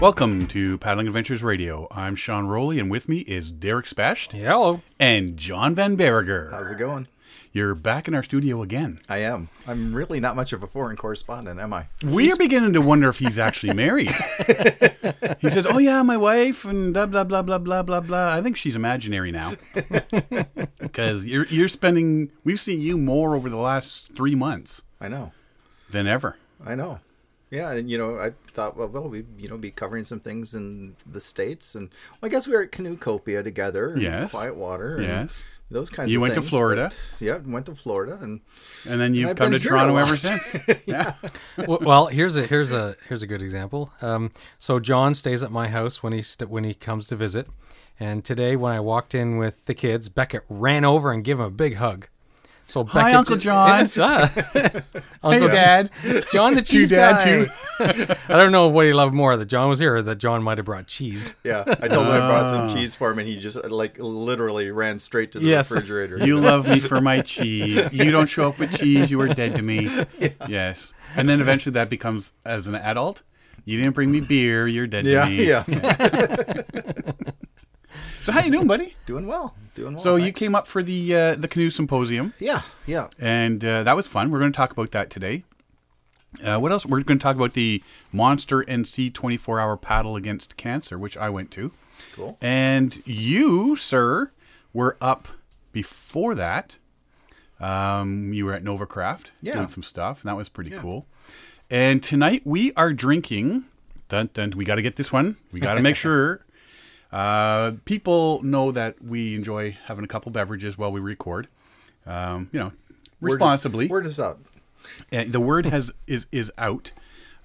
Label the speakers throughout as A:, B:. A: Welcome to Paddling Adventures Radio. I'm Sean Rowley, and with me is Derek Specht
B: Hello.
A: and John Van Berger.
C: How's it going?
A: You're back in our studio again.
C: I am. I'm really not much of a foreign correspondent, am I?
A: We are beginning to wonder if he's actually married. he says, "Oh yeah, my wife and blah blah blah blah blah blah blah." I think she's imaginary now because you're you're spending. We've seen you more over the last three months
C: I know.
A: than ever.
C: I know. Yeah, and you know, I thought, well, well, we you know be covering some things in the states, and well, I guess we were at Canoe Copia together. and
A: Yes.
C: Quiet Water. and
A: Yes.
C: Those kinds.
A: You
C: of
A: went to
C: things,
A: Florida.
C: but- yeah, went to Florida, and
A: And then you've
C: I've
A: come to
C: been here a
A: Toronto ever
C: lot.
A: since. yeah.
B: W- well, here's a here's a here's a good example. Um, so John stays at my house when he st- when he comes to visit, and today when I walked in with the kids, Beckett ran over and gave him a big hug. So Beckett,
A: Uncle John.
B: Yes, uh, Uncle
A: Dad.
B: John the cheese
A: Dad,
B: guy.
A: too.
B: I don't know what he loved more that John was here or that John might have brought cheese.
C: yeah, I told him I brought
A: Ah.
C: some cheese for him, and he just like literally ran straight to the
B: Yes.
C: refrigerator.
A: You love me for my cheese. You don't show up with cheese. You were dead to me. Yes. And then eventually that becomes as an adult. You didn't bring me beer. You're dead
C: yeah,
A: to me.
C: yeah,
A: So how you doing, buddy?
C: doing well, doing well.
A: So you
C: thanks.
A: came up for the uh, the canoe symposium,
C: Yeah, yeah.
A: and uh, that was fun. We're going to talk about that today. Uh, what else? We're going to talk about the Monster NC 24 hour paddle against cancer, which I went to.
C: Cool.
A: And you, sir, were up before that. Um, you were at Novacraft
C: Yeah.
A: doing some stuff, and that was pretty cool. And tonight we are drinking. Dun dun. We got to get this one. We got to make sure. Uh, people know that we enjoy having a couple beverages while we record. Um, you know,
C: Word-
A: responsibly.
C: Word is out.
A: And the word has is is out.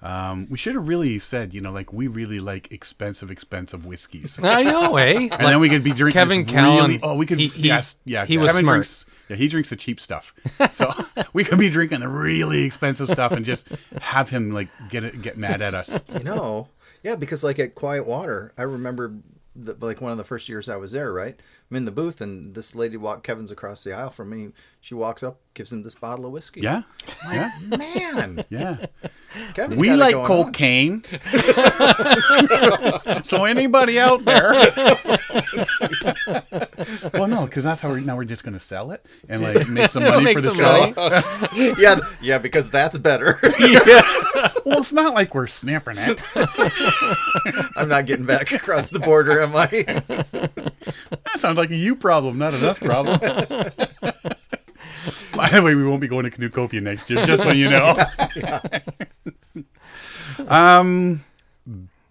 A: Um, we should have really said, you know, like we really like expensive, expensive whiskeys.
B: I know, eh?
A: And then we could be drinking
B: Kevin
A: this
B: Callan,
A: Really, oh, we could.
B: he- he-
A: yes, yeah.
B: he was
A: Kevin
B: smart.
A: drinks. Yeah, he drinks the cheap stuff, so we could be drinking the really expensive stuff and just have him like get it, get mad at us.
C: You know, yeah, because like at Quiet Water, I remember the, like one of the first years I was there, right? I'm in the booth, and this lady walked Kevin's across the aisle from me. She walks up, gives him this bottle of whiskey.
A: Yeah, yeah,
C: man,
A: yeah.
C: Kevin's
A: we
C: got it
A: like
C: going on.
A: cocaine. so anybody out there? well, no, because that's how we're, now we're just going to sell it and like make some money
B: Make
A: for the
B: some
A: show.
B: money.
C: yeah, yeah, because that's better.
A: Well, it's not like we're sniffing it.
C: I'm not getting back across the border, am I?
A: That sounds like a you problem, not an us problem. By the way, we won't be going to Caducopia next year, just so you know. um,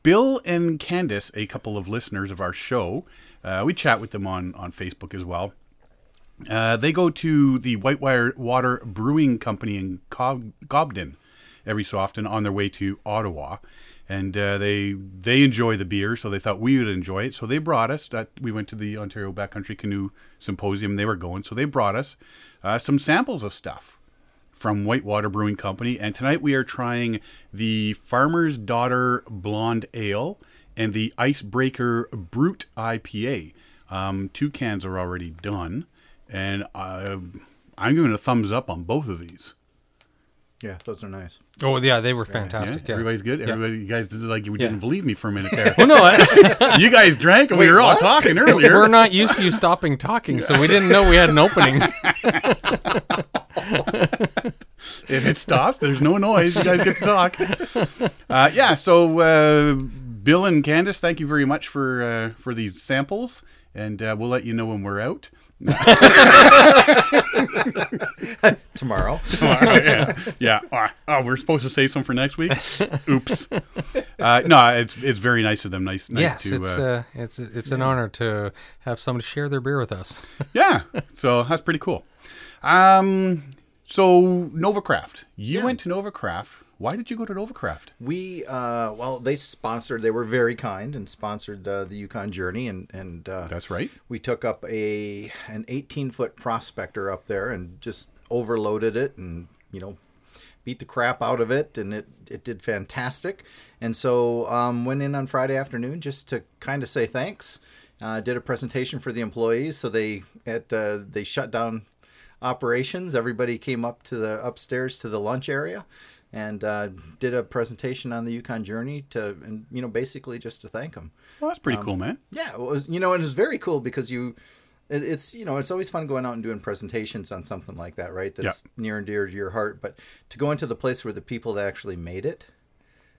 A: Bill and Candace, a couple of listeners of our show, uh, we chat with them on, on Facebook as well. Uh, they go to the Whitewater Water Brewing Company in Cob- Gobden every so often on their way to Ottawa, and uh, they they enjoy the beer, so they thought we would enjoy it. So they brought us. That we went to the Ontario Backcountry Canoe Symposium. They were going, so they brought us uh, some samples of stuff from Whitewater Brewing Company, and tonight we are trying the Farmer's Daughter Blonde Ale and the Icebreaker Brute IPA. Um, two cans are already done, and uh, I'm giving a thumbs up on both of these.
C: Yeah, those are nice.
B: Oh yeah, they were
A: Yeah?
B: fantastic. Yeah.
A: Everybody's good. Everybody, you guys did like you didn't believe me for a minute there.
B: Well, no, I-
A: you guys drank and we
C: Wait,
A: were all
C: what?
A: talking earlier.
B: we're not used to you stopping talking, so we didn't know we had an opening.
A: if it stops, there's no noise. You guys get to talk. Uh, yeah. So uh, Bill and Candace, thank you very much for uh, for these samples, and uh, we'll let you know when we're out.
C: Tomorrow,
B: Oh,
A: Tomorrow, yeah, yeah. Ah, Oh, we're supposed to save some for next week. Oops. Uh, no, it's it's very nice of them. Nice, nice
B: yes,
A: to.
B: it's
A: uh,
B: uh, it's it's an honor to have someone share their beer with us.
A: yeah. So that's pretty cool. Um. So Novacraft, you went to Novacraft. Why did you go to Novacraft?
C: we uh, well, they sponsored. They were very kind and sponsored uh, the Yukon Journey, and and uh,
A: That's right.
C: we took up a an 18 foot prospector up there and just overloaded it and you know beat the crap out of it and it it did fantastic and so um, went in on friday afternoon just to kind of say thanks uh, did a presentation for the employees so they at uh, they shut down operations everybody came up to the upstairs to the lunch area and uh, did a presentation on the Yukon journey to, and you know, basically just to thank him.
A: Well, that's pretty cool, man.
C: Yeah, it was, you know, and it was very cool because you, it, it's you know, it's always fun going out and doing presentations on something like that, right? That's near and dear to your heart. But to go into the place where the people that actually made it,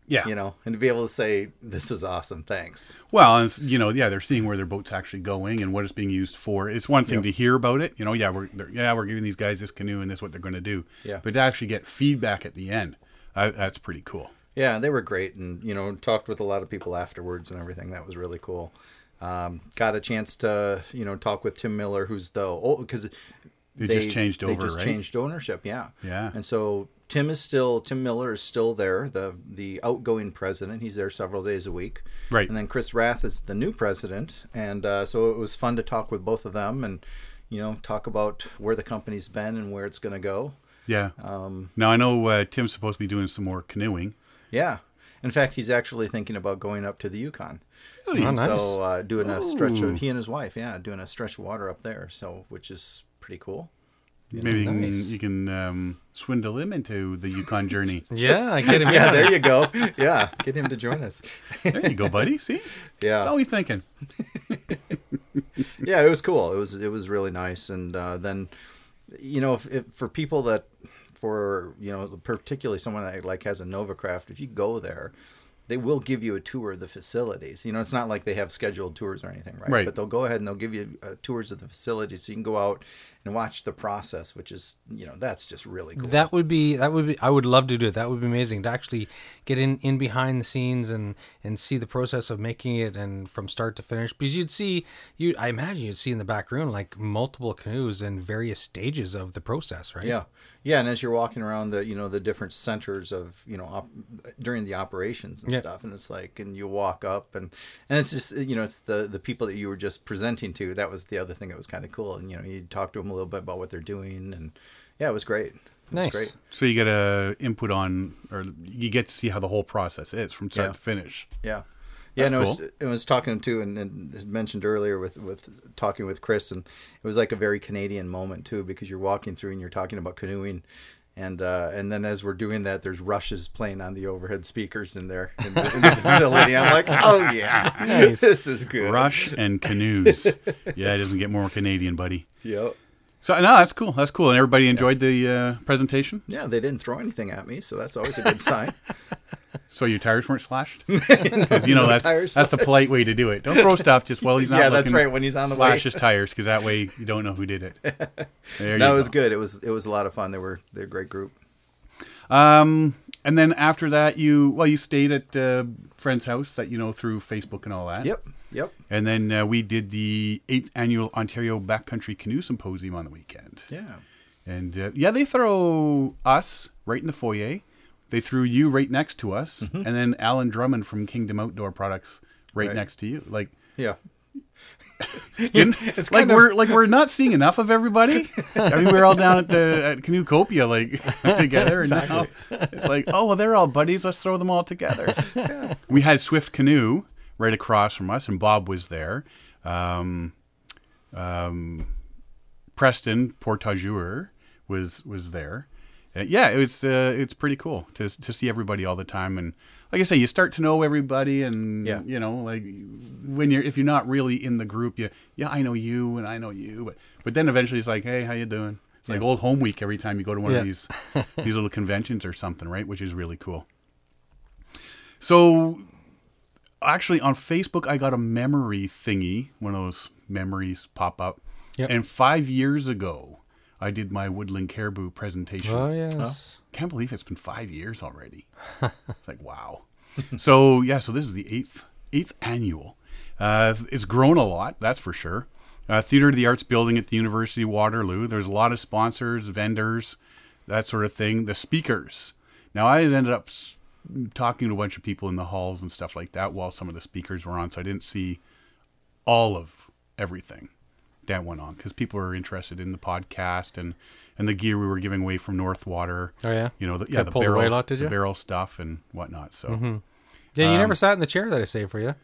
A: Yeah.
C: you know, and to be able to say this was awesome, thanks.
A: Well, and it's, you know, yeah, they're seeing where their boat's actually going and what it's being used for. It's one thing to hear about it, you know, yeah, we're they're- yeah, we're giving these guys this canoe and this is what they're going to do.
C: Yeah.
A: But to actually get feedback at the end, uh, that's pretty cool.
C: Yeah, they were great, and you know, talked with a lot of people afterwards and everything. That was really cool. Um, got a chance to you know talk with Tim Miller, who's the oh because
A: They just changed
C: They
A: over,
C: just
A: right?
C: changed ownership. Yeah,
A: Yeah.
C: And so Tim is still Tim Miller is still there, the the outgoing president. He's there several days a week.
A: Right.
C: And then Chris Rath is the new president, and uh, so it was fun to talk with both of them and you know talk about where the company's been and where it's going to go.
A: Yeah. Um, now I know uh, Tim's supposed to be doing some more canoeing.
C: Yeah. In fact, he's actually thinking about going up to the Yukon.
B: Oh, nice.
C: So uh, doing a stretch
A: Ooh.
C: of he and his wife, yeah, doing a stretch of water up there. So which is pretty cool.
A: Maybe you
B: Nice.
A: can, you can um, swindle him into the Yukon journey.
B: yeah, I get him.
C: Yeah, there you go. Yeah, get him to join us.
A: there you go, buddy. See, that's all
C: Yeah,
A: we thinking.
C: yeah, it was cool. It was it was really nice. And uh, then, you know, if, if for people that, for you know, particularly someone that like has a Novacraft, if you go there, they will give you a tour of the facilities. You know, it's not like they have scheduled tours or anything, right?
A: Right.
C: But they'll go ahead and they'll give you uh, tours of the facilities, so you can go out and watch the process, which is you know that's just really cool.
B: That would be that would be I would love to do it. That would be amazing to actually get in in behind the scenes and and see the process of making it and from start to finish. Because you'd see you I imagine you'd see in the back room like multiple canoes in various stages of the process, right?
C: Yeah, yeah, and as you're walking around the you know the different centers of you know op- during the operations and
B: Yeah.
C: stuff, and it's like and you walk up and and it's just you know it's the the people that you were just presenting to. That was the other thing that was kind of cool, and you know you talk to them a little bit about what they're doing, and yeah, it was great. It was
B: Nice.
C: great.
A: So you get a input on, or you get to see how the whole process is from start
C: Yeah.
A: to finish.
C: Yeah. Yeah,
A: That's
C: no,
A: cool.
C: it, was, it was talking to and, and mentioned earlier with, with talking with Chris, and it was like a very Canadian moment too because you're walking through and you're talking about canoeing, and uh, and then as we're doing that, there's rushes playing on the overhead speakers in there in the, in the facility. I'm like, oh yeah,
B: Nice.
C: this is good.
A: Rush and canoes. yeah, it doesn't get more Canadian, buddy.
C: Yep.
A: So no, that's cool. That's cool. And everybody enjoyed the uh, presentation.
C: Yeah, they didn't throw anything at me, so that's always a good sign.
A: So your tires weren't slashed. Because you know that's
C: tires
A: that's the polite way to do it. Don't throw stuff just while he's not.
C: Yeah, that's
A: looking,
C: right, when he's on the
A: slash
C: way.
A: his tires because that way you don't know who did it. There
C: that
A: you
C: was
A: go.
C: good. It was it was a lot of fun. They were they're a great group.
A: Um, and then after that, you well, you stayed at uh, friend's house that you know through Facebook and all that.
C: Yep. Yep.
A: And then uh, we did the eighth annual Ontario Backcountry Canoe Symposium on the weekend.
C: Yeah.
A: And uh, yeah, they throw us right in the foyer. They threw you right next to us, and then Alan Drummond from Kingdom Outdoor Products right,
C: Right.
A: next to you. Like,
C: Yeah.
A: you kn- like
C: kind of-
A: we're like we're not seeing enough of everybody. I mean, we we're all down at the at Canoe Copia like together, and now it's like, oh well, they're all buddies. Let's throw them all together. We had Swift Canoe right across from us, and Bob was there. Um, um, Preston Portageur was was there. Uh, yeah, it's uh, it's pretty cool to to see everybody all the time, and like I say, you start to know everybody, and
C: Yeah.
A: you know, like when you're if you're not really in the group, you yeah, I know you and I know you, but but then eventually it's like, hey, how you doing? It's like old home week every time you go to one
B: Yeah.
A: of these these little conventions or something, right? Which is really cool. So actually on Facebook I got a memory thingy, one of those memories pop up.
B: Yep.
A: And five years ago, I did my woodland caribou presentation.
B: Oh yes.
A: Can't believe it's been five years already. it's like wow. so yeah, so this is the eighth eighth annual. Uh, it's grown a lot, that's for sure. Uh, Theater of the Arts building at the University of Waterloo. There's a lot of sponsors, vendors, that sort of thing. The speakers. Now I ended up s- talking to a bunch of people in the halls and stuff like that while some of the speakers were on, so I didn't see all of everything that went on because people were interested in the podcast and and the gear we were giving away from Northwater.
B: Oh yeah.
A: You know, the,
B: Got
A: yeah, the
B: pulled away a
A: barrel,
B: lot, did Mm-hmm.
A: the
B: you?
A: barrel stuff and whatnot. So
B: Yeah, you never
A: um,
B: sat in the chair that I saved for you.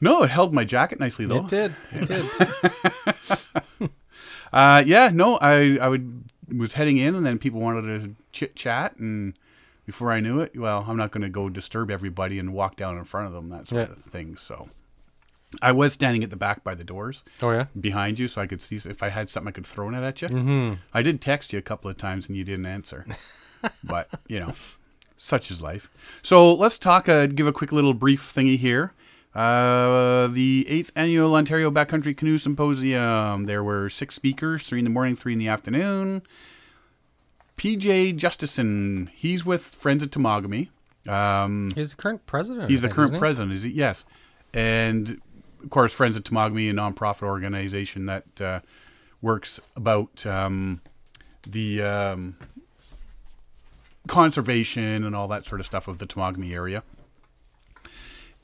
A: no, it held my jacket nicely though.
B: It did. It did.
A: Uh, yeah, no, I I would was heading in and then people wanted to chit chat and Before I knew it, well, I'm not going to go disturb everybody and walk down in front of them, that sort
B: Yeah.
A: of thing. So I was standing at the back by the doors
B: Oh yeah.
A: behind you so I could see if I had something I could throw it at you. I did text you a couple of times and you didn't answer. but, you know, such is life. So let's talk, uh, give a quick little brief thingy here. Uh, the 8th Annual Ontario Backcountry Canoe Symposium. There were six speakers, three in the morning, three in the afternoon. PJ Justison, he's with Friends of Tomogamy. Um,
B: He's the current president. I
A: He's the
B: think,
A: current
B: isn't he?
A: president, is he? Yes. And of course, Friends of Tomogamy, a nonprofit organization that uh, works about um, the um, conservation and all that sort of stuff of the Tomogamy area.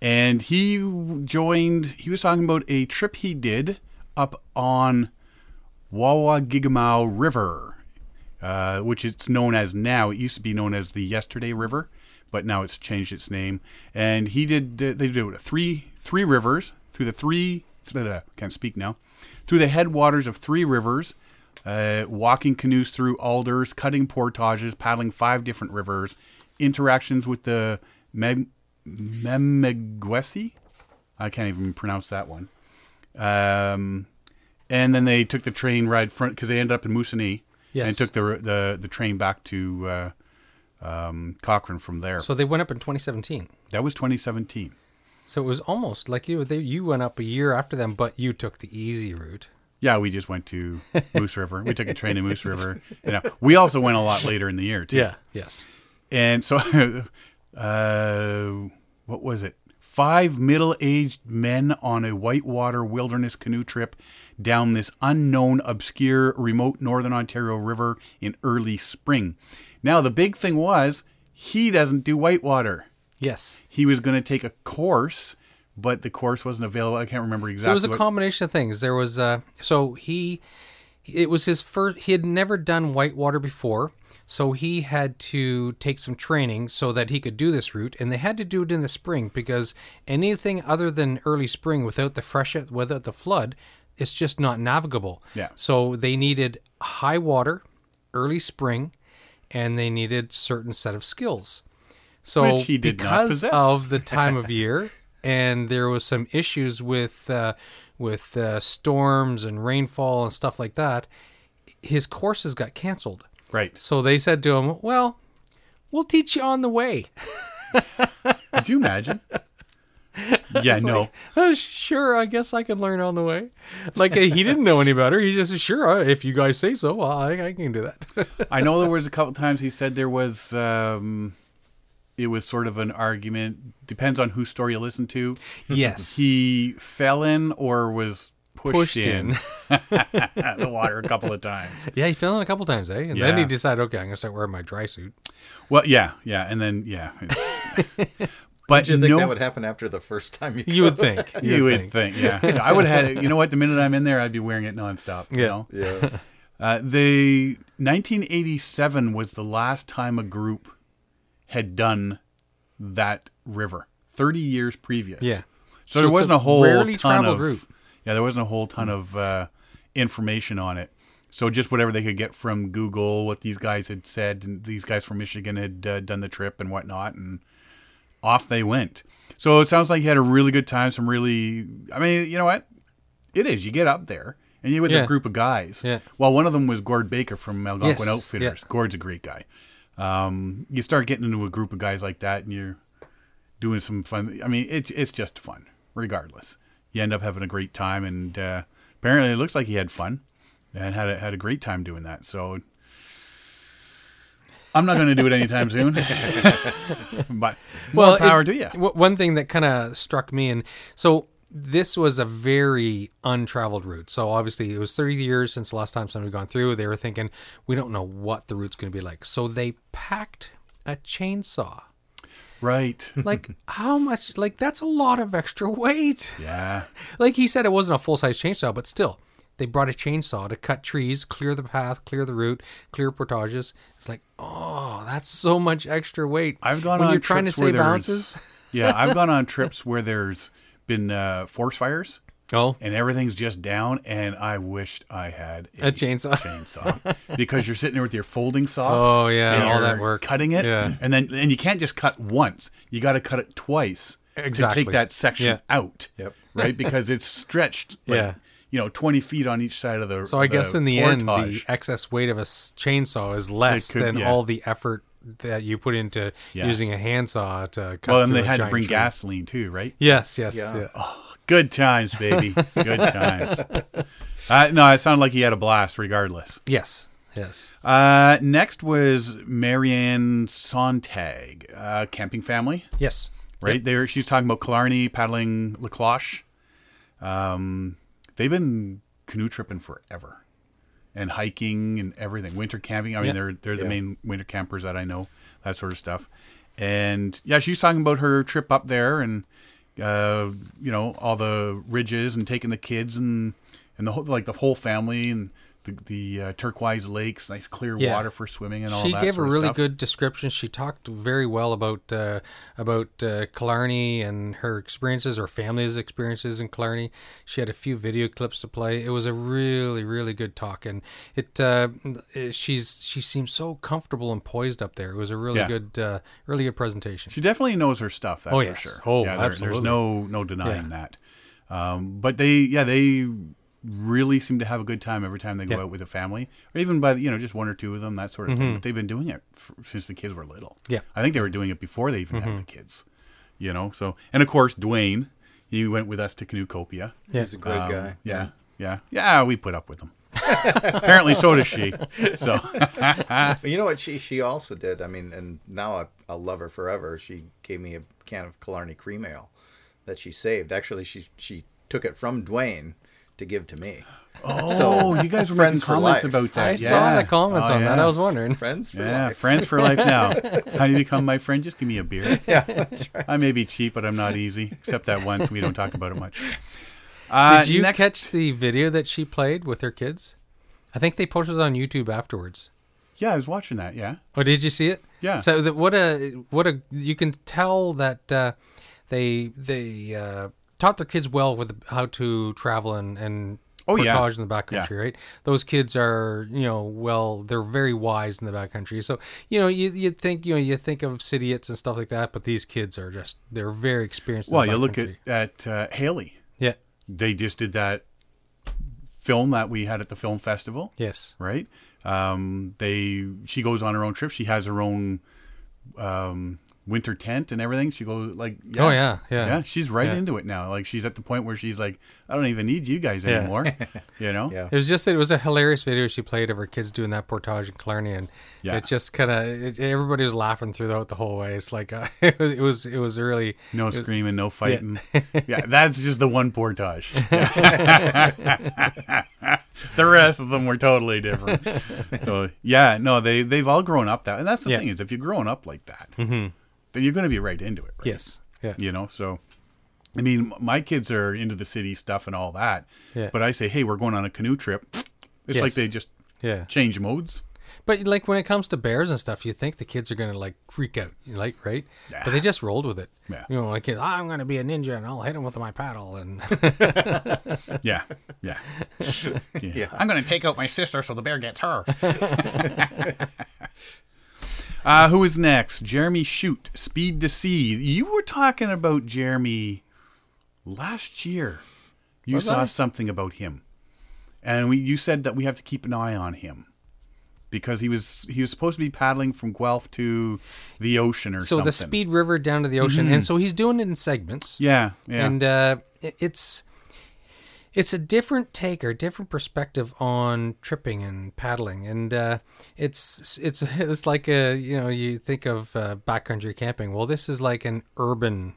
A: And he joined, he was talking about a trip he did up on Wawa Gigamau River, uh, which it's known as now. It used to be known as the Yesterday River, but now it's changed its name. And he did they did three three rivers through the three can't speak now through the headwaters of three rivers. Uh, walking canoes through alders, cutting portages, paddling five different rivers, interactions with the Meg- Memegwesi. I can't even pronounce that one. Um, and then they took the train ride front because they ended up in Moosonee
B: Yes.
A: and took the the the train back to uh, um, Cochrane from there.
B: So they went up in 2017.
A: that was 2017.
B: So it was almost like you they, you went up a year after them, but you took the easy route.
A: Yeah, we just went to Moose River. We took a train to Moose River. You know, we also went a lot later in the year too.
B: Yes.
A: and so uh, what was it? Five middle-aged men on a whitewater wilderness canoe trip down this unknown, obscure, remote northern Ontario river in early spring. Now the big thing was he doesn't do whitewater.
B: Yes.
A: He was going to take a course, but the course wasn't available. I can't remember exactly.
B: So it was a
A: what-
B: combination of things. There was uh so he it was his first he had never done whitewater before. So he had to take some training so that he could do this route and they had to do it in the spring because anything other than early spring without the fresh without the flood it's just not navigable.
A: Yeah.
B: So they needed high water, early spring, and they needed certain set of skills. So
A: Which he did not
B: because
A: possess.
B: of the time of year, and there was some issues with uh, with uh, storms and rainfall and stuff like that, his courses got canceled.
A: right.
B: So they said to him, "Well, we'll teach you on the way."
A: Could you imagine? yeah, no.
B: "Uh, sure, I guess I can learn on the way. Like uh, he didn't know any better. He just said, "Sure, uh, if you guys say so, I, I can do that."
A: I know there was a couple times he said there was. Um, it was sort of an argument. Depends on whose story you listen to.
B: yes,
A: He fell in or was pushed,
B: Pushed
A: in, at the water a couple of times.
B: yeah, he fell in a couple times, eh? And then he
A: Yeah.
B: decided, okay, I'm gonna start wearing my dry suit.
A: Well, yeah, yeah, and then yeah. it's- but
C: Do you think
A: no,
C: that would happen after the first time you?
B: You would think.
A: you, would think. yeah. Yeah, I would have had it. You know what? The minute I'm in there, I'd be wearing it nonstop. You
B: Yeah.
A: know?
C: yeah.
A: Uh, the 1987 was the last time a group had done that river. 30 years previous.
B: Yeah.
A: So,
B: So
A: there
B: it's
A: wasn't
B: a
A: a whole
B: rarely
A: ton
B: traveled
A: of
B: route.
A: yeah, there wasn't a whole ton of uh, information on it. So just whatever they could get from Google, what these guys had said, and these guys from Michigan had uh, done the trip and whatnot, and off they went. So it sounds like you had a really good time. Some really, I mean, you know what? It is. You get up there and you're with
B: Yeah.
A: a group of guys.
B: Yeah.
A: Well, one of them was Gord Baker from Algonquin
B: Yes,
A: Outfitters. Gord's a great guy. Um, you start getting into a group of guys like that, and you're doing some fun. I mean, it's it's just fun, regardless. You end up having a great time, and uh, apparently, it looks like he had fun and had a, had a great time doing that. So, I'm not going to do it anytime soon. but more
B: Well,
A: power
B: it-
A: to you.
B: w- one thing that kind of struck me, and so this was a very untraveled route. So obviously, it was 30 years since the last time somebody had gone through. They were thinking, we don't know what the route's going to be like. So they packed a chainsaw.
A: Right.
B: Like, how much? Like, that's a lot of extra weight.
A: Yeah.
B: Like he said, it wasn't a full size chainsaw, but still, they brought a chainsaw to cut trees, clear the path, clear the route, clear portages. It's like, oh, that's so much extra weight.
A: I've gone
B: when
A: on
B: you're trying to
A: trips where
B: save
A: there's-
B: ounces.
A: yeah, I've gone on trips where there's been uh, forest fires
B: Oh,
A: and everything's just down. And I wished I had
B: A chainsaw.
A: chainsaw because you're sitting there with your folding saw.
B: Oh, yeah,
A: and
B: all
A: you're
B: that work.
A: cutting it,
B: Yeah.
A: and then and you can't just cut once. You got to cut it twice
B: Exactly.
A: to take that section
B: Yeah.
A: out.
C: Yep.
A: Right, because it's stretched. Like,
B: Yeah.
A: You know, twenty feet on each side of the.
B: so I guess in the end, the
A: portage.
B: excess weight of a s- chainsaw is less
A: It could-
B: than
A: yeah.
B: all the effort that you put into
A: Yeah.
B: using a handsaw to cut.
A: well, and
B: through
A: they
B: a
A: had to
B: giant
A: bring
B: tree.
A: gasoline too, right?
B: Yes, yes,
C: Yeah.
B: yeah.
A: Good times, baby. Good times. Uh, no, it sounded like he had a blast, regardless.
B: yes, yes.
A: Uh, next was Marianne Sontag, uh, camping family,
B: Yes.
A: right? They were, she was talking about Killarney paddling Lacloche. Um, they've been canoe tripping forever, and hiking and everything, winter camping. I mean,
B: Yeah.
A: they're they're the
C: Yeah.
A: main winter campers that I know, that sort of stuff. And yeah, she was talking about her trip up there and uh, you know all the ridges and taking the kids and and the whole like the whole family and the, the uh, turquoise lakes, nice clear
B: Yeah.
A: water for swimming and all
B: she
A: that.
B: gave a
A: sort of
B: really
A: stuff.
B: good description. She talked very well about uh, about uh, Killarney and her experiences, her family's experiences in Killarney. She had a few video clips to play. It was a really, really good talk, and it uh, she's she seemed so comfortable and poised up there. It was a really
A: Yeah.
B: good, uh, really good presentation.
A: She definitely knows her stuff. That's
B: Oh,
A: for
B: yes.
A: sure.
B: Oh,
A: yeah,
B: absolutely.
A: There's no no denying
B: Yeah.
A: that. Um, but they, yeah, they really seem to have a good time every time they go
B: Yeah.
A: out with a family, or even by the- you know just one or two of them, that sort of thing. But they've been doing it f since the kids were little.
B: Yeah.
A: I think they were doing it before they even had the kids. You know, so and of course Dwayne, he went with us to Canucopia.
B: Yeah.
C: He's a great
A: Um,
C: guy.
A: Yeah, yeah, yeah. We put up with him. Apparently, so does she. So
C: But you know what she she also did? I mean, and now I, I'll love her forever. She gave me a can of Killarney cream ale that she saved. Actually, she she took it from Dwayne to give to me.
A: oh, you guys were making
C: Friends for
A: comments
C: life.
A: about that.
B: I saw
A: Yeah.
B: the comments
A: Oh,
B: on that.
A: yeah.
B: I was wondering.
C: Friends for
A: Yeah,
C: life.
A: friends for life now. How do you become my friend? Just give me a beer. Yeah, that's right. I may be cheap, but I'm not easy. Except that once we don't talk about it much. Uh,
B: Did you
A: next-
B: catch the video that she played with her kids? I think they posted it on YouTube afterwards.
A: Yeah, I was watching that. Yeah,
B: Oh, did you see it?
A: Yeah.
B: So that what a what a you can tell that uh, they they uh, taught their kids well with how to travel and and
A: Oh, yeah.
B: portage in the backcountry, right? Those kids are you know well they're very wise in the backcountry. So you know you you think you know you think of idiots and stuff like that, but these kids are just they're very experienced. in
A: well,
B: the
A: you look at
B: backcountry.
A: at uh, Haley.
B: yeah
A: They just did that film that we had at the film festival.
B: yes
A: right? Um, they she goes on her own trip. She has her own um, winter tent and everything. She goes like,
B: Oh, yeah, yeah.
A: She's right
B: Yeah.
A: into it now. Like she's at the point where she's like, I don't even need you guys
B: Yeah.
A: anymore. you know?
C: Yeah.
B: It was just it was a hilarious video she played of her kids doing that portage in Killarney, and
A: Yeah.
B: it just kind of everybody was laughing throughout the whole way. It's like uh, it was it was, it was really
A: No screaming, no fighting. Yeah. that's just the one portage. the rest of them were totally different. So yeah, no, they they've all grown up that, and that's the
B: Yeah.
A: thing is, if you're growing up like that, then you're going to be right into it. Right?
B: yes yeah
A: you know so i mean my kids are into the city stuff and all that
B: Yeah.
A: but i say hey we're going on a canoe trip it's
B: Yes.
A: like they just
B: yeah.
A: change modes
B: But like when it comes to bears and stuff, you think the kids are gonna like freak out, you like right? But they just rolled with it.
A: Yeah.
B: You know, like kids, I'm gonna be a ninja and I'll hit him with my paddle, and
A: yeah yeah yeah,
C: Yeah.
A: i'm going to take out my sister so the bear gets her uh, who is next jeremy shoot speed to sea you were talking about jeremy last year you saw
B: I?
A: something about him and we you said that we have to keep an eye on him because he was he was supposed to be paddling from Guelph to the ocean or
B: so
A: something. Mm-hmm.
B: the Speed River down to the ocean, and so he's doing it in segments.
A: Yeah, yeah.
B: and uh, i- it's it's a different take or different perspective on tripping and paddling, and uh, it's it's it's like a you know you think of uh, backcountry camping. Well, this is like an urban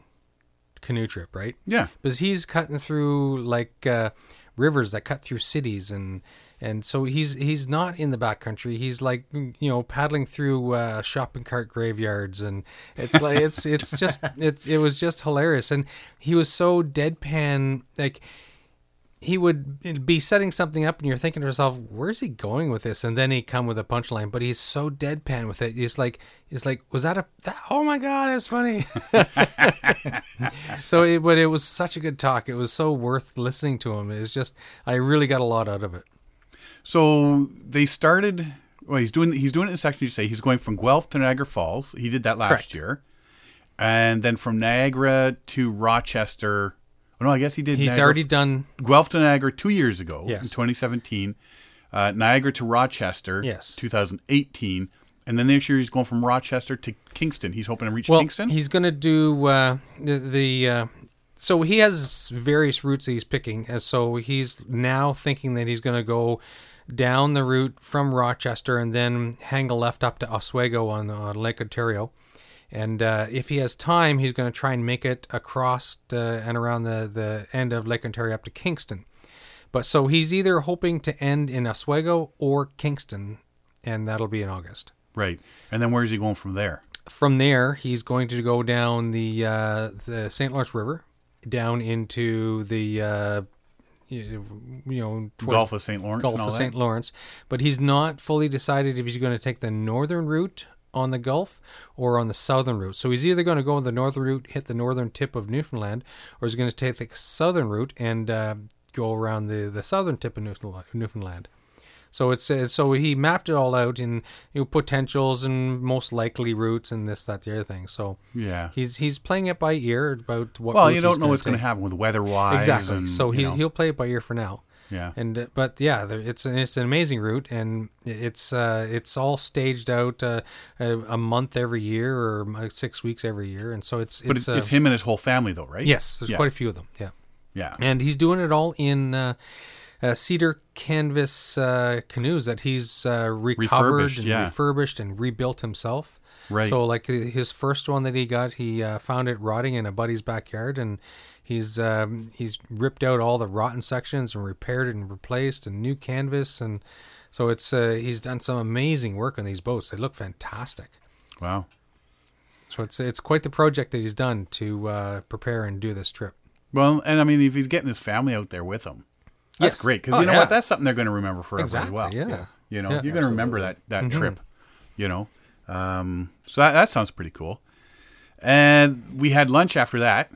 B: canoe trip, right?
A: yeah.
B: because he's cutting through like uh, rivers that cut through cities and and so he's he's not in the backcountry. He's like you know paddling through uh, shopping cart graveyards and it's like it's it's just it's it was just hilarious and he was so deadpan like he would be setting something up and you're thinking to yourself where's he going with this and then he come with a punchline but he's so deadpan with it he's like he's like was that a that, oh my god that's funny so it, but it was such a good talk it was so worth listening to him it's just i really got a lot out of it
A: So they started. Well, he's doing he's doing it in sections. You say he's going from Guelph to Niagara Falls. He did that last
B: Correct.
A: year, and then from Niagara to Rochester. Oh, no, I guess he did.
B: he's
A: Niagara-
B: already done
A: Guelph to Niagara two years ago in
B: Yes.
A: 2017. Uh, Niagara to Rochester,
B: Yes.
A: 2018, and then this year he's going from Rochester to Kingston. He's hoping to reach
B: well
A: Kingston.
B: he's gonna do uh, the, the uh, so he has various routes he's picking and so he's now thinking that he's gonna go down the route from rochester and then hang a left up to oswego on, on lake ontario and uh, if he has time he's gonna try and make it across uh, and around the, the end of lake ontario up to kingston but so he's either hoping to end in oswego or kingston and that'll be in august
A: right, and then where is he going from there?
B: from there, he's going to go down the uh, the St. Lawrence River, down into the uh, you you know towards
A: Gulf of St. Lawrence.
B: Gulf
A: and all
B: of
A: that?
B: St. Lawrence. But he's not fully decided if he's going to take the northern route on the Gulf or on the southern route. So he's either going to go on the northern route, hit the northern tip of Newfoundland, or he's going to take the southern route and uh, go around the, the southern tip of Newfoundland- Newfoundland. So it's uh, so he mapped it all out in you know, potentials and most likely routes and this that the other thing. So
A: Yeah.
B: he's he's playing it by ear about what.
A: well,
B: route
A: you
B: he's
A: don't know
B: gonna
A: what's going
B: take.
A: to happen with weather wise.
B: Exactly.
A: And,
B: so
A: you
B: he
A: know.
B: he'll play it by ear for now.
A: Yeah.
B: And uh, but yeah, there, it's an it's an amazing route, and it's uh, it's all staged out uh, a, a month every year or uh, six weeks every year, and so it's
A: but it's,
B: it's, uh,
A: it's him and his whole family, though, right?
B: yes, there's
A: Yeah.
B: quite a few of them. Yeah,
A: Yeah.
B: and he's doing it all in uh, uh, cedar canvas uh, canoes that he's uh, recovered
A: Refurbished,
B: and
A: yeah.
B: refurbished and rebuilt himself.
A: Right.
B: So like his first one that he got, he uh, found it rotting in a buddy's backyard, and he's um, he's ripped out all the rotten sections and repaired it and replaced and new canvas and so it's uh, he's done some amazing work on these boats. They look fantastic.
A: Wow.
B: So it's it's quite the project that he's done to uh, prepare and do this trip.
A: Well, and I mean, if he's getting his family out there with him, that's
B: Yes.
A: great because
B: Oh,
A: you know
B: yeah.
A: what? That's something they're going to remember forever
B: Exactly,
A: as well.
B: yeah.
A: You know,
B: Yeah,
A: you're going to remember that that trip. You know, um, so that, that sounds pretty cool. And we had lunch after that,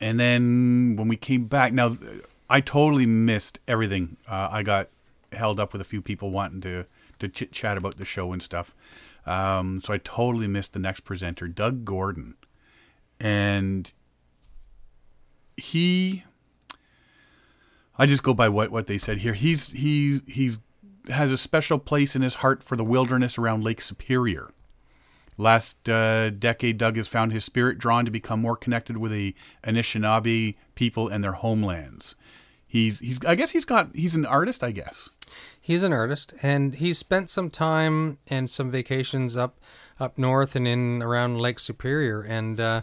A: and then when we came back, now I totally missed everything. Uh, I got held up with a few people wanting to to chit chat about the show and stuff. Um, so I totally missed the next presenter, Doug Gordon, and he I just go by what what they said here. He's he's he's has a special place in his heart for the wilderness around Lake Superior. Last uh, decade, Doug has found his spirit drawn to become more connected with the Anishinaabe people and their homelands. He's he's I guess he's got he's an artist. I guess
B: He's an artist, and he spent some time and some vacations up up north and in around Lake Superior. And uh,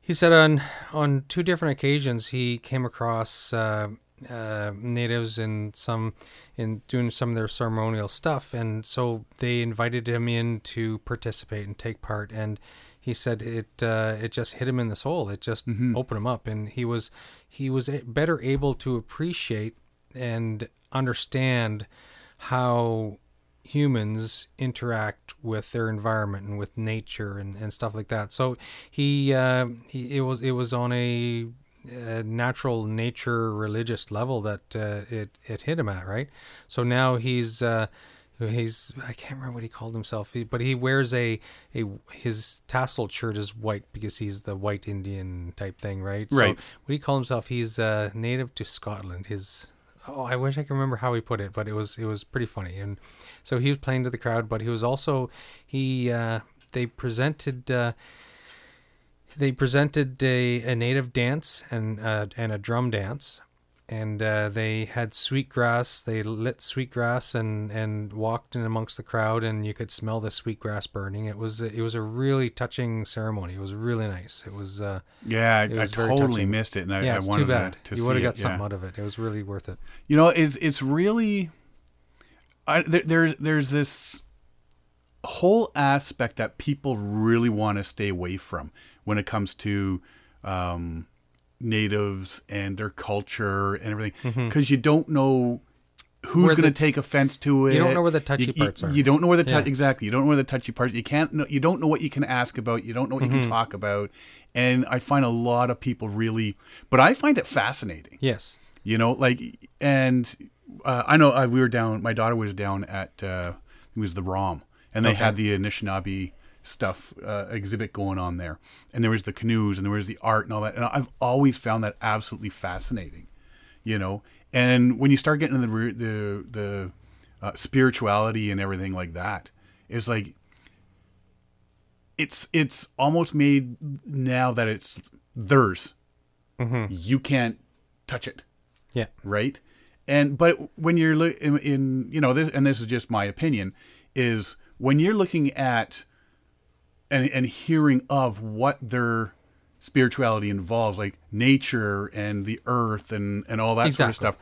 B: he said on on two different occasions he came across uh, uh, natives in some in doing some of their ceremonial stuff, and so they invited him in to participate and take part. And he said it uh, it just hit him in the soul. It just opened him up, and he was he was a- better able to appreciate and understand how humans interact with their environment and with nature and, and stuff like that. So he, uh, he it was it was on a, uh natural nature religious level that uh, it it hit him at right. So now he's. Uh, He's I can't remember what he called himself, he- but he wears a a his tasseled shirt is white because he's the white Indian type thing, right?
A: Right.
B: So what do you call himself? He's uh, native to Scotland. His oh, I wish I could remember how he put it, but it was it was pretty funny. And so he was playing to the crowd, but he was also he uh, they presented uh, they presented a, a native dance and uh, and a drum dance. And uh, they had sweetgrass. They lit sweetgrass and, and walked in amongst the crowd, and you could smell the sweetgrass burning. It was it was a really touching ceremony. It was really nice. It was uh,
A: yeah, I, I
B: was very
A: totally
B: touching.
A: missed it, and I,
B: yeah,
A: I
B: it's
A: wanted
B: too bad.
A: to, to
B: you
A: see
B: would have
A: it,
B: got
A: yeah.
B: something out of it. It was really worth it.
A: You know, it's it's really I, there, there there's this whole aspect that people really want to stay away from when it comes to um, natives and their culture and everything because you don't know who's
B: Mm-hmm. Where
A: going to
B: the-
A: take offense to it.
B: you don't know where the touchy
A: You- you-
B: parts are.
A: You don't know where the tou-
B: Yeah.
A: exactly. You don't know where the touchy parts. You can't. Know, you don't know what you can ask about. You don't know what you
B: Mm-hmm.
A: can talk about. And I find a lot of people really, but I find it fascinating
B: Yes.
A: you know like and uh, i know uh, we were down my daughter was down at uh it was the rom and they had the anishinaabe stuff uh, exhibit going on there and there was the canoes and there was the art and all that and i've always found that absolutely fascinating you know and when you start getting into the re- the the uh, spirituality and everything like that it's like it's it's almost made now that it's theirs you can't touch it
B: Yeah.
A: right? And but when you're lo- in, in you know this, and this is just my opinion, is when you're looking at and and hearing of what their spirituality involves, like nature and the earth and and all that sort
B: Exactly.
A: of stuff.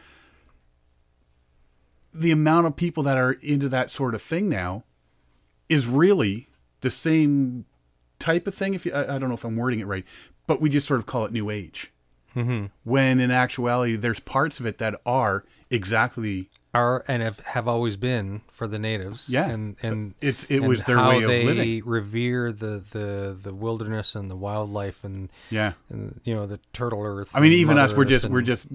A: The amount of people that are into that sort of thing now is really the same type of thing. If you, I, I don't know if I'm wording it right, but we just sort of call it New Age when in actuality there's parts of it that are exactly
B: Are and have, have always been for the natives.
A: Yeah.
B: And and
A: It's- it
B: and
A: was their
B: how
A: way of
B: they
A: living.
B: revere the, the the wilderness and the wildlife and
A: yeah
B: and you know the turtle earth.
A: i mean
B: and
A: even us
B: Mother
A: we're
B: Earth
A: just
B: and
A: we're just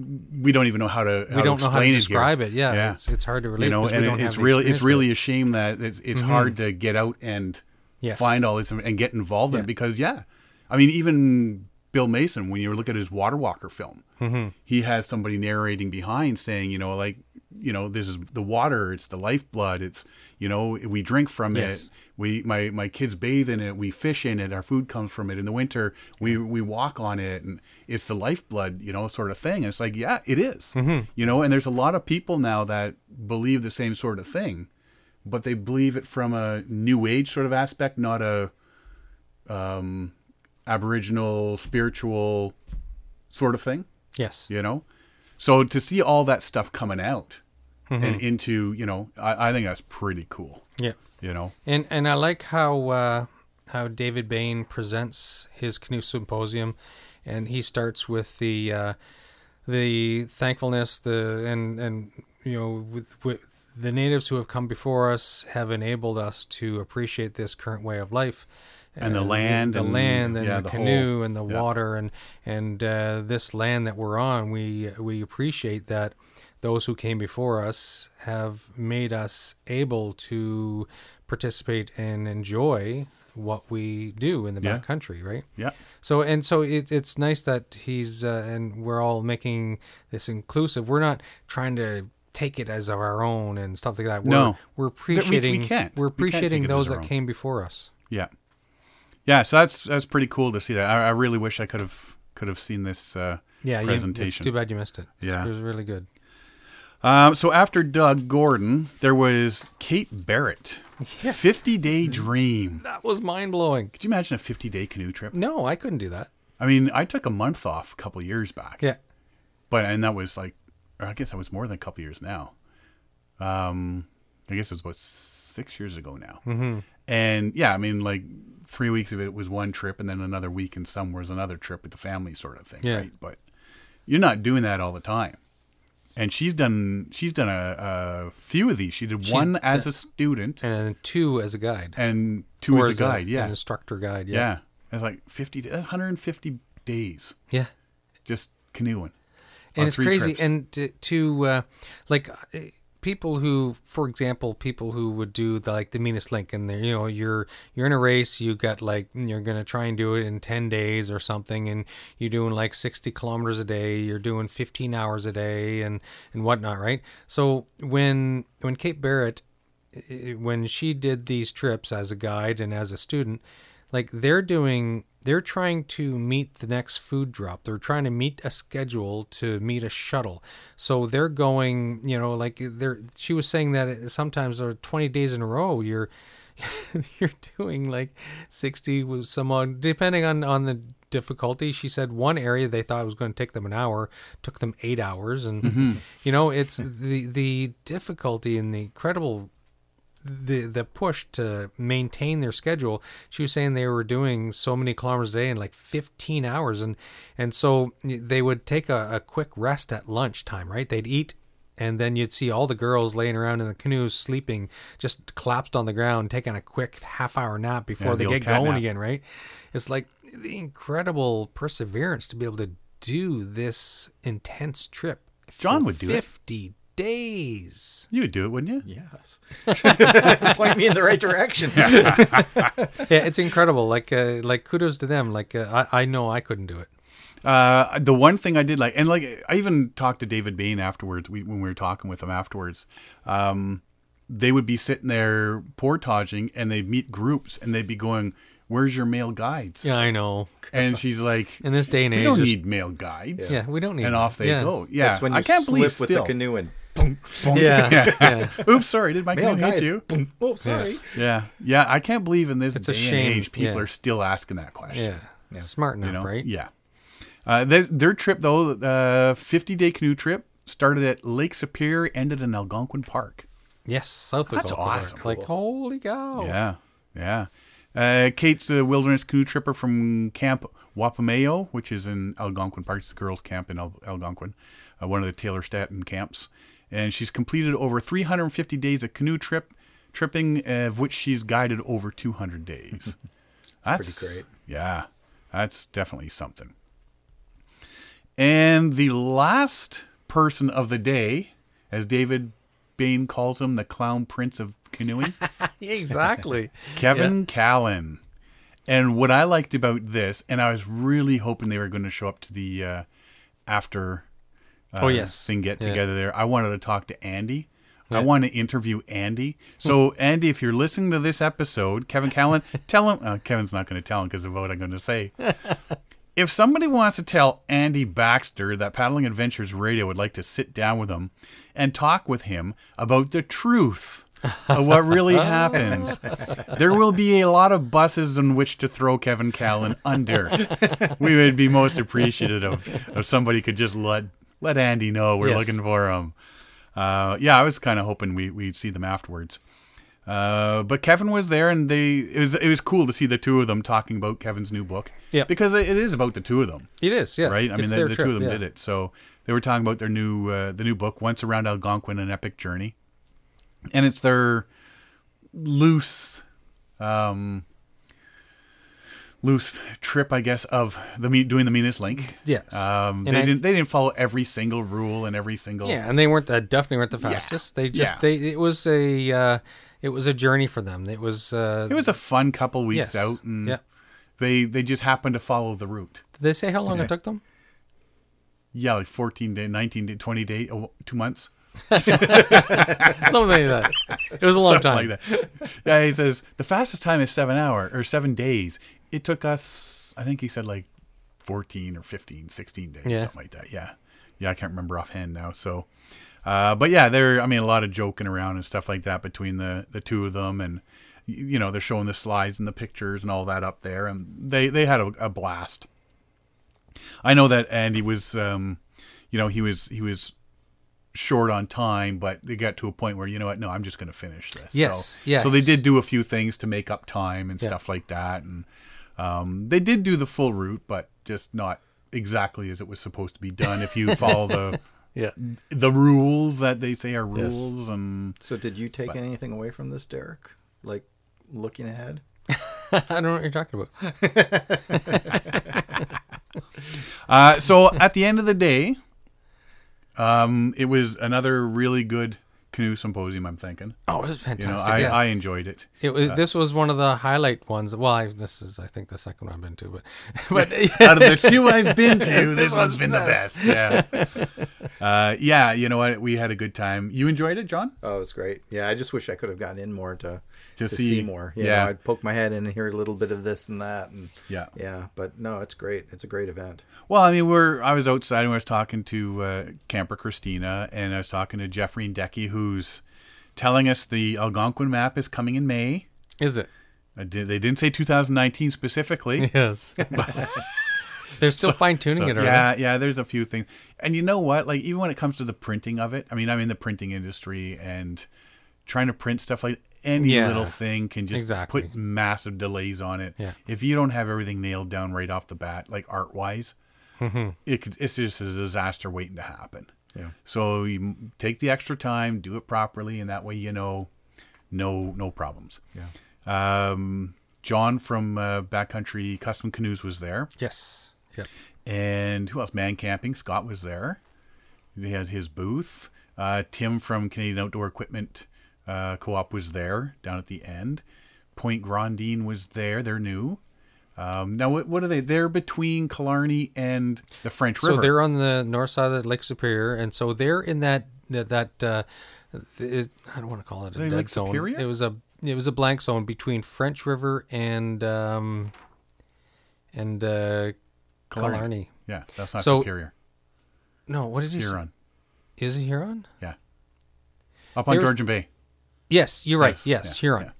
A: we don't even know how to how
B: we don't
A: to
B: know how
A: explain
B: to
A: it
B: describe
A: here.
B: it. Yeah, It's, it's hard to relate.
A: you know
B: because
A: and
B: we don't
A: it-
B: have
A: it's
B: the
A: really it's
B: experience with
A: really
B: it. Mm-hmm.
A: a shame that it's, it's hard to get out and
B: Yes.
A: find all this and get involved in
B: Yeah.
A: it because yeah i mean even bill mason when you look at his water walker film
B: Mm-hmm.
A: he has somebody narrating behind saying you know like you know this is the water it's the lifeblood it's you know we drink from
B: Yes.
A: it we my my kids bathe in it we fish in it our food comes from it in the winter we we walk on it and it's the lifeblood you know sort of thing and it's like yeah it is. you know and there's a lot of people now that believe the same sort of thing but they believe it from a new age sort of aspect not a um aboriginal spiritual sort of thing
B: yes.
A: you know so to see all that stuff coming out and into you know I, I think that's pretty cool
B: yeah.
A: you know
B: And and I like how uh, how David Bain presents his canoe symposium, and he starts with the uh, the thankfulness, the and and you know with, with the natives who have come before us have enabled us to appreciate this current way of life.
A: And the land
B: the
A: and-
B: land, and
A: yeah,
B: the,
A: the whole-
B: canoe, and the
A: yeah.
B: water, and and uh, this land that we're on, we we appreciate that those who came before us have made us able to participate and enjoy what we do in the
A: Yeah.
B: back country, right?
A: yeah
B: So and so it, it's nice that he's uh, and we're all making this inclusive. We're not trying to take it as our own and stuff like that. We're,
A: No.
B: we're
A: we
B: appreciating
A: can't.
B: are
A: We can't take
B: appreciating
A: it as
B: those
A: our
B: that
A: own.
B: came before us.
A: yeah yeah so that's that's pretty cool to see that i, I really wish i could have could have seen this uh
B: Yeah, you- it's
A: presentation
B: too bad you missed it.
A: Yeah.
B: it was really good.
A: Um, so after Doug Gordon, there was Kate Barrett. 50 day dream.
B: That was mind blowing.
A: Could you imagine a 50 day canoe trip?
B: No, I couldn't do that.
A: I mean, I took a month off a couple years back,
B: Yeah.
A: but and that was like, or I guess that was more than a couple years now. Um, I guess it was about six years ago now. Mm-hmm. And yeah, I mean, like three weeks of it was one trip, and then another week and some was another trip with the family, sort of thing,
B: Yeah.
A: right? But you're not doing that all the time. And she's done. She's done a, a few of these. She did one as a student
B: And then two as a guide.
A: and two
B: Or
A: as a guide. yeah,
B: An instructor guide.
A: yeah.
B: Yeah.
A: It's like 50, da- 150 days
B: Yeah.
A: just canoeing. on
B: And it's
A: three
B: crazy.
A: trips.
B: And to, to uh, like uh, people who, for example, people who would do the, like the meanest link and they're, you know, you're, you're in a race, you got like, you're going to try and do it in 10 days or something. And you're doing like 60 kilometers a day, you're doing 15 hours a day and, and whatnot. Right. So when, when Kate Barrett i- when she did these trips as a guide and as a student, like they're doing, they're trying to meet the next food drop. They're trying to meet a schedule to meet a shuttle. So they're going, you know, like they're, she was saying that it- sometimes there are 20 days in a row, you're, you're doing like 60 with someone, depending on, on the difficulty. She said one area they thought was going to take them an hour took them eight hours. And, you know, it's the, the difficulty and the incredible the the push to maintain their schedule. She was saying they were doing so many kilometers a day in like 15 hours, and and so they would take a, a quick rest at lunchtime, right? They'd eat. And then you'd see all the girls laying around in the canoes, sleeping, just collapsed on the ground, taking a quick half hour nap
A: Yeah,
B: before
A: the
B: they
A: old
B: get
A: cat
B: going
A: nap.
B: again, right? It's like the incredible perseverance to be able to do this intense trip.
A: John
B: for
A: would do it.
B: 50 days.
A: You would do it, wouldn't you?
C: Yes. Point me in the right direction.
B: yeah, it's incredible. Like, uh, like kudos to them. Like, uh, I, I know I couldn't do it.
A: Uh, the one thing I did like, and like, I even talked to David Bain afterwards we, when we were talking with him afterwards. Um, they would be sitting there portaging, and they'd meet groups, and they'd be going, "Where's your male guides?"
B: Yeah, I know.
A: And she's like,
B: In this day and
A: "We
B: age,
A: don't
B: there's-
A: need male guides."
B: Yeah, we don't need
A: And
B: them.
A: off they
B: Yeah.
A: go. Yeah,
C: That's when you
A: I can't
C: slip
A: believe
C: with
A: still.
C: the canoe and
B: yeah, yeah.
A: Oops, sorry, did my
C: Male
A: canoe
C: guy,
A: hit you?
C: boom. Oh, sorry.
A: Yeah, yeah, I can't believe in this
B: a
A: day
B: shame.
A: and age people
B: Yeah.
A: are still asking that question.
B: yeah. Smart enough,
A: you know?
B: right?
A: Yeah. Uh, their, their trip, though, uh, 50 day canoe trip started at Lake Superior, ended in Algonquin Park.
B: Yes, south of
A: That's
B: Gulf Island.
A: awesome.
B: Like, holy cow!
A: Yeah. Yeah. Uh, Kate's a wilderness canoe tripper from Camp Wapameo, which is in Algonquin Park. It's the girls' camp in Al- Algonquin, uh, one of the Taylor Staten camps. And she's completed over 350 days of canoe trip, tripping, uh, of which she's guided over 200 days. that's
C: pretty great.
A: Yeah. That's definitely something. And the last person of the day, as David Bain calls him, the clown prince of canoeing.
B: exactly.
A: Kevin Callan. And what I liked about this, and I was really hoping they were going to show up to the uh, after uh,
B: Oh, yes.
A: thing get
B: Yeah.
A: together there. I wanted to talk to Andy. I want to interview Andy. So Andy, if you're listening to this episode, Kevin Callan, tell him. Uh, Kevin's not going to tell him because of what I'm going to say. if somebody wants to tell Andy Baxter that Paddling Adventures Radio would like to sit down with him and talk with him about the truth of what really happened, there will be a lot of buses in which to throw Kevin Callan under. we would be most appreciative if somebody could just let let Andy know we're
B: Yes.
A: looking for him. Uh, yeah, I was kind of hoping we we'd see them afterwards. Uh, but Kevin was there, and they it was it was cool to see the two of them talking about Kevin's new book.
B: Yep.
A: because it it is about the two of them,
B: It is. Yeah.
A: right? I mean,
B: It's
A: the,
B: their
A: the
B: trip,
A: two of them
B: yeah.
A: did it, so they were talking about their new uh, the new book, Once Around Algonquin: An Epic Journey, and it's their loose, um, loose trip, I guess, of the me- doing the meanest link.
B: Yes.
A: Um,
B: And
A: they
B: I-
A: didn't they didn't follow every single rule and every single
B: Yeah, and they weren't uh, definitely weren't the fastest. They just
A: Yeah.
B: they it was a uh, it was a journey for them. It was uh,
A: It was a fun couple weeks
B: yes.
A: out, and
B: yeah.
A: they they just happened to follow the route.
B: Did they say how long it took them?
A: Yeah, like 14 day, 19 day, 20 day, oh, two months.
B: Something like that. It was a long
A: Something
B: time.
A: like that. yeah, he says the fastest time is seven hour or seven days. It took us, I think he said like 14 or 15, 16 days,
B: Yeah.
A: something like that. Yeah. Yeah, I can't remember offhand now. So, uh, but yeah, there, I mean, a lot of joking around and stuff like that between the, the two of them. And, y- you know, they're showing the slides and the pictures and all that up there. And they, they had a, a blast. I know that Andy was, um, you know, he was, he was, short on time, but they got to a point where you know what? No, I'm just going to finish this.
B: Yes,
A: so,
B: yes.
A: So they did do a few things to make up time and stuff like that, and um, they did do the full route, but just not exactly as it was supposed to be done. If you follow the
B: Yeah.
A: the rules that they say are rules, and
C: So, did you take anything away from this, Derek? Like looking ahead?
B: I don't know what you're talking about.
A: uh, so at the end of the day, um, it was another really good canoe symposium. I'm thinking,
B: Oh, it was
A: you know,
B: fantastic.
A: I, uh,
B: yeah.
A: I enjoyed it.
B: it was, this was one of the highlight ones. Well, I, this is I think the second one I've been to, but but
A: out of the two I've been to, this one's been the best. Yeah. Uh, yeah, you know what? We had a good time. You enjoyed it, John?
C: Oh, it's great. Yeah, I just wish I could have gotten in more to
A: To
C: to,
A: see-
C: see, more. You
A: yeah.
C: know, I'd poke my head in and hear a little bit of this and that, and
A: Yeah.
C: yeah. But no, it's great. It's a great event.
A: Well, I mean, we're I was outside and I was talking to uh, camper Christina and I was talking to Jeffrey and Decky, who's telling us the Algonquin map is coming in May.
B: is it?
A: I did, they didn't say 2019 specifically.
B: Yes. They're still fine tuning it, aren't they?
A: Yeah, yeah. There's a few things, and you know what? Like even when it comes to the printing of it, I mean, I'm in the printing industry, and trying to print stuff like any
B: Yeah.
A: little thing can just
B: Exactly.
A: put massive delays on it.
B: Yeah.
A: If you don't have everything nailed down right off the bat, like art wise,
B: Mm-hmm.
A: it could, it's just a disaster waiting to happen.
C: Yeah.
A: So you m- take the extra time, do it properly, and that way you know, no no problems.
C: Yeah.
A: Um, John from uh, Backcountry Custom Canoes was there,
B: Yes. Yep.
A: and who else? Man Camping Scott was there. They had his booth. Uh, Tim from Canadian Outdoor Equipment uh, Co-op was there down at the end. Point Grandine was there. They're new. Um, now, what, what are they? They're between Killarney and the French
B: So
A: River.
B: they're on the north side of Lake Superior, and so they're in that that uh, is, I don't want to call it a
A: Lake
B: dead zone.
A: Superior?
B: It was a it was a blank zone between French River and um, and uh,
A: Killarney.
B: Killarney.
A: yeah, that's not
B: So-
A: superior.
B: No, what did he say?
A: Huron.
B: Is it Huron?
A: Yeah. Up on
B: There's-
A: Georgian Bay.
B: Yes, you're right.
A: Yes,
B: Yes,
A: yeah,
B: Huron.
A: yeah.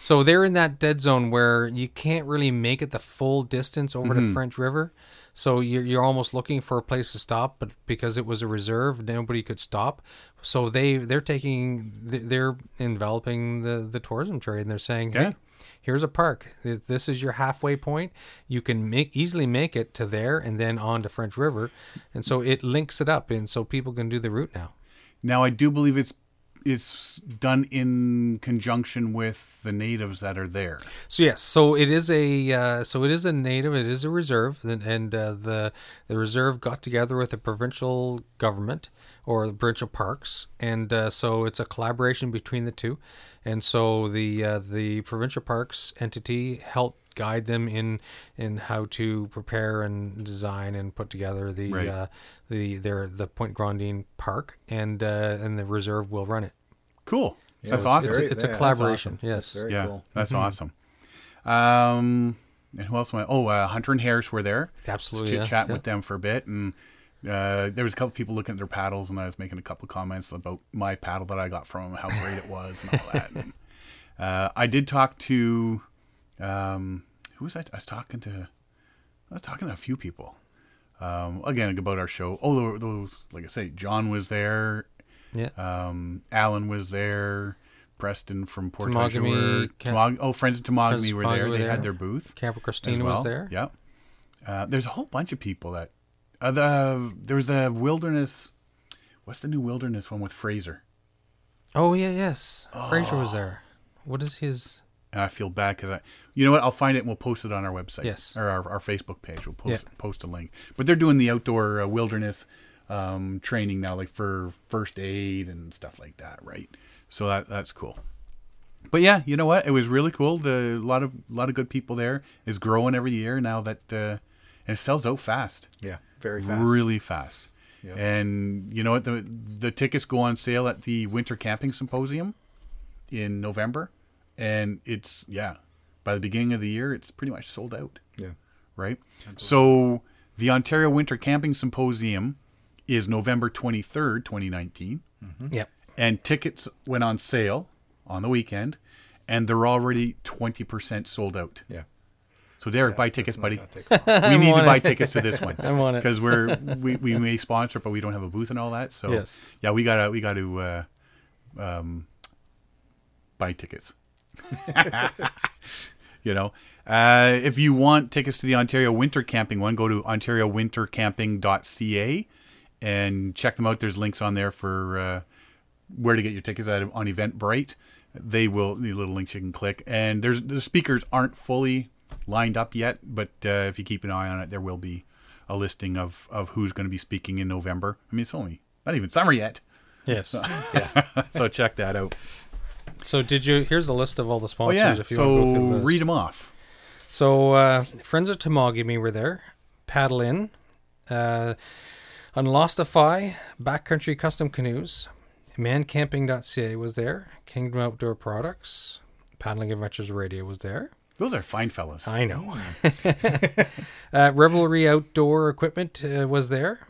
B: So they're in that dead zone where you can't really make it the full distance over
A: Mm-hmm.
B: to French River. So you're, you're almost looking for a place to stop, but because it was a reserve, nobody could stop. So they they're taking th- they're enveloping the the tourism trade, and they're saying,
A: Yeah.
B: hey, here's a park. Th- This is your halfway point. You can make easily make it to there, and then on to French River, and so it links it up, and so people can do the route now.
A: Now I do believe it's it's done in conjunction with the natives that are there.
B: So yes, so it is a uh, so it is a native, it is a reserve, and, and uh, the the reserve got together with the provincial government or the provincial parks, and uh, so it's a collaboration between the two, and so the uh, the provincial parks entity helped guide them in in how to prepare and design and put together the
A: Right.
B: uh, the their the Point Grandine Park, and uh, and the reserve will run it.
A: Cool.
C: Yeah,
A: that's
C: it's
A: awesome.
C: very-
B: It's a
C: Yeah, that's
B: collaboration.
C: awesome.
B: Yes.
C: Very
A: yeah,
C: cool. Mm-hmm.
A: that's awesome. Um, and who else? Went? Oh, uh, Hunter and Harris were there.
B: Absolutely,
A: chit
B: yeah,
A: chat
B: yeah.
A: with them for a bit, and uh, there was a couple people looking at their paddles, and I was making a couple comments about my paddle that I got from them, how great it was, and all that. And, uh, I did talk to um, who was I? I was talking to I was talking to a few people. Um, again, about our show. Oh, tho- those like I say, John was there.
B: Yeah.
A: Um, Alan was there. Preston from Port
B: Tamagami,
A: Tamagami,
B: Ca-
A: oh, friends of Tamagami
B: Friends of
A: were there.
B: Tamagami were
A: They had
B: there.
A: their booth.
B: Camper
A: as
B: Christina
A: well.
B: was there.
A: Yep. Uh, there's a whole bunch of people that uh, the there was the wilderness. What's the new wilderness one with Fraser?
B: Oh yeah, yes. Fraser was there. What is his?
A: And I feel bad because I, you know what? I'll find it and we'll post it on our website.
B: Yes.
A: Or our, our Facebook page. We'll post
B: Yeah.
A: post a link. But they're doing the outdoor uh, wilderness um, training now, like for first aid and stuff like that, right? So that that's cool. But yeah, you know what? It was really cool. The a lot of lot of good people there is growing every year now that uh, and it sells out fast.
C: Yeah. Very fast.
A: really fast.
C: Yeah.
A: And you know what? The the tickets go on sale at the Winter Camping Symposium in November, and it's yeah, by the beginning of the year, it's pretty much sold out,
C: Yeah.
A: right? So the Ontario Winter Camping Symposium is November twenty third, twenty nineteen,
B: Yep.
A: and tickets went on sale on the weekend, and they're already twenty percent sold out.
C: Yeah.
A: So Derek, buy tickets, buddy
C: That'll take long.
A: we need to
B: on
A: buy
B: it.
A: tickets to this one.
B: I'm on it.
A: because we're we, we may sponsor, but we don't have a booth and all that. So
B: Yes.
A: yeah, we gotta we gotta uh, um, buy tickets. you know, uh, if you want tickets to the Ontario Winter Camping one, go to OntarioWinterCamping.ca and check them out. There's links on there for uh, where to get your tickets at on Eventbrite. They will the little links you can click, and there's the speakers aren't fully lined up yet, but uh, if you keep an eye on it, there will be a listing of of who's going to be speaking in November. I mean, it's only not even summer yet,
B: Yes.
A: so check that out.
B: so did you? Here's a list of all the
A: Oh
B: sponsors.
A: yeah,
B: If you want to go
A: so
B: through the list.
A: read them off.
B: So uh, friends of Tamagami were there. Paddle in. Uh, Unlostify, Backcountry Custom Canoes, Mancamping.ca was there. Kingdom Outdoor Products, Paddling Adventures Radio was there.
A: Those are fine fellas.
B: I know.
A: Hmm.
B: uh, Revelry Outdoor Equipment uh, was there.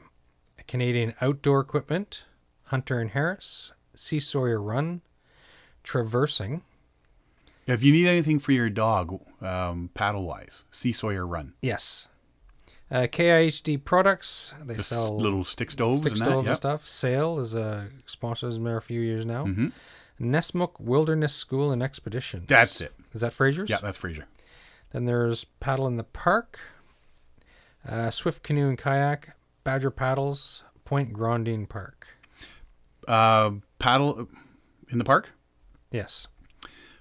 B: Canadian Outdoor Equipment, Hunter and Harris, Sea Sawyer Run, Traversing.
A: If you need anything for your dog, um, paddle wise, Sea Sawyer Run,
B: Yes. Uh, KIHD Products, they
A: the s-
B: sell
A: little stick stoves
B: stick
A: and
B: stove
A: that.
B: and
A: yep. Mm-hmm.
B: stuff. Sale is a sponsor has been there a few years now. Nesmuk Wilderness School and Expeditions.
A: That's it.
B: Is that Fraser's?
A: Yeah, that's Fraser.
B: Then there's Paddle in the Park, uh, Swift Canoe and Kayak, Badger Paddles, Point Grondine Park.
A: Uh, paddle in the park.
B: Yes.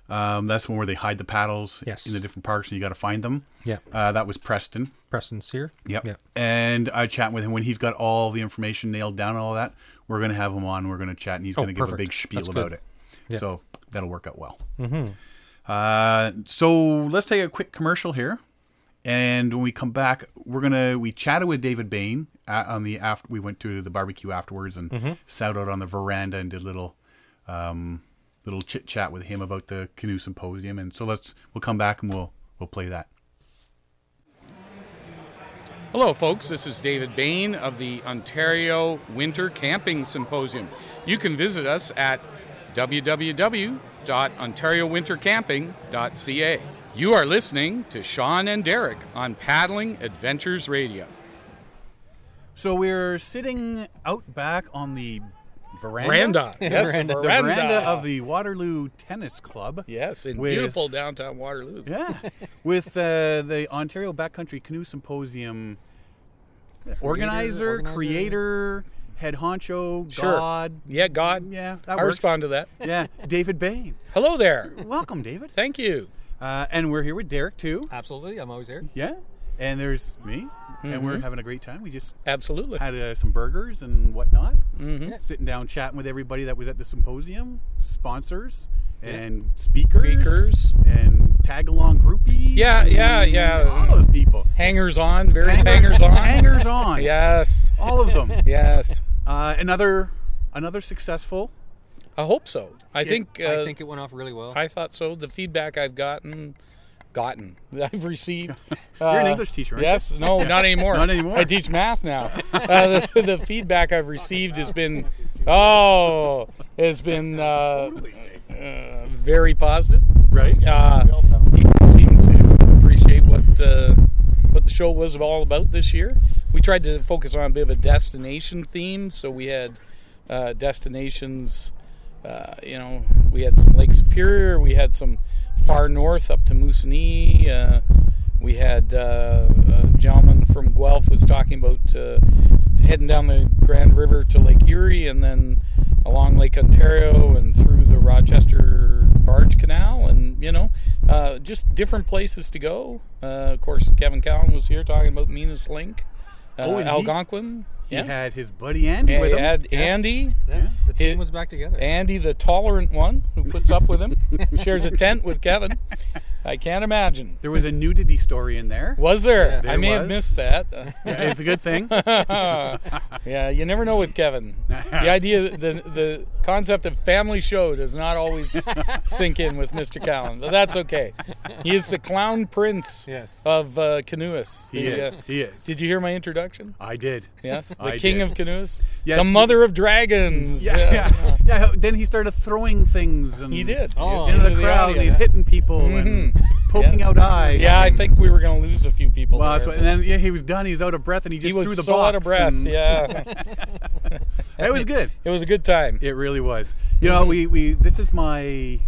A: Um, that's one where they hide the paddles
B: Yes.
A: in the different parks, and you got to find them.
B: Yep.
A: Uh, that was Preston.
B: Preston Sear.
A: Yep.
B: Yep.
A: And I chat with him when he's got all the information nailed down and all that. We're going to have him on. We're going to chat, and he's
B: Oh,
A: going to give a
B: perfect.
A: big spiel
B: That's
A: about
B: good.
A: it.
B: Yeah. Mm-hmm.
A: So that'll work out well. Uh, so let's take a quick commercial here, and when we come back, we're gonna we chatted with David Bain uh, on the after we went to the barbecue afterwards and
B: Mm-hmm.
A: sat out on the veranda and did little um, little chit chat with him about the canoe symposium. And so let's we'll come back and we'll we'll play that.
D: Hello, folks. This is David Bain of the Ontario Winter Camping Symposium. You can visit us at www.ontariowintercamping.ca. You are listening to Sean and Derek on Paddling Adventures Radio.
A: So we're sitting out back on the veranda,
D: Veranda. Yes,
B: Veranda.
D: veranda.
B: The
A: the veranda of the Waterloo Tennis Club.
D: Yes, in
A: with-
D: beautiful downtown Waterloo.
A: Yeah, with uh, the Ontario Backcountry Canoe Symposium organizer,
B: organizer?
A: creator, head honcho,
D: Sure.
A: god.
D: Yeah, God.
A: Yeah, that
D: I
A: works.
D: respond to that.
A: Yeah, David Bain.
D: Hello there.
A: Welcome, David.
D: Thank you.
A: Uh, and we're here with Derek too.
B: Absolutely. I'm always here.
A: Yeah, and there's me, and we're having a great time. We just
D: Absolutely.
A: had uh, some burgers and whatnot,
D: Mm-hmm.
A: sitting down chatting with everybody that was at the symposium, sponsors. And speakers,
D: Speakers.
A: and tag along groupies.
D: Yeah, yeah,
A: and
D: yeah.
A: All those people.
D: Hangers on, various
A: Hangers-
D: hangers on.
A: hangers on.
D: Yes.
A: all of them.
D: Yes.
A: Uh, another, another successful.
D: I hope so. I think uh,
B: I think it went off really well.
D: I thought so. The feedback I've gotten, gotten, that I've received.
A: You're an
D: uh,
A: English teacher, aren't
D: Yes. No, not anymore.
A: Not anymore.
D: I teach math now. Uh, the, the feedback I've received has been, oh, has been uh, uh, very positive.
A: you? Right.
D: Uh, people seem to appreciate what uh, what the show was all about this year. We tried to focus on a bit of a destination theme, so we had uh, destinations. Uh, you know, we had some Lake Superior, we had some far north up to Moosonee. Uh, we had uh, a gentleman from Guelph was talking about uh, heading down the Grand River to Lake Erie and then along Lake Ontario and through the Rochester Barge Canal, and you know, uh, just different places to go. Uh, of course, Kevin Cowan was here talking about Minas Link, uh,
A: Oh, and he-
D: Algonquin.
A: He
D: yeah,
A: had his buddy Andy
D: Yeah,
A: with
D: he
A: him.
D: had Andy.
B: yeah. The team
D: It-
B: was back together.
D: Andy, the tolerant one who puts up with him, who shares a tent with Kevin. I can't imagine.
A: There was a nudity story in there.
D: Was there?
B: Yes.
D: I
A: There
D: may have
A: was.
D: missed that.
A: Yeah, it's a good thing.
D: yeah, you never know with Kevin. The idea, the the concept of family show does not always sink in with Mr. Callan, but that's okay. He is the clown prince
B: Yes.
D: of uh, canoeists.
A: He
D: The,
A: is.
D: uh,
A: He is.
D: did you hear my introduction?
A: I did.
D: Yes, the
A: I
D: king
A: did.
D: of canoeists,
A: Yes,
D: the
A: he-
D: mother of dragons.
A: Yeah,
D: Yes.
A: yeah, yeah. Then he started throwing things and
D: He did.
B: Oh.
A: into the,
D: Into the
A: crowd. and he's
D: audience. Mm-hmm.
A: hitting people and poking
D: Yes.
A: out eyes.
D: Yeah, I think we were going to lose a few people.
A: Well, that's
D: there,
A: what, and then yeah, he was done. He was out of breath, and he
D: but he
A: just
D: was
A: threw the
D: so
A: box.
D: out of breath.
A: and-
D: Yeah,
A: it was good.
D: it was a good time.
A: It really was. You
D: Mm-hmm.
A: know, we, we this is my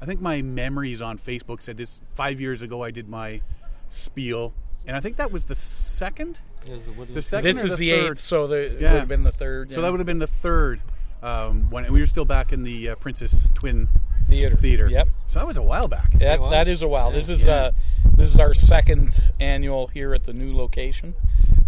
A: I think my memories on Facebook said this five years ago I did my spiel. And I think that was the second.
B: There's the woodland
A: The second
D: This
A: or
D: is
A: the
D: the
A: third.
D: eighth, so the,
A: Yeah.
D: it would have been the third.
A: So
D: yeah.
A: that would have been the third um, when we were still back in the uh, Princess Twin
D: theater.
A: Theater.
D: Yep.
A: So that was a while back.
D: That,
B: was.
D: that is a while. This is
A: Yeah.
D: uh, this is our second annual here at the new location,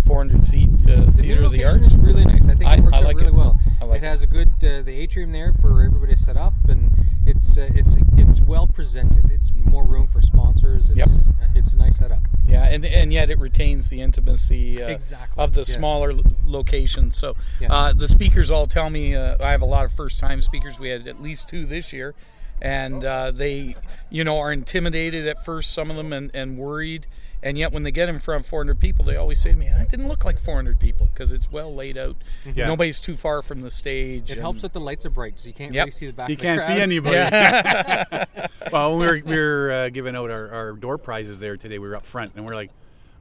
D: 400 seat uh,
B: The new
D: theater of the
B: location
D: arts.
B: is really nice. I think
D: I-
B: it works
D: I like
B: out really
D: it.
B: well.
D: I like
B: it
D: it.
B: has a good uh, the atrium there for everybody to set up, and it's uh, it's it's well presented. It's more room for sponsors. It's,
D: Yep.
B: uh, it's a nice setup.
D: Yeah, and, and yet it retains the intimacy uh,
B: Exactly,
D: of the
B: yes.
D: smaller l- locations. So
B: Yeah.
D: uh, the speakers all tell me uh, I have a lot of first time speakers. We had at least two this year, and uh, they, you know, are intimidated at first. Some of them and, and worried, and yet when they get in front of 400 people, they always say to me, "That didn't look like 400 people because it's well laid out.
A: Yeah.
D: Nobody's too far from the stage.
B: It
D: and-
B: helps that the lights are bright, so you can't
D: Yep.
B: really see the back.
A: You
B: of the
A: can't see
B: crowd.
A: anybody. well, when we were, we were uh, giving out our, our door prizes there today, we were up front, and we're like,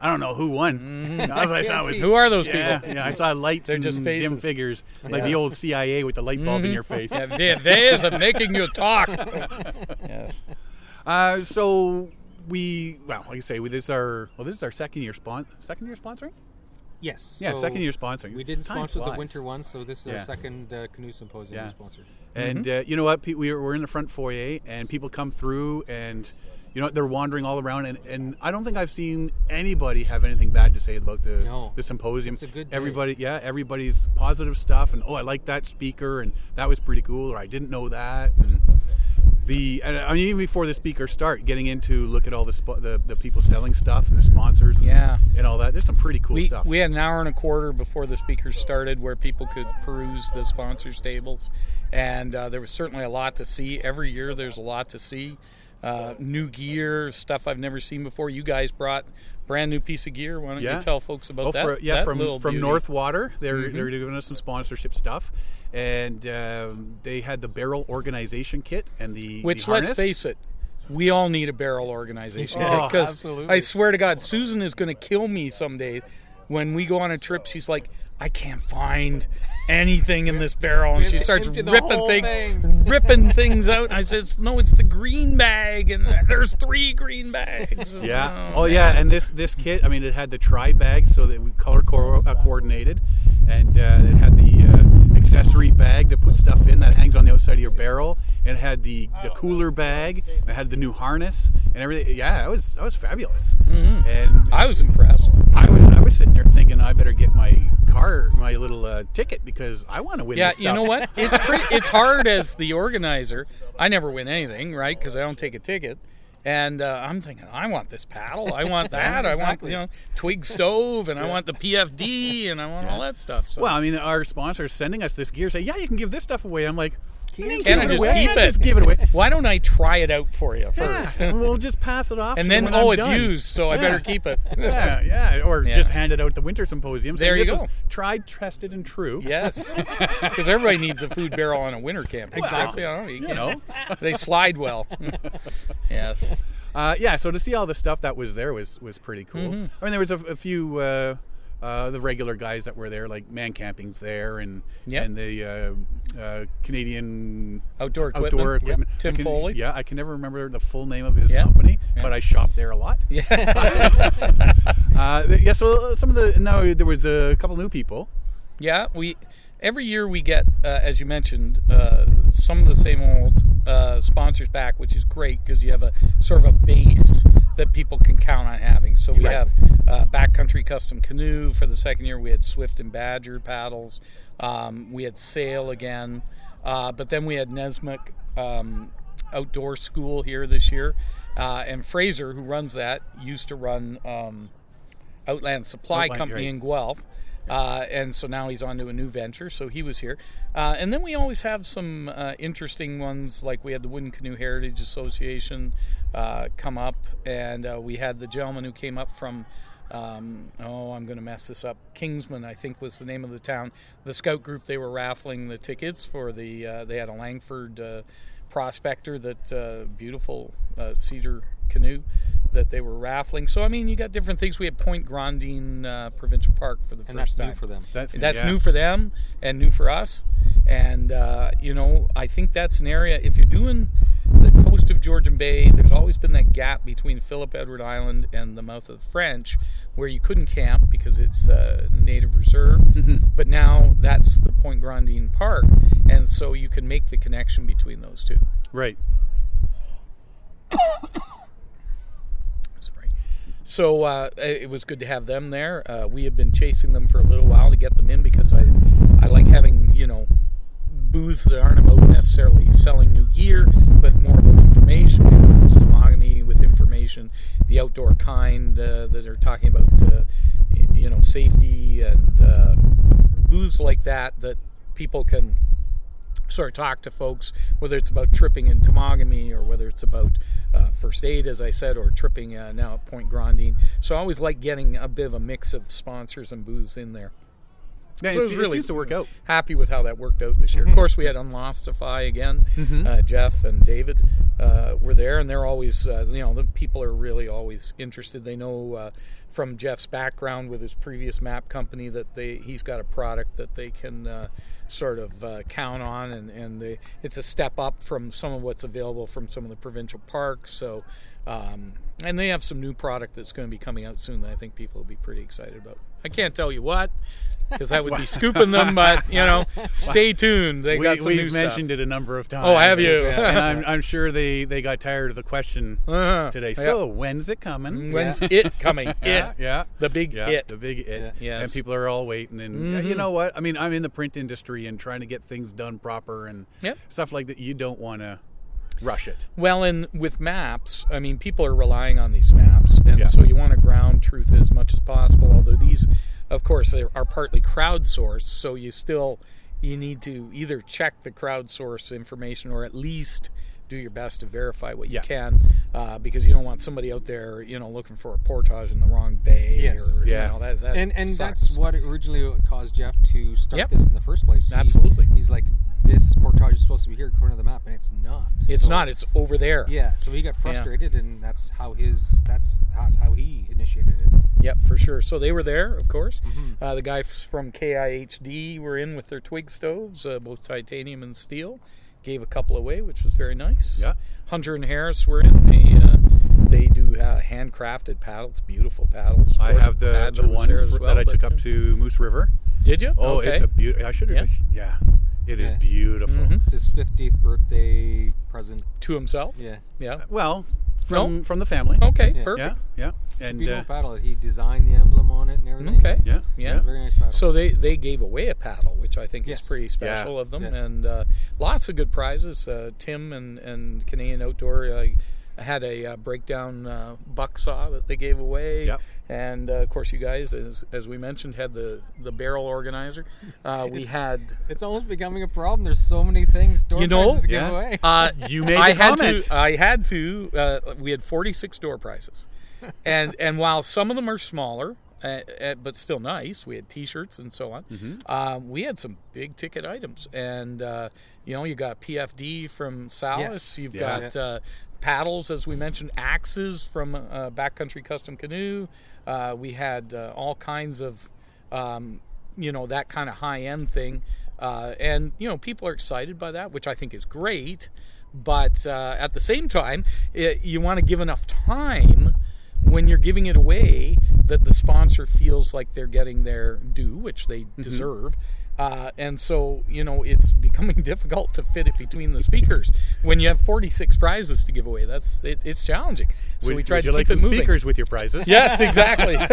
A: I don't know who won.
D: Mm-hmm.
A: All I saw was
D: Who are those
A: yeah,
D: people?
A: yeah, I saw lights
D: They're
A: and
D: just
A: dim
D: faces. Mm-hmm.
A: figures, like the old CIA with the light bulb in your face.
D: Yeah, they, they is a making you talk. yes.
A: Uh, so we, well, like I say, we, this is our well, this is our second year spon- second year sponsoring.
E: Yes.
A: Yeah,
E: so
A: second year sponsoring.
E: We didn't
A: Time
E: sponsor the
A: flies.
E: winter one, so this is
A: Yeah.
E: our second uh, canoe symposium
A: Yeah.
E: we sponsored.
A: And
E: Mm-hmm.
A: uh, you know what? Pe- we were, we're in the front foyer, and people come through, and you know they're wandering all around. And, and I don't think I've seen anybody have anything bad to say about the
E: No.
A: the symposium.
E: It's a good day.
A: Everybody, yeah, everybody's positive stuff, and oh, I like that speaker, and that was pretty cool, or I didn't know that. And the and, I mean, even before the speakers start, getting into look at all the spo- the, the people selling stuff and the sponsors, and,
D: Yeah.
A: and all that. There's some pretty cool
D: We,
A: stuff.
D: we had an hour and a quarter before the speakers started where people could peruse the sponsors' tables. And uh, there was certainly a lot to see. Every year there's a lot to see. Uh, new gear, stuff I've never seen before. You guys brought brand new piece of gear. Why don't
A: Yeah.
D: you tell folks about
A: Oh,
D: that?
A: for- yeah,
D: that
A: from
D: little
A: from
D: beauty? Mm-hmm.
A: North Water, they're they're giving us some sponsorship stuff, and um, they had the barrel organization kit and the the
D: Which,
A: harness.
D: let's face it, we all need a barrel organization.
A: Oh,
D: because
E: absolutely.
D: I swear to God, Susan is going to kill me some days. When we go on a trip, she's like, I can't find anything in this barrel. And she starts
E: Empty the
D: ripping
E: whole
D: things
E: thing.
D: ripping things out. And I says, No, it's the green bag. And there's three green bags.
A: Yeah.
D: Oh,
A: Oh, yeah. And this this kit, I mean, it had the tri bag, so that we color co- uh, coordinated, and uh, it had the uh, accessory bag to put stuff in that hangs on the outside of your barrel. And it had the, the cooler bag. and It had the new harness and everything. Yeah, it was that was fabulous.
D: Mm-hmm.
A: And
D: I was impressed.
A: I was I was sitting there thinking I better get my car my little uh, ticket because I want to win.
D: Yeah,
A: this
D: you know
A: stuff.
D: what? It's pretty, it's hard as the organizer. I never win anything, right? Because I don't take a ticket. And uh, I'm thinking, I want this paddle. I want that.
E: exactly.
D: I want you know twig stove, and I want the PFD, and I want all that stuff. So.
A: Well, I mean, our sponsors sending us this gear say, "Yeah, you can give this stuff away." I'm like, "You didn't give
D: Can I
A: it
D: just
A: away.
D: keep
A: Yeah,
D: it?
A: Just give it away."
D: why don't I try it out for you first,
A: Yeah, we'll just pass it off. to
D: and
A: you
D: then
A: when
D: oh,
A: I'm
D: it's
A: done."
D: used, so I
A: Yeah.
D: better keep it.
A: Yeah, yeah, or
D: Yeah.
A: just hand it out the winter symposium. saying
D: There you
A: this
D: go.
A: Was tried, tested, and true.
D: Yes, because everybody needs a food barrel on a winter camping.
A: Exactly.
D: You know, you
A: You
D: can-
A: know.
D: they slide well. yes.
A: Uh, yeah, so to see all the stuff that was there was was pretty cool.
D: Mm-hmm.
A: I mean, there was a, a few uh, uh, the regular guys that were there, like Man Camping's there, and
D: Yep.
A: and the uh, uh, Canadian
D: Outdoor equipment.
A: outdoor
D: Yep.
A: equipment. I
D: Tim
A: can-
D: Foley.
A: Yeah, I can never remember the full name of his
D: Yeah.
A: company,
D: Yeah.
A: but I shop there a lot.
D: Yeah.
A: Uh, th- yeah, so some of the now there was a couple new people.
D: Yeah, we every year we get, uh, as you mentioned, uh, some of the same old uh, sponsors back, which is great because you have a sort of a base that people can count on having. So we
A: Right.
D: have uh, backcountry custom canoe for the second year. We had Swift and Badger paddles. Um, we had Sail again, uh, but then we had Nesmic um, Outdoor School here this year, uh, and Fraser, who runs that, used to run. Um, Outland Supply
A: Outland,
D: Company
A: right.
D: in Guelph. Uh, and so now he's on to a new venture. So he was here. Uh, and then we always have some uh, interesting ones, like we had the Wooden Canoe Heritage Association uh, come up, and uh, we had the gentleman who came up from, um, oh, I'm going to mess this up, Kingsman, I think was the name of the town. The scout group, they were raffling the tickets for the, uh, they had a Langford uh, prospector, that uh, beautiful uh, cedar canoe that they were raffling. So I mean, you got different things. We had Point Grandine uh, Provincial Park for the
E: And
D: first
E: that's new
D: time
E: for them.
A: That's
D: That's
A: yeah.
D: new for them and new for us. And uh, you know, I think that's an area. If you're doing the coast of Georgian Bay, there's always been that gap between Philip Edward Island and the mouth of the French, where you couldn't camp because it's a native reserve. But now that's the Point Grandine Park, and so you can make the connection between those two.
A: right.
D: Sorry. So uh, it it was good to have them there. Uh, we have been chasing them for a little while to get them in because I, I like having you know, booths that aren't about necessarily selling new gear, but more about information. We have Masters of Mahogany with information, the outdoor kind uh, that are talking about uh, y- you know safety and uh, booths like that that people can sort of talk to folks, whether it's about tripping in tomogamy or whether it's about uh, first aid, as I said, or tripping uh, now at Point Grandine. So I always like getting a bit of a mix of sponsors and booze in there.
A: Yeah, it,
D: So it was
A: se- it
D: really-
A: seems to work out. Mm-hmm.
D: Happy with how that worked out this year. Of course, we had Unlostify again, uh, Jeff and David, uh, were there, and they're always, uh, you know, the people are really always interested. They know uh, from Jeff's background with his previous map company that they he's got a product that they can uh, sort of uh, count on, and and they, it's a step up from some of what's available from some of the provincial parks. So, um, and they have some new product that's going to be coming out soon that I think people will be pretty excited about. I can't tell you what. Because I would be scooping them, but you know, stay tuned. They
A: We,
D: got some new
A: we've
D: stuff.
A: mentioned it a number of times.
D: Oh, have you?
A: Yeah, and I'm, I'm sure they, they got tired of the question
D: Uh-huh.
A: today. So when's it coming?
D: When's it coming? It.
A: Yeah, yeah.
D: The big
A: yeah,
D: Mm, it.
A: the big it,
D: Yeah. Yes. Mm-hmm.
A: and people are all waiting. And yeah, you know what? I mean, I'm in the print industry and trying to get things done proper and
D: Yep.
A: stuff like that. You don't want to rush it.
D: Well, and with maps, I mean, people are relying on these maps, and
A: Yeah.
D: so you want to ground truth as much as possible. Although these, of course, are are partly crowdsourced, so you still you need to either check the crowdsource information or at least do your best to verify what you
A: Yeah.
D: can, uh, because you don't want somebody out there, you know, looking for a portage in the wrong bay.
B: Yes.
D: or,
A: Yeah.
D: You know, that, that
B: and and
D: sucks.
B: that's what originally caused Jeff to start
D: Yep.
B: this in the first place. He-
D: Absolutely.
B: he's like, this portage is supposed to be here according to the map, and it's not.
D: it's
B: So-
D: not. It's over there.
B: Yeah, so he got frustrated, and that's how his that's how, how he initiated it.
A: Hmm?
D: Yep, for sure. So they were there, of course.
A: Mm-hmm.
D: Uh, the guys from KIHD were in with their twig stoves, uh, both titanium and steel. Gave a couple away, which was very nice.
A: Yeah.
D: Hunter and Harris were in. They uh, they do uh, handcrafted paddles, beautiful paddles. Of
A: I
D: course,
A: have the,
D: Badger
A: the
D: was
A: one
D: there as
A: fr-
D: well,
A: that I
D: but- uh,
A: took up to Moose River.
D: Did you?
A: Oh,
D: okay.
A: it's a beautiful. I should
D: Yeah. Mm-hmm.
A: have. Yeah. it is
B: Yeah.
A: beautiful.
B: It's his fiftieth birthday present.
D: to himself.
B: Yeah,
D: Yeah.
A: Well, from from the family.
D: Okay.
B: Yeah.
D: Oh, Perfect.
A: Yeah, yeah,
B: and,
A: and
B: beautiful
A: uh,
B: paddle. He designed the emblem on it and everything.
D: Okay.
A: yeah,
D: Yeah.
A: yeah.
B: very nice paddle.
D: So they, they gave away a paddle, which I think
B: Yes.
D: is pretty special
A: Yeah.
D: of them,
B: Yeah.
D: and uh, lots of good prizes. Uh, Tim and and Canadian Outdoor uh, had a uh, breakdown uh, buck saw that they gave away,
A: Yep.
D: and uh, of course you guys, as, as we mentioned, had the the barrel organizer. Uh, we had
B: it's almost becoming a problem. There's so many things. Door
D: You know-
B: prizes to
A: Yeah.
B: give away.
D: uh,
A: You made
D: I
A: the
D: had
A: comment.
D: to. I had to. Uh, we had 46 door prizes, and and while some of them are smaller, uh, uh, but still nice, we had T-shirts and so on. Um, we had some big ticket items, and uh, you know, you got PFD from Salas.
B: Yes.
D: You've
A: Yeah.
D: got uh, paddles, as we mentioned, axes from uh, Backcountry Custom Canoe. Uh, we had uh, all kinds of, um, you know, that kind of high end thing. Uh, and, you know, people are excited by that, which I think is great. But uh, at the same time, it, you want to give enough time when you're giving it away that the sponsor feels like they're getting their due, which they
A: Mm-hmm.
D: deserve. Uh, and so, you know, it's becoming difficult to fit it between the speakers when you have 46 prizes to give away. That's it, it's challenging. So
A: Would,
D: we tried
A: would
D: to
A: you
D: keep
A: like
D: it
A: some
D: moving.
A: speakers with your prizes?
D: Yes, exactly.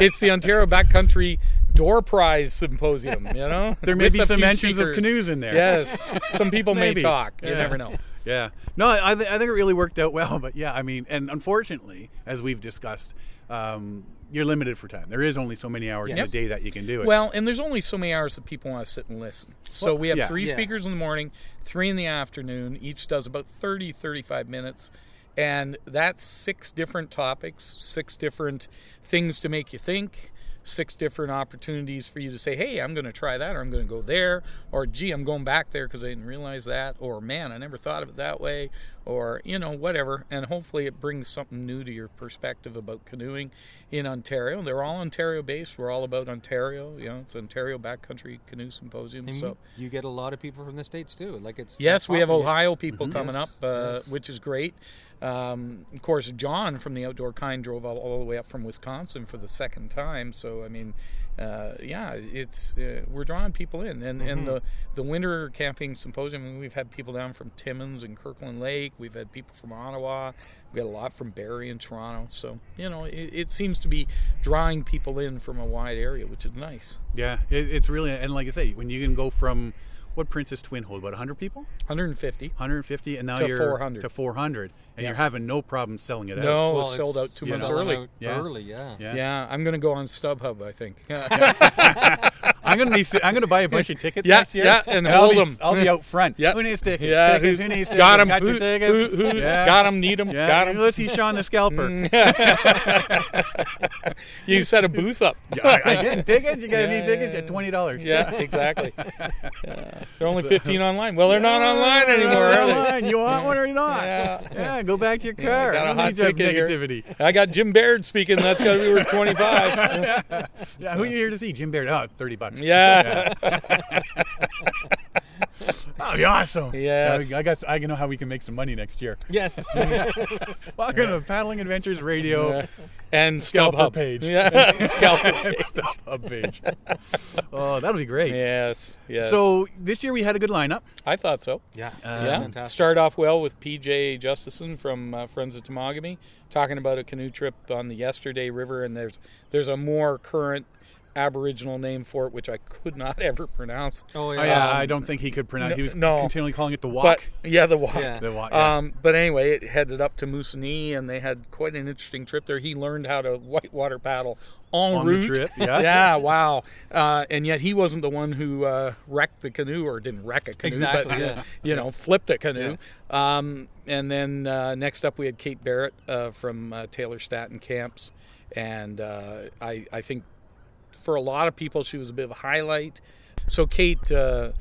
D: It's the Ontario Backcountry Door Prize Symposium. You know,
A: There may
D: With
A: be
D: a
A: some
D: few
A: mentions of
D: speakers.
A: canoes in there.
D: Yes, some people may
A: Maybe.
D: talk. You
A: Yeah.
D: never know.
A: Yeah. No, I, th- I think it really worked out well. But yeah, I mean, and unfortunately, as we've discussed, um, you're limited for time. There is only so many hours in
D: Yes.
A: a day that you can do it.
D: Well, and there's only so many hours that people want to sit and listen. So we have
A: yeah.
D: three
B: Yeah.
D: speakers in the morning, three in the afternoon. Each does about 30, 35 minutes. And that's six different topics, six different things to make you think, six different opportunities for you to say, hey, I'm going to try that, or I'm going to go there, or gee, I'm going back there because I didn't realize that, or man, I never thought of it that way, or, you know, whatever. And hopefully it brings something new to your perspective about canoeing in Ontario. They're all Ontario based. We're all about Ontario. You know, it's Ontario Backcountry Canoe Symposium.
B: And
D: so.
B: you get a lot of people from the states too. Like it's
D: Yes,
B: that's
D: we have
B: popular.
D: Ohio people coming
B: Mm-hmm. Yes,
D: up, uh,
B: yes.
D: which is great. Um, of course, John from the Outdoor Kind drove all, all the way up from Wisconsin for the second time. So I mean, uh, yeah, it's uh, we're drawing people in, and
B: Mm-hmm.
D: and the the winter camping symposium. I mean, we've had people down from Timmins and Kirkland Lake. We've had people from Ottawa. We got a lot from Barrie and Toronto. So you know, it, it seems to be drawing people in from a wide area, which is nice.
A: yeah, it, it's really, and like I say, when you can go from what Princess Twin hold, about 100 people?
D: 150.
A: 150, and now
D: To
A: you're
D: 400.
A: to 400, and
D: Yeah.
A: you're having no problem selling it out.
D: No,
B: Well,
D: it sold
B: it's
D: out two months
B: selling
D: early.
B: out
A: Yeah.
B: Early, yeah.
A: Yeah.
D: Yeah, I'm going to go on StubHub, I think.
A: I I'm gonna be. si- I'm gonna buy a bunch of tickets
D: Yeah,
A: next year.
D: yeah, and
A: I'll
D: hold
A: be,
D: 'em.
A: I'll be out front.
D: Yeah.
A: Who needs tickets?
D: Yeah,
A: tickets.
D: who-
A: Who, needs tickets?
D: got 'em,
A: Got
D: who-
A: your tickets.
D: who- who-
A: yeah.
D: got 'em, need 'em,
A: Yeah.
D: got Mm. 'em.
A: Let's see Sean the scalper.
D: You set a booth up.
A: I, I get tickets. You gotta
D: Yeah,
A: need tickets
D: yeah,
A: at twenty dollars.
D: Yeah, exactly. Yeah. They're only 15 online. Well, they're not online anymore, are they?
A: You want one or not?
D: Yeah.
A: go back to your car.
D: got a
A: I don't
D: hot
A: need your
D: ticket here.
A: negativity.
D: I got Jim Baird speaking. That's because we were 25.
A: Yeah, who are you here to see? Jim Baird. Oh, 30 bucks.
D: Yeah.
A: Oh, you're awesome.
D: Yes.
A: Yeah, I guess I know how we can make some money next year.
B: Yes.
A: Welcome to Paddling Adventures Radio
D: Yeah. And
A: Scalper
D: StubHub.
A: page.
D: Yeah. Scalper page.
A: stuff hub page. Oh, that'll be great.
D: Yes. Yes.
A: So this year we had a good lineup.
D: I thought so.
B: Yeah.
D: yeah.
B: Uh, fantastic.
D: Start off well with PJ Justison from uh, Friends of Tomogamy talking about a canoe trip on the Yesterday River, and there's there's a more current Aboriginal name for it, which I could not ever pronounce.
B: Oh yeah.
A: Oh, yeah, I don't think he could pronounce. he was
D: no.
A: continually calling it the walk.
D: But yeah, the walk.
B: Yeah.
A: the walk. Yeah.
D: Um, but anyway, it headed up to Moosonee, and they had quite an interesting trip there. He learned how to whitewater paddle en
A: On the
D: route.
A: trip, yeah.
D: wow. Uh, and yet he wasn't the one who uh, wrecked the canoe, or didn't wreck a canoe, but
B: Exactly,
D: uh,
B: yeah.
D: you know, flipped a canoe. Um, and then uh, next up, we had Kate Barrett uh, from uh, Taylor Staten Camps, and uh, I, I think for a lot of people, she was a bit of a highlight. So Kate uh,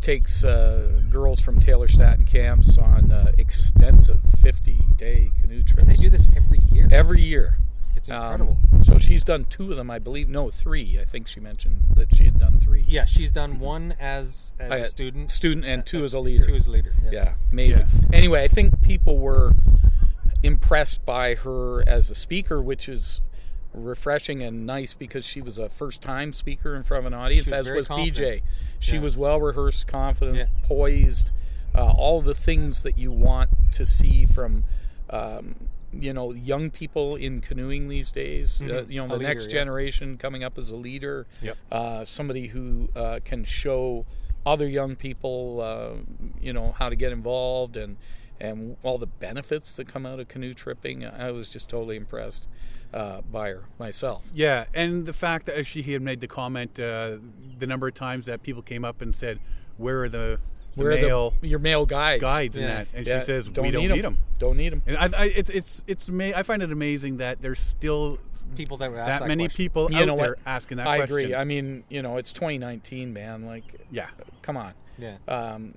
D: takes uh, girls from Taylor Staten camps on uh, extensive 50-day canoe trips
B: They do this every year.
D: every year.
B: It's
D: Um,
B: incredible.
D: so she's done two of them, I believe. No, three. I think she mentioned that she had done three.
B: yeah, she's done one as as
D: Uh,
B: a student, Uh,
D: student, and two as a leader.
B: two as a leader.
D: yeah, amazing. Anyway, I think people were impressed by her as a speaker, which is refreshing and nice because she was a first-time speaker in front of an audience,
B: was
D: as
B: very
D: was PJ.
B: confident.
D: She
B: Yeah.
D: was well rehearsed, confident,
B: Yeah.
D: poised, uh, all the things that you want to see from. Um, you know, young people in canoeing these
B: Mm-hmm.
D: days. Uh, you know, the
B: leader,
D: next
B: yeah.
D: generation coming up as a leader.
A: Yep.
D: Uh, somebody who uh, can show other young people, uh, you know, how to get involved and and all the benefits that come out of canoe tripping. I was just totally impressed uh, by her myself.
A: yeah, and the fact that she had made the comment uh, the number of times that people came up and said, "Where are the, the
D: are the-
A: male
D: your male guides?
A: guides in
B: Yeah.
A: that?" And
D: Yeah,
A: she says, "We don't
D: 'em.
A: need them."
D: Don't need them.
A: And I, I, it's it's it's ama- I find it amazing that there's still
B: people that were asked
A: that
B: that
A: many
B: question.
A: people
D: You
A: out
D: know
A: there
D: what?
A: asking that
D: I
A: question.
D: agree. I mean, you know, it's 2019, man. Like,
A: yeah,
D: come on.
B: Yeah.
D: um,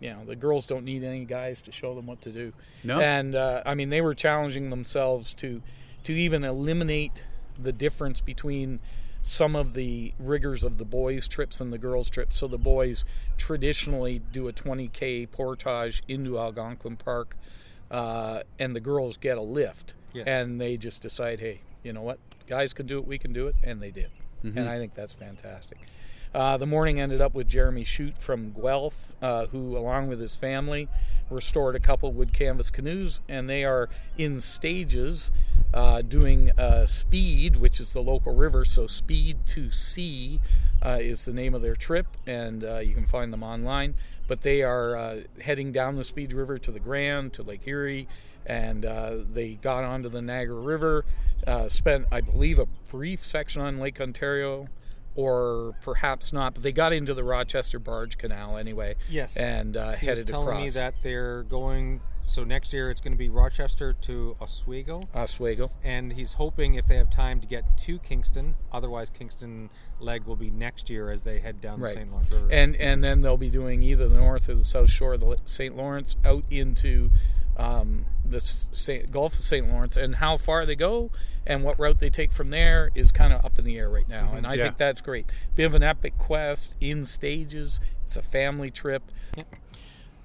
D: you know the girls don't need any guys to show them what to do
A: No.
D: and uh, i mean they were challenging themselves to to even eliminate the difference between some of the rigors of the boys trips and the girls trips so the boys traditionally do a 20k portage into algonquin park uh, and the girls get a lift
B: Yes.
D: and they just decide hey you know what guys can do it we can do it and they did and i think that's fantastic uh, the morning ended up with Jeremy Shute from Guelph, uh, who, along with his family, restored a couple wood canvas canoes, and they are in stages uh, doing uh, Speed, which is the local river. So, Speed to Sea uh, is the name of their trip, and uh, you can find them online. But they are uh, heading down the Speed River to the Grand, to Lake Erie, and uh, they got onto the Niagara River, uh, spent, I believe, a brief section on Lake Ontario or perhaps not. But they got into the Rochester Barge Canal anyway.
B: Yes.
D: and uh,
B: He was
D: headed
B: telling
D: across
B: me that they're going. So next year it's going to be Rochester to Oswego,
D: Oswego.
B: and he's hoping if they have time to get to Kingston. Otherwise, Kingston leg will be next year as they head down
D: Right.
B: the St. Lawrence River.
D: And and then they'll be doing either the north or the south shore of the St. Lawrence out into um, the S- Saint, Gulf of St. Lawrence. And how far they go and what route they take from there is kind of up in the air right now. And I
A: Yeah.
D: think that's great. Bit of an epic quest in stages. It's a family trip.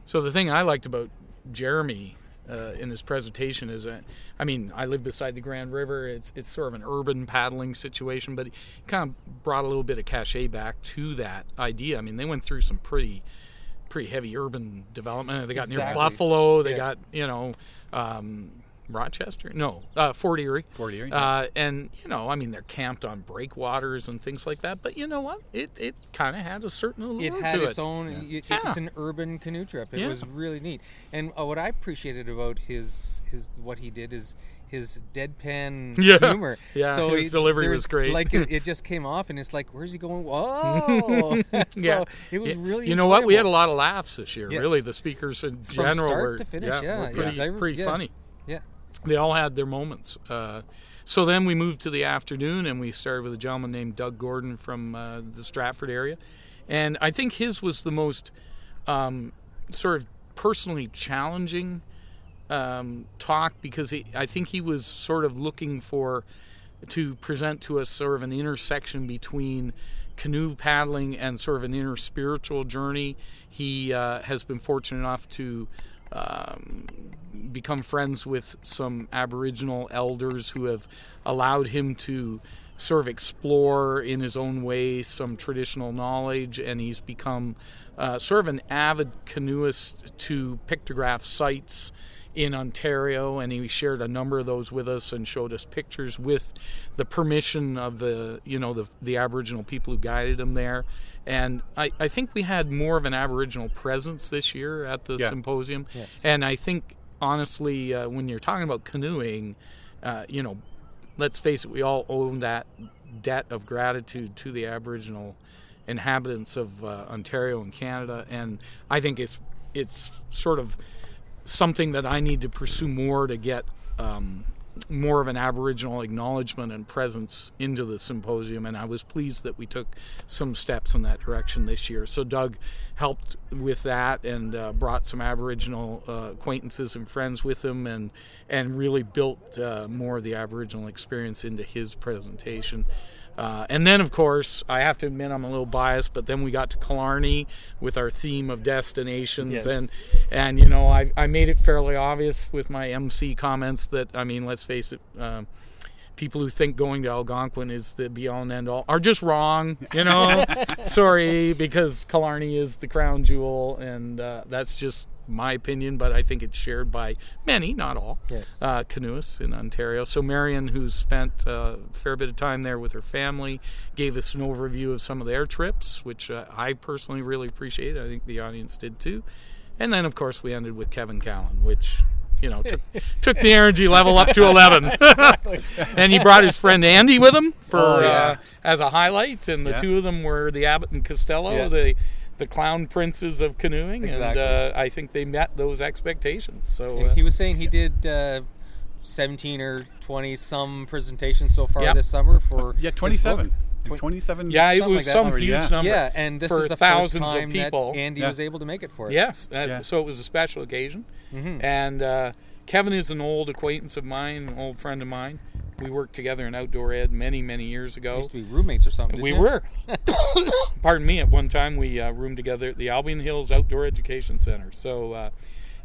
D: So the thing I liked about Jeremy uh, in his presentation is, uh, I mean, I live beside the Grand River. It's it's sort of an urban paddling situation, but he kind of brought a little bit of cachet back to that idea. I mean, they went through some pretty pretty heavy urban development. They got near
B: Exactly.
D: Buffalo. They got you know. Um, Rochester? No, uh, Fort Erie.
A: Fort Erie,
D: Uh, and you know, I mean, they're camped on breakwaters and things like that. But you know what? It it kind of had a certain allure
B: it had
D: to
B: its own. It, it- It's
D: Yeah.
B: an urban canoe trip. It
D: Yeah.
B: was really neat. And uh, what I appreciated about his his what he did is his deadpan
D: Yeah.
B: humor.
D: Yeah,
B: so
D: his
B: it-
D: delivery
B: there's-
D: was great.
B: Like it, it just came off, and it's like, where's he going? Whoa! so
D: Yeah.
B: it was
D: Yeah.
B: really.
D: You know what? We had a
B: enjoyable.
D: lot of laughs this year.
B: Yes.
D: Really, the speakers in
B: From
D: general
B: start
D: were,
B: to finish,
D: yeah,
B: yeah,
D: were
B: yeah.
D: pretty,
B: They were-
D: pretty
B: yeah.
D: funny.
B: Yeah.
D: They all had their moments. Uh, so then we moved to the afternoon, and we started with a gentleman named Doug Gordon from uh, the Stratford area, and I think his was the most um, sort of personally challenging um, talk because he, I think he was sort of looking for to present to us sort of an intersection between canoe paddling and sort of an inner spiritual journey. He uh, has been fortunate enough to um, become friends with some Aboriginal elders who have allowed him to sort of explore in his own way some traditional knowledge, and he's become uh, sort of an avid canoeist to pictograph sites in Ontario, and he shared a number of those with us and showed us pictures with the permission of the you know the the Aboriginal people who guided him there. And I, I think we had more of an Aboriginal presence this year at the symposium, and I think honestly, uh, when you're talking about canoeing, uh, you know, let's face it, we all own that debt of gratitude to the Aboriginal inhabitants of uh, Ontario and Canada, and I think it's it's sort of something that I need to pursue more to get um, more of an Aboriginal acknowledgement and presence into the symposium. And I was pleased that we took some steps in that direction this year. So Doug helped with that and uh, brought some Aboriginal uh, acquaintances and friends with him, and and really built uh, more of the Aboriginal experience into his presentation. Uh, and then, of course, I have to admit I'm a little biased, but then we got to Killarney with our theme of destinations, and and you know I, I made it fairly obvious with my MC comments that I mean let's face it, um, people who think going to Algonquin is the be all and end all are just wrong. You know, sorry because Killarney is the crown jewel, and uh, that's just my opinion, but I think it's shared by many, not all,
B: Yes.
D: uh, canoeists in Ontario. So Marion, who spent uh, a fair bit of time there with her family, gave us an overview of some of their trips, which uh, I personally really appreciate. I think the audience did too. And then, of course, we ended with Kevin Callan, which you know took, took the energy level up to eleven. and he brought his friend Andy with him for
B: Oh,
D: uh, as a highlight, and the
A: Yeah.
D: two of them were the Abbott and Costello,
B: Yeah.
D: the the clown princes of canoeing,
B: Exactly.
D: and uh, I think they met those expectations. So
B: And
D: uh,
B: he was saying he did uh, 17 or 20 some presentations so far
D: Yeah.
B: this summer for
A: Yeah,
B: his book.
A: 27.
B: Twen-
A: 27.
D: Yeah, it
B: Something
D: was
B: like that
D: some
A: already,
D: huge
A: yeah.
D: number.
B: Yeah, and this
D: for
B: is the
D: thousands
B: first time
D: of people.
B: that Andy
A: Yeah.
B: was able to make it Mm-hmm. for it.
D: yes, uh,
A: Yeah.
D: so it was a special occasion,
B: Hmm.
D: and uh, Kevin is an old acquaintance of mine, an old friend of mine. We worked together in outdoor ed many, many years ago.
B: used to be roommates or something.
D: We
B: didn't you?
D: were. Pardon me. At one time, we uh, roomed together at the Albion Hills Outdoor Education Center. So, uh,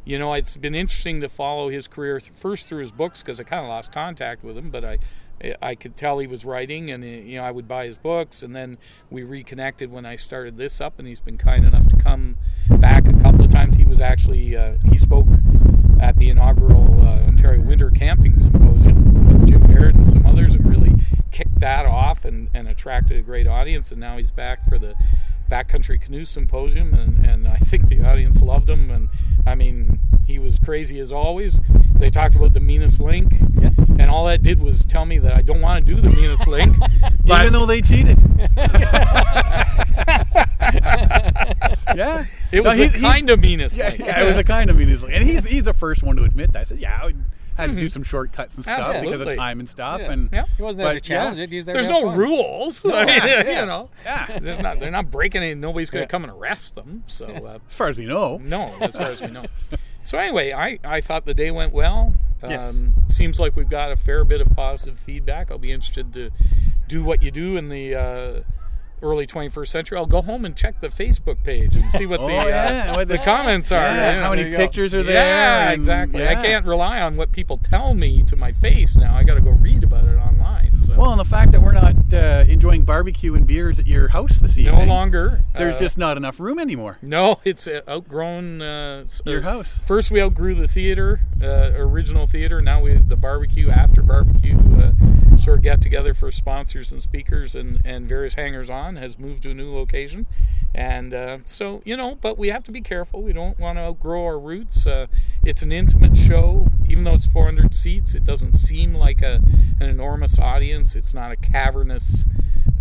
D: you know, it's been interesting to follow his career th- first through his books because I kind of lost contact with him, but I. I could tell he was writing, and uh, you know I would buy his books, and then we reconnected when I started this up, and he's been kind enough to come back a couple of times. He was actually uh, he spoke at the inaugural uh, Ontario Winter Camping Symposium with Jim Barrett and some others, and really kicked that off and, and attracted a great audience. And now he's back for the Backcountry Canoe Symposium, and, and I think the audience loved him. And I mean, he was crazy as always. They talked about the meanest link, and all that did was tell me that I don't want to do the meanest link. But
A: Even though they cheated. yeah.
D: it
A: No,
D: was
A: he-
D: a
A: he's-
D: kind of meanest
A: Yeah,
D: link.
A: yeah, it was a kind of meaningless. And he's he's the first one to admit that. I said, yeah, I had to do some shortcuts and stuff because
D: Mm-hmm. Absolutely.
A: of time and stuff.
B: Yeah.
A: And
D: Yeah.
B: He wasn't there
A: But,
B: to challenge
A: yeah.
B: it. He was there
D: There's
B: to have
D: no
B: fun.
D: rules. I mean,
B: yeah.
D: you know,
A: Yeah.
D: there's not. They're not breaking it. Nobody's going to come and arrest them. So uh,
A: as far as we know,
D: No, as far as we know. So anyway, I, I thought the day went well. Um,
A: Yes.
D: Seems like we've got a fair bit of positive feedback. I'll be interested to do what you do in the uh, early 21st century. I'll go home and check the Facebook page and see what
A: Oh,
D: the
A: yeah,
D: uh,
A: what
D: the
A: the-
D: comments are.
A: Yeah, how many
D: there you
A: pictures are there
D: Yeah,
A: and-
D: exactly. I
A: yeah.
D: can't rely on what people tell me to my face now. I got to go read about it online. So
A: Well, and the fact that we're not uh, enjoying barbecue and beers at your house this
D: no
A: evening,
D: longer.
A: there's
D: uh,
A: just not enough room anymore.
D: No, it's uh, outgrown uh, s-
A: Your
D: uh,
A: house.
D: First, we outgrew the theater, uh, original theater. Now we the barbecue after barbecue uh, sort of got together for sponsors and speakers and, and various hangers on, has moved to a new location. And uh, so, you know, but we have to be careful. We don't want to outgrow our roots. Uh, it's an intimate show. Even though it's 400 seats, it doesn't seem like a, an enormous audience. It's not a cavernous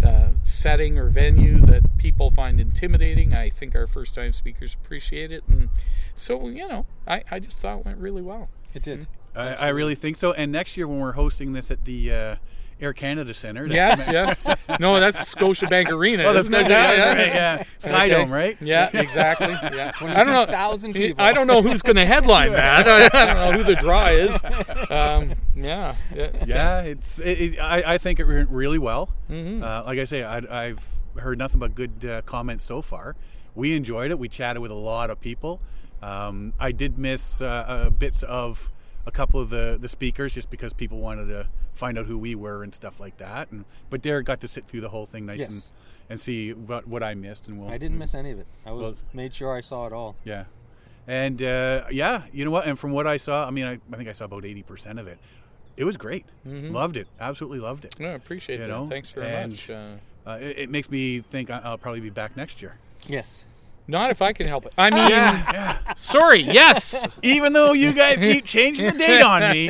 D: uh, setting or venue that people find intimidating. I think our first time speakers appreciate it. And so, you know, I, I just thought it went really well.
B: It did.
A: I, I really think so. And next year when we're hosting this at the uh, Air Canada Center, that-
D: Yes, yes. No, that's Scotiabank Arena.
A: Oh, that's
D: isn't it?
A: good.
D: Yeah, yeah.
A: Right, yeah. Skydome,
D: Okay.
A: right?
D: Yeah, exactly. Yeah. I don't know.
B: 22,000 people.
D: I don't know who's going to headline that. I, I don't know who the draw is. Um, yeah. yeah.
A: Yeah, it's. It, it, I, I think it went really well.
B: Mm-hmm.
A: Uh, like I say, I, I've heard nothing but good uh, comments so far. We enjoyed it. We chatted with a lot of people. Um, I did miss uh, uh, bits of a couple of the, the speakers just because people wanted to find out who we were and stuff like that. And but Derek got to sit through the whole thing nice
B: Yes.
A: and, and see what what I missed. And we'll,
B: I didn't miss any of it. I was
A: Well-
B: made sure I saw it all.
A: yeah. And uh, yeah, you know what? And from what I saw, I mean, I, I think I saw about 80% of it. It was great.
B: Mm-hmm.
A: Loved it. Absolutely loved it.
D: No, I appreciate
A: You
D: that.
A: know,
D: Thanks very
A: and-
D: much. Uh,
A: Uh, it, it makes me think I- I'll probably be back next year.
B: Yes.
D: not if I can help it. I mean, sorry. Yes.
A: Even though you guys keep changing the date on me.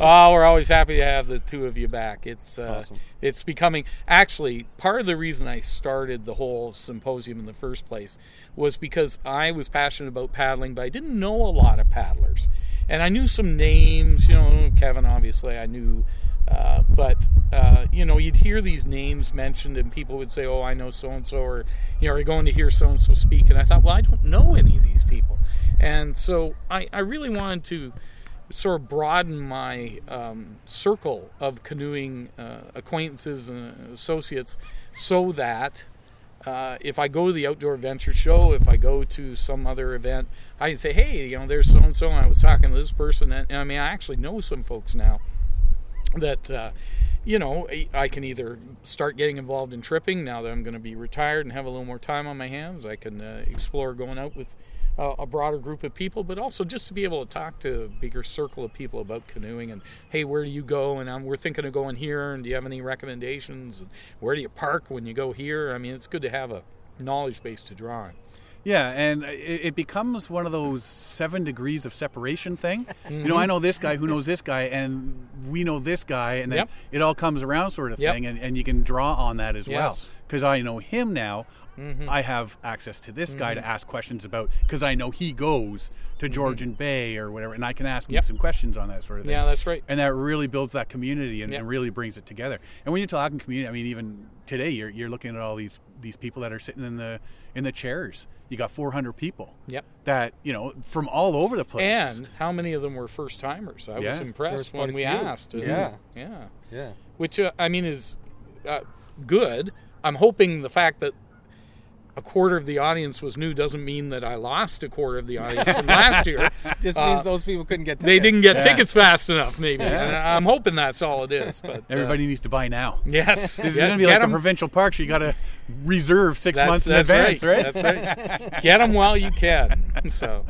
D: Oh, we're always happy to have the two of you back. It's uh,
B: Awesome.
D: it's becoming actually part of the reason I started the whole symposium in the first place was because I was passionate about paddling, but I didn't know a lot of paddlers, and I knew some names. You know, Kevin obviously I knew, uh, but uh, you know you'd hear these names mentioned, and people would say, "Oh, I know so and so," or you know, "Are you going to hear so and so speak?" And I thought, well, I don't know any of these people, and so I, I really wanted to sort of broaden my um, circle of canoeing uh, acquaintances and associates so that uh, if I go to the outdoor adventure show, if I go to some other event, I can say, hey, you know, there's so and so, and I was talking to this person. And, and I mean, I actually know some folks now that uh, you know I- I can either start getting involved in tripping now that I'm going to be retired and have a little more time on my hands. I can uh, explore going out with uh, a broader group of people, but also just to be able to talk to a bigger circle of people about canoeing and hey, where do you go? And um, we're thinking of going here, and do you have any recommendations? And where do you park when you go here? I mean, it's good to have a knowledge base to draw on.
A: Yeah, and it, it becomes one of those seven degrees of separation thing. You know, I
D: Mm-hmm.
A: know this guy who knows this guy, and we know this guy, and then
D: Yep.
A: it all comes around sort of
D: Yep.
A: thing, and, and you can draw on that as well. 'Cause
D: Yes. Mm-hmm.
A: well. Because I know him now. I have access to this guy to ask questions about because I know he goes to Georgian Bay or whatever, and I can ask him
D: Mm-hmm. Yep.
A: some questions on that sort of thing.
D: Yeah, that's right.
A: and that really builds that community and,
D: Yeah.
A: and really brings it together. And when you're talking community, I mean, even today, you're, you're looking at all these these people that are sitting in the in the chairs. You got 400 people.
D: Yep.
A: That you know from all over the place.
D: And uh, how many of them were first timers? I was
A: Yeah.
D: impressed
B: There's quite
D: when
B: a
D: we
B: few.
D: asked. And-
B: Yeah.
D: yeah.
B: Yeah.
D: which uh, I mean is uh, good. I'm hoping the fact that a quarter of the audience was new doesn't mean that I lost a quarter of the audience from last year.
B: Just
D: Uh,
B: means those people couldn't get tickets.
D: They didn't get
A: Yeah.
D: tickets fast enough, maybe. And I'm hoping that's all it is. But uh,
A: everybody needs to buy now.
D: yes,
A: This is
D: get-
A: going to be
D: get
A: like the
D: 'em.
A: provincial parks. You got to reserve six
D: That's-
A: months in
D: that's
A: advance, right?
D: That's right. Get them while you can. So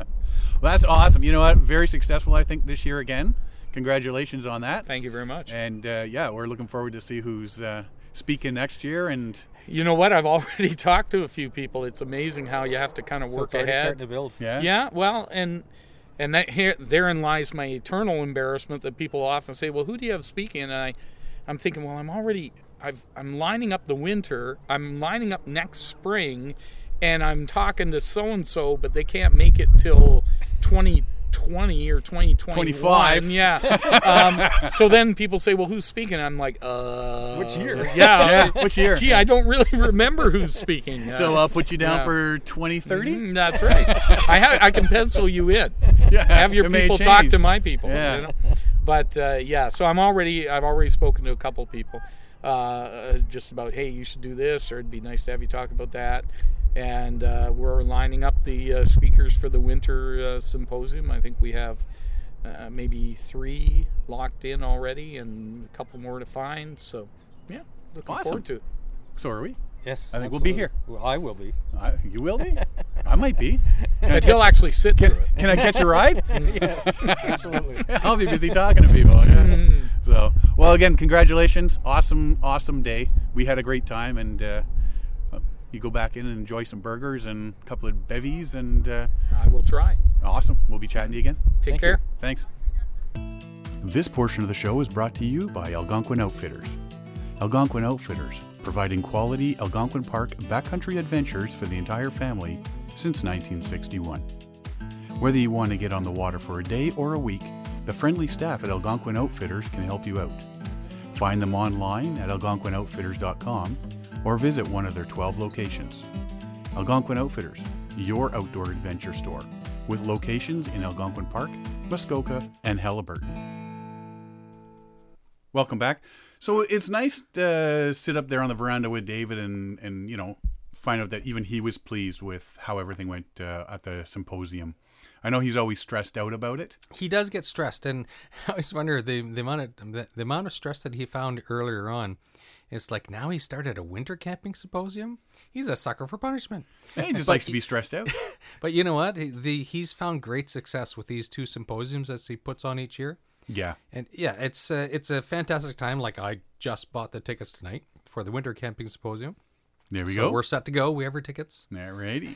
A: Well, that's awesome. You know what? Very successful, I think, this year again. Congratulations on that.
D: thank you very much.
A: And uh, yeah, we're looking forward to see who's uh, speaking next year. And
D: You know what? I've already talked to a few people. It's amazing how you have to kind of
B: So
D: work
B: it's already
D: ahead.
B: starting to build.
A: yeah,
D: Yeah, well, and and that here therein lies my eternal embarrassment that people often say, "Well, who do you have speaking?" And I, I'm thinking, well, I'm already, I've, I'm lining up the winter, I'm lining up next spring, and I'm talking to so and so, but they can't make it till 2020 or 2021.
A: 25.
D: Yeah. um, so then people say, "Well, who's speaking?" I'm like, "Uh, which
B: year?
D: Yeah.
A: Yeah, which year?
D: Gee, I don't really remember who's speaking. Uh,
A: So
F: uh,
A: I'll put you down
D: Yeah.
A: for 2030.
D: Mm, that's right. I ha- I can pencil you in. Have your
A: it may
D: people talk
A: change.
D: to my people.
A: Yeah.
D: you know? But uh, yeah, so I'm already I've already spoken to a couple people uh, uh, just about hey you should do this or it'd be nice to have you talk about that. And uh, we're lining up the uh, speakers for the winter uh, symposium. I think we have uh, maybe three locked in already, and a couple more to find. So, yeah, looking
A: Awesome.
D: forward to it.
A: So are we.
E: Yes,
F: I think we'll be here.
E: Well, I will be.
F: I, you will be. I might be. Can I,
G: But he'll actually sit
F: can,
G: through it.
F: can I catch a ride?
E: Absolutely.
F: I'll be busy talking to people. yeah. So, well, again, congratulations. Awesome, awesome day. We had a great time, and uh, you go back in and enjoy some burgers and a couple of bevies, and uh,
G: I will try.
F: awesome. We'll be chatting to you again.
G: Take care.
F: Thanks.
A: This portion of the show is brought to you by Algonquin Outfitters. Algonquin Outfitters, providing quality Algonquin Park backcountry adventures for the entire family since 1961. Whether you want to get on the water for a day or a week, the friendly staff at Algonquin Outfitters can help you out. Find them online at algonquinoutfitters.com or visit one of their 12 locations. Algonquin Outfitters, your outdoor adventure store, with locations in Algonquin Park, Muskoka, and Halliburton.
F: Welcome back.
A: So it's nice to sit up there on the veranda with David and and you know find out that even he was pleased with how everything went uh, at the symposium. I know he's always stressed out about it.
B: he does get stressed, and I always wonder the the amount of the, the amount of stress that he found earlier on. It's like now he started a winter camping symposium. He's a sucker for punishment.
A: He just likes to be stressed out.
B: But you know what? He- The he's found great success with these two symposiums that he puts on each year.
A: Yeah,
B: And yeah, it's uh, it's a fantastic time. Like I just bought the tickets tonight for the winter camping symposium.
A: there we
B: so
A: go.
B: we're set to go. We have our tickets.
A: Alrighty.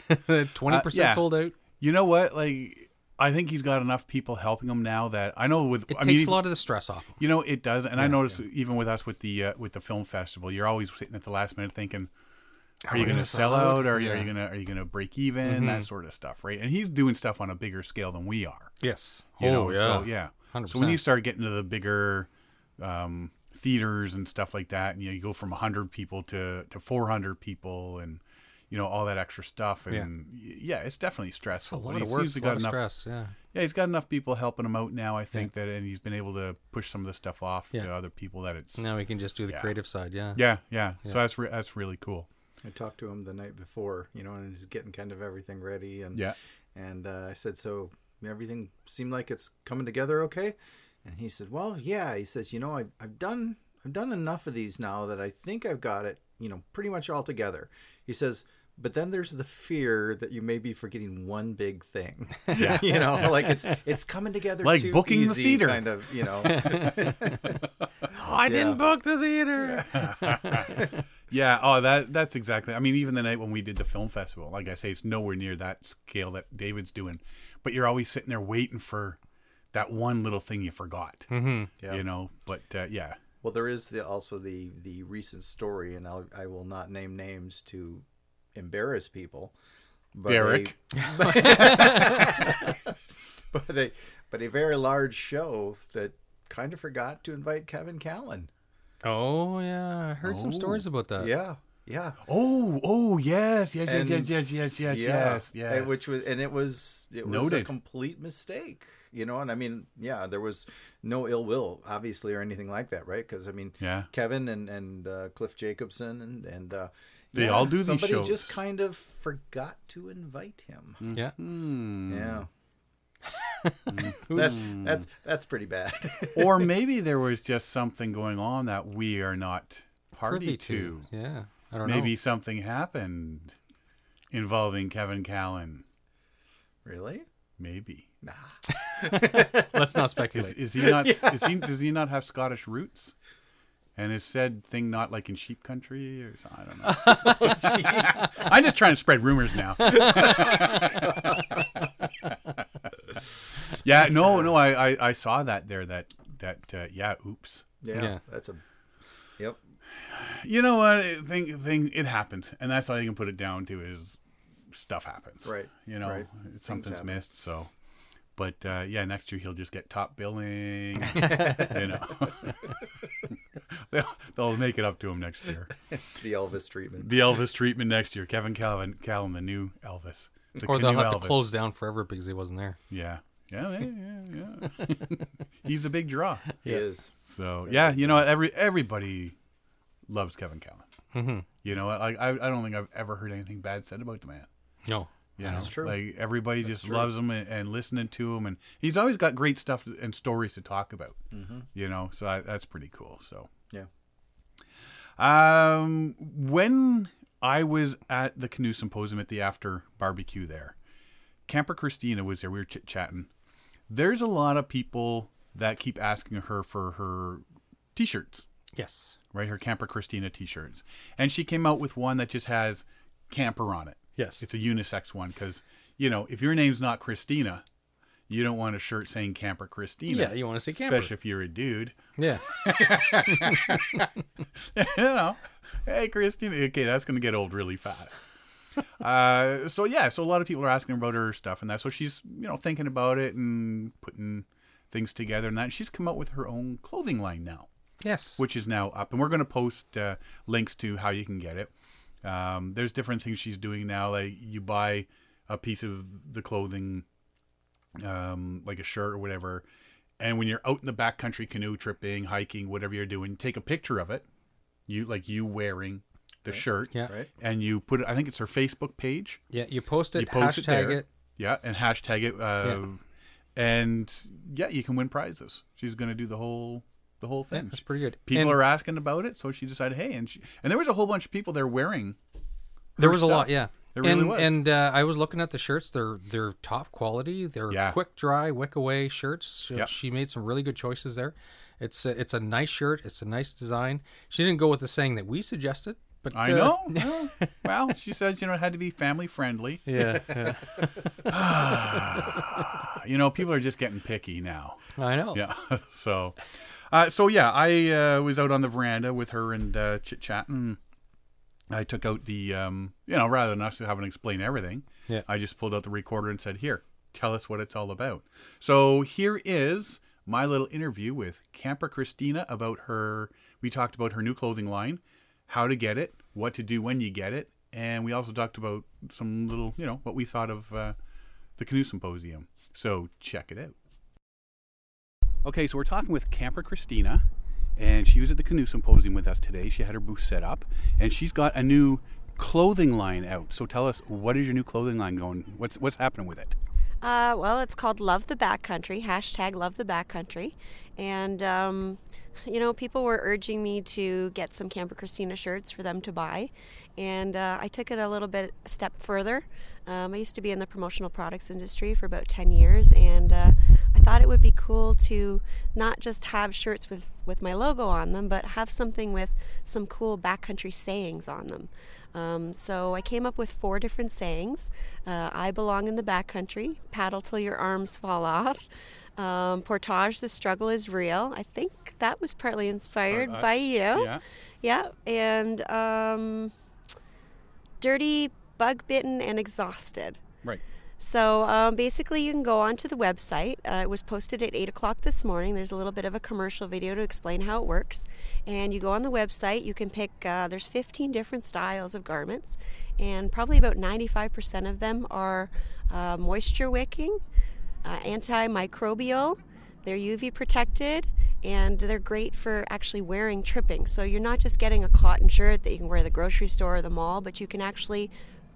B: Twenty percent
A: yeah.
B: sold out.
A: you know what? Like, I think he's got enough people helping him now that I know with
B: It
A: I
B: takes
A: mean,
B: a lot of the stress off.
A: You know, it does, and I notice even with us with the uh, with the film festival, you're always sitting at the last minute thinking, "Are,
B: we
A: you going to
B: gonna
A: sell
B: sell out?
A: out? Are, you are
B: Yeah. Mm-hmm.
A: you going to are you going to break even? That sort of stuff, right?" And he's doing stuff on a bigger scale than we are.
B: Yes.
A: You
B: oh
A: know?
B: yeah.
A: so, yeah. So
B: 100%.
A: when you start getting to the bigger um, theaters and stuff like that, and you, know, you go from 100 people to to 400 people, and you know all that extra stuff, and y- yeah, it's definitely stressful.
B: A
A: but
B: lot
A: he
B: of work.
A: seems
B: A
A: to
B: lot
A: got
B: of
A: enough
B: stress. Yeah.
A: yeah, he's got enough people helping him out now. I think that, and he's been able to push some of the stuff off
B: Yeah.
A: to other people. That it's
B: Now we can just do the
A: Yeah.
B: creative side. Yeah.
A: yeah, yeah, So that's re- that's really cool.
C: I talked to him the night before, you know, and he's getting kind of everything ready. And
A: Yeah.
C: and uh, I said, so everything seemed like it's coming together okay. And he said, well, yeah. He says, you know, I, I've done I've done enough of these now that I think I've got it, you know, pretty much all together. He says. But then there's the fear that you may be forgetting one big thing. Yeah. you know, like it's it's coming together
A: Like
C: too
A: booking the
C: easy,
A: theater.
C: kind of. You know,
B: I
C: didn't
B: book the theater.
A: Yeah. Oh, that that's exactly. I mean, even the night when we did the film festival, like I say, it's nowhere near that scale that David's doing. But you're always sitting there waiting for that one little thing you forgot.
B: Hmm.
A: Mm-hmm.
C: Yeah.
A: You know. But uh, yeah,
C: Well, there is the, also the the recent story, and I'll, I will not name names to embarrass people. But
A: Derek.
C: a- but a but a very large show that kind of forgot to invite Kevin Callan.
B: Oh yeah, I heard some stories about that.
C: yeah, yeah,
A: Oh, oh yes, yes, yes,
C: And
A: yes, yes, yes, yes,
C: yeah,
A: yes,
C: and
A: yes.
C: Which was and it was it was a
A: Noted.
C: complete mistake, you know. And I mean, yeah, there was no ill will, obviously, or anything like that, right? Because I mean,
A: Yeah.
C: Kevin and and uh, Cliff Jacobson and and uh,
A: They
C: yeah,
A: all do these
C: somebody just
A: shows. Hmm.
C: kind of forgot to invite him.
B: Yeah.
A: Mm-hmm.
C: Yeah. that's that's that's pretty bad.
A: or maybe there was just something going on that we are not party
B: Privy
A: to.
B: to. Yeah. I don't
A: Maybe
B: know.
A: something happened involving Kevin Callan.
C: really?
A: Maybe
B: Let's not speculate.
A: is, is he not? Is he? Does he not have Scottish roots? And is said thing not like in sheep country or something? I don't know. I'm just trying to spread rumors now. yeah, no, no, I, I, I saw that there. That that uh, yeah, oops.
C: Yeah,
B: Yeah.
C: That's a Yep.
A: You know what? It, thing, thing, it happens, and that's all you can put it down to is stuff happens.
C: Right,
A: You know,
C: right.
A: something's
C: happen.
A: missed. So, but uh, yeah, next year he'll just get top billing. you know, they'll, they'll make it up to him next year.
C: The Elvis treatment.
A: The Elvis treatment next year. Kevin Calvin, Calvin, the new Elvis. The
B: or they'll
A: canoe
B: have
A: Elvis.
B: to close down forever because he wasn't there.
A: Yeah. Yeah, yeah, yeah, yeah. He's a big draw.
C: He is.
A: So yeah, you know every everybody loves Kevin Callan. You know, like I, I don't think I've ever heard anything bad said about the man.
B: No.
A: You That's
C: true.
A: Like everybody just loves him and, and listening to him, and he's always got great stuff and stories to talk about. You know, so I, that's pretty cool. So
C: Yeah.
A: um, when I was at the canoe symposium at the after barbecue there. Camper Christina was there. We were chit chatting. There's a lot of people that keep asking her for her t shirts,
B: Yes.
A: right? Her Camper Christina t shirts. And she came out with one that just has camper on it.
B: Yes.
A: It's a unisex one because, you know, if your name's not Christina, you don't want a shirt saying Camper Christina.
B: Yeah, you want to see camper.
A: Especially if you're a dude.
B: Yeah.
A: you know, hey, Christina. Okay, that's going to get old really fast. uh, so yeah, so a lot of people are asking about her stuff and that. So she's you know thinking about it and putting things together and that. she's come out with her own clothing line now,
B: Yes.
A: which is now up, and we're going to post uh, links to how you can get it. Um, there's different things she's doing now. Like you buy a piece of the clothing, um, like a shirt or whatever. And when you're out in the backcountry canoe tripping, hiking, whatever you're doing, take a picture of it you like you wearing the shirt
B: Yeah.
C: Right.
A: and you put it i think it's her facebook page
B: Yeah. You post it.
A: you post it
B: hashtag
A: there
B: it.
A: yeah and hashtag it uh, and yeah you can win prizes she's going to do the whole the whole
B: Yeah,
A: thing
B: that's pretty good.
A: people
B: And
A: are asking about it so she decided hey and she, and there was a whole bunch of people there wearing
B: There was a
A: stuff.
B: lot. Yeah.
A: There really
B: and,
A: was.
B: And uh, I was looking at the shirts. They're they're top quality. They're
A: Yeah.
B: quick dry, wick away shirts. She,
A: Yep.
B: she made some really good choices there. It's a, it's a nice shirt. It's a nice design. She didn't go with the saying that we suggested, but
A: i
B: uh,
A: know well, well she says you know it had to be family friendly
B: Yeah,
A: you know people are just getting picky now
B: I know.
A: yeah so uh, so yeah i uh, was out on the veranda with her and uh, chit chatting i took out the um, you know rather than us having to explain everything
B: Yeah.
A: i just pulled out the recorder and said here tell us what it's all about so here is my little interview with camper christina about her we talked about her new clothing line how to get it what to do when you get it and we also talked about some little you know what we thought of uh, the canoe symposium so check it out Okay, so we're talking with Camper Christina, and she was at the Canoe Symposium with us today. She had her booth set up, and she's got a new clothing line out. So tell us, what is your new clothing line going? What's what's happening with it?
H: Uh, well, it's called Love the Backcountry, hashtag Love the Backcountry. And, um, you know, people were urging me to get some Camper Christina shirts for them to buy. And uh, I took it a little bit a step further. Um, I used to be in the promotional products industry for about 10 years, and uh, I thought it would be cool to not just have shirts with, with my logo on them, but have something with some cool backcountry sayings on them. Um, so I came up with four different sayings. Uh, I belong in the backcountry. Paddle till your arms fall off. Um, portage, the struggle is real. I think that was partly inspired
A: us.
H: by you.
A: Yeah.
H: Yeah. And um, dirty, bug bitten, and exhausted.
A: Right.
H: So um, basically, you can go onto the website. Uh, it was posted at 8 o'clock this morning. There's a little bit of a commercial video to explain how it works. And you go on the website, you can pick, uh, there's 15 different styles of garments, and probably about 95% of them are uh, moisture wicking, uh, antimicrobial, they're UV protected. And they're great for actually wearing tripping. So you're not just getting a cotton shirt that you can wear at the grocery store or the mall, but you can actually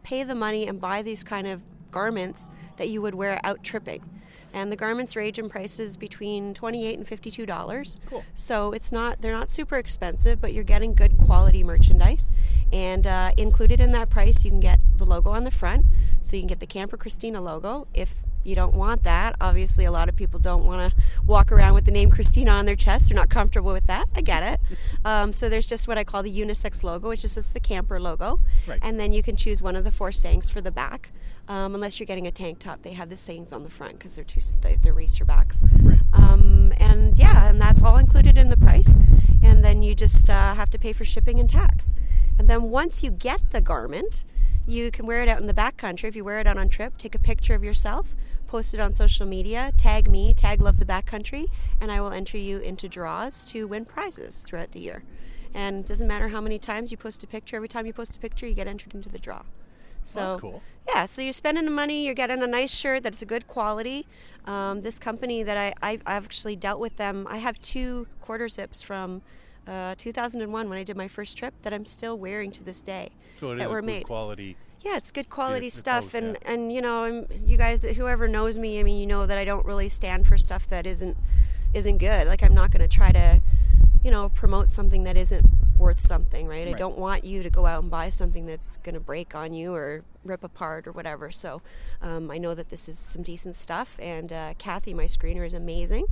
H: pay the money and buy these kind of garments that you would wear out tripping. And the garments range in prices between twenty-eight and fifty-two dollars. Cool. So it's not they're not super expensive, but you're getting good quality merchandise. And uh, included in that price, you can get the logo on the front, so you can get the Camper Christina logo. If you don't want that, obviously, a lot of people don't want to walk around with the name Christina on their chest. They're not comfortable with that. I get it. Um, so there's just what I call the unisex logo. It's just it's the camper logo,
A: Right.
H: and then you can choose one of the four sayings for the back. Um, unless you're getting a tank top, they have the sayings on the front because they're too s- they, they're racer backs. Um, and yeah, and that's all included in the price. And then you just uh, have to pay for shipping and tax. And then once you get the garment, you can wear it out in the backcountry. If you wear it out on trip, take a picture of yourself, post it on social media, tag me, tag Love the Backcountry, and I will enter you into draws to win prizes throughout the year. And it doesn't matter how many times you post a picture, every time you post a picture, you get entered into the draw. So
A: cool.
H: yeah, so you're spending the money, you're getting a nice shirt that's a good quality. Um, this company that I, I've actually dealt with them, I have two quarter zips from uh, 2001 when I did my first trip that I'm still wearing to this day
F: So it
H: that
F: is a
H: were
F: good
H: made.
F: quality.
H: Yeah, it's good quality
F: it's
H: stuff,
F: both,
H: and and you know, I'm, you guys, whoever knows me, I mean, you know that I don't really stand for stuff that isn't isn't good. Like I'm not going to try to, you know, promote something that isn't worth something, right? I don't want you to go out and buy something that's going to break on you or rip apart or whatever. So um, I know that this is some decent stuff. And uh, Kathy, my screener, is amazing.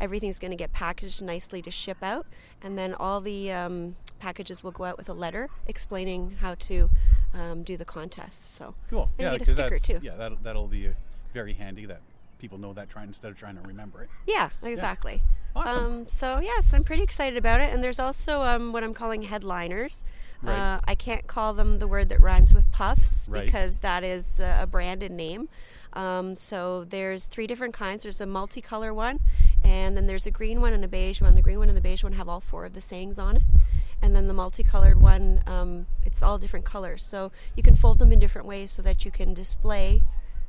H: Everything's going to get packaged nicely to ship out. And then all the um, packages will go out with a letter explaining how to um, do the contest. So
A: Cool.
H: And
A: yeah,
H: you get a
A: because
H: sticker
A: that's
H: too.
A: yeah that'll, that'll be uh, very handy that people know that trying instead of trying to remember it.
H: Yeah, exactly.
A: Awesome.
H: Um, so yeah, so I'm pretty excited about it. And there's also um, what I'm calling headliners.
A: Right.
H: Uh, I can't call them the word that rhymes with puffs
A: Right.
H: because that is uh, a brand and name. Um, so there's three different kinds. There's a multicolor one, and then there's a green one and a beige one. The green one and the beige one have all four of the sayings on it, and then the multicolored one, um, it's all different colors. So you can fold them in different ways so that you can display,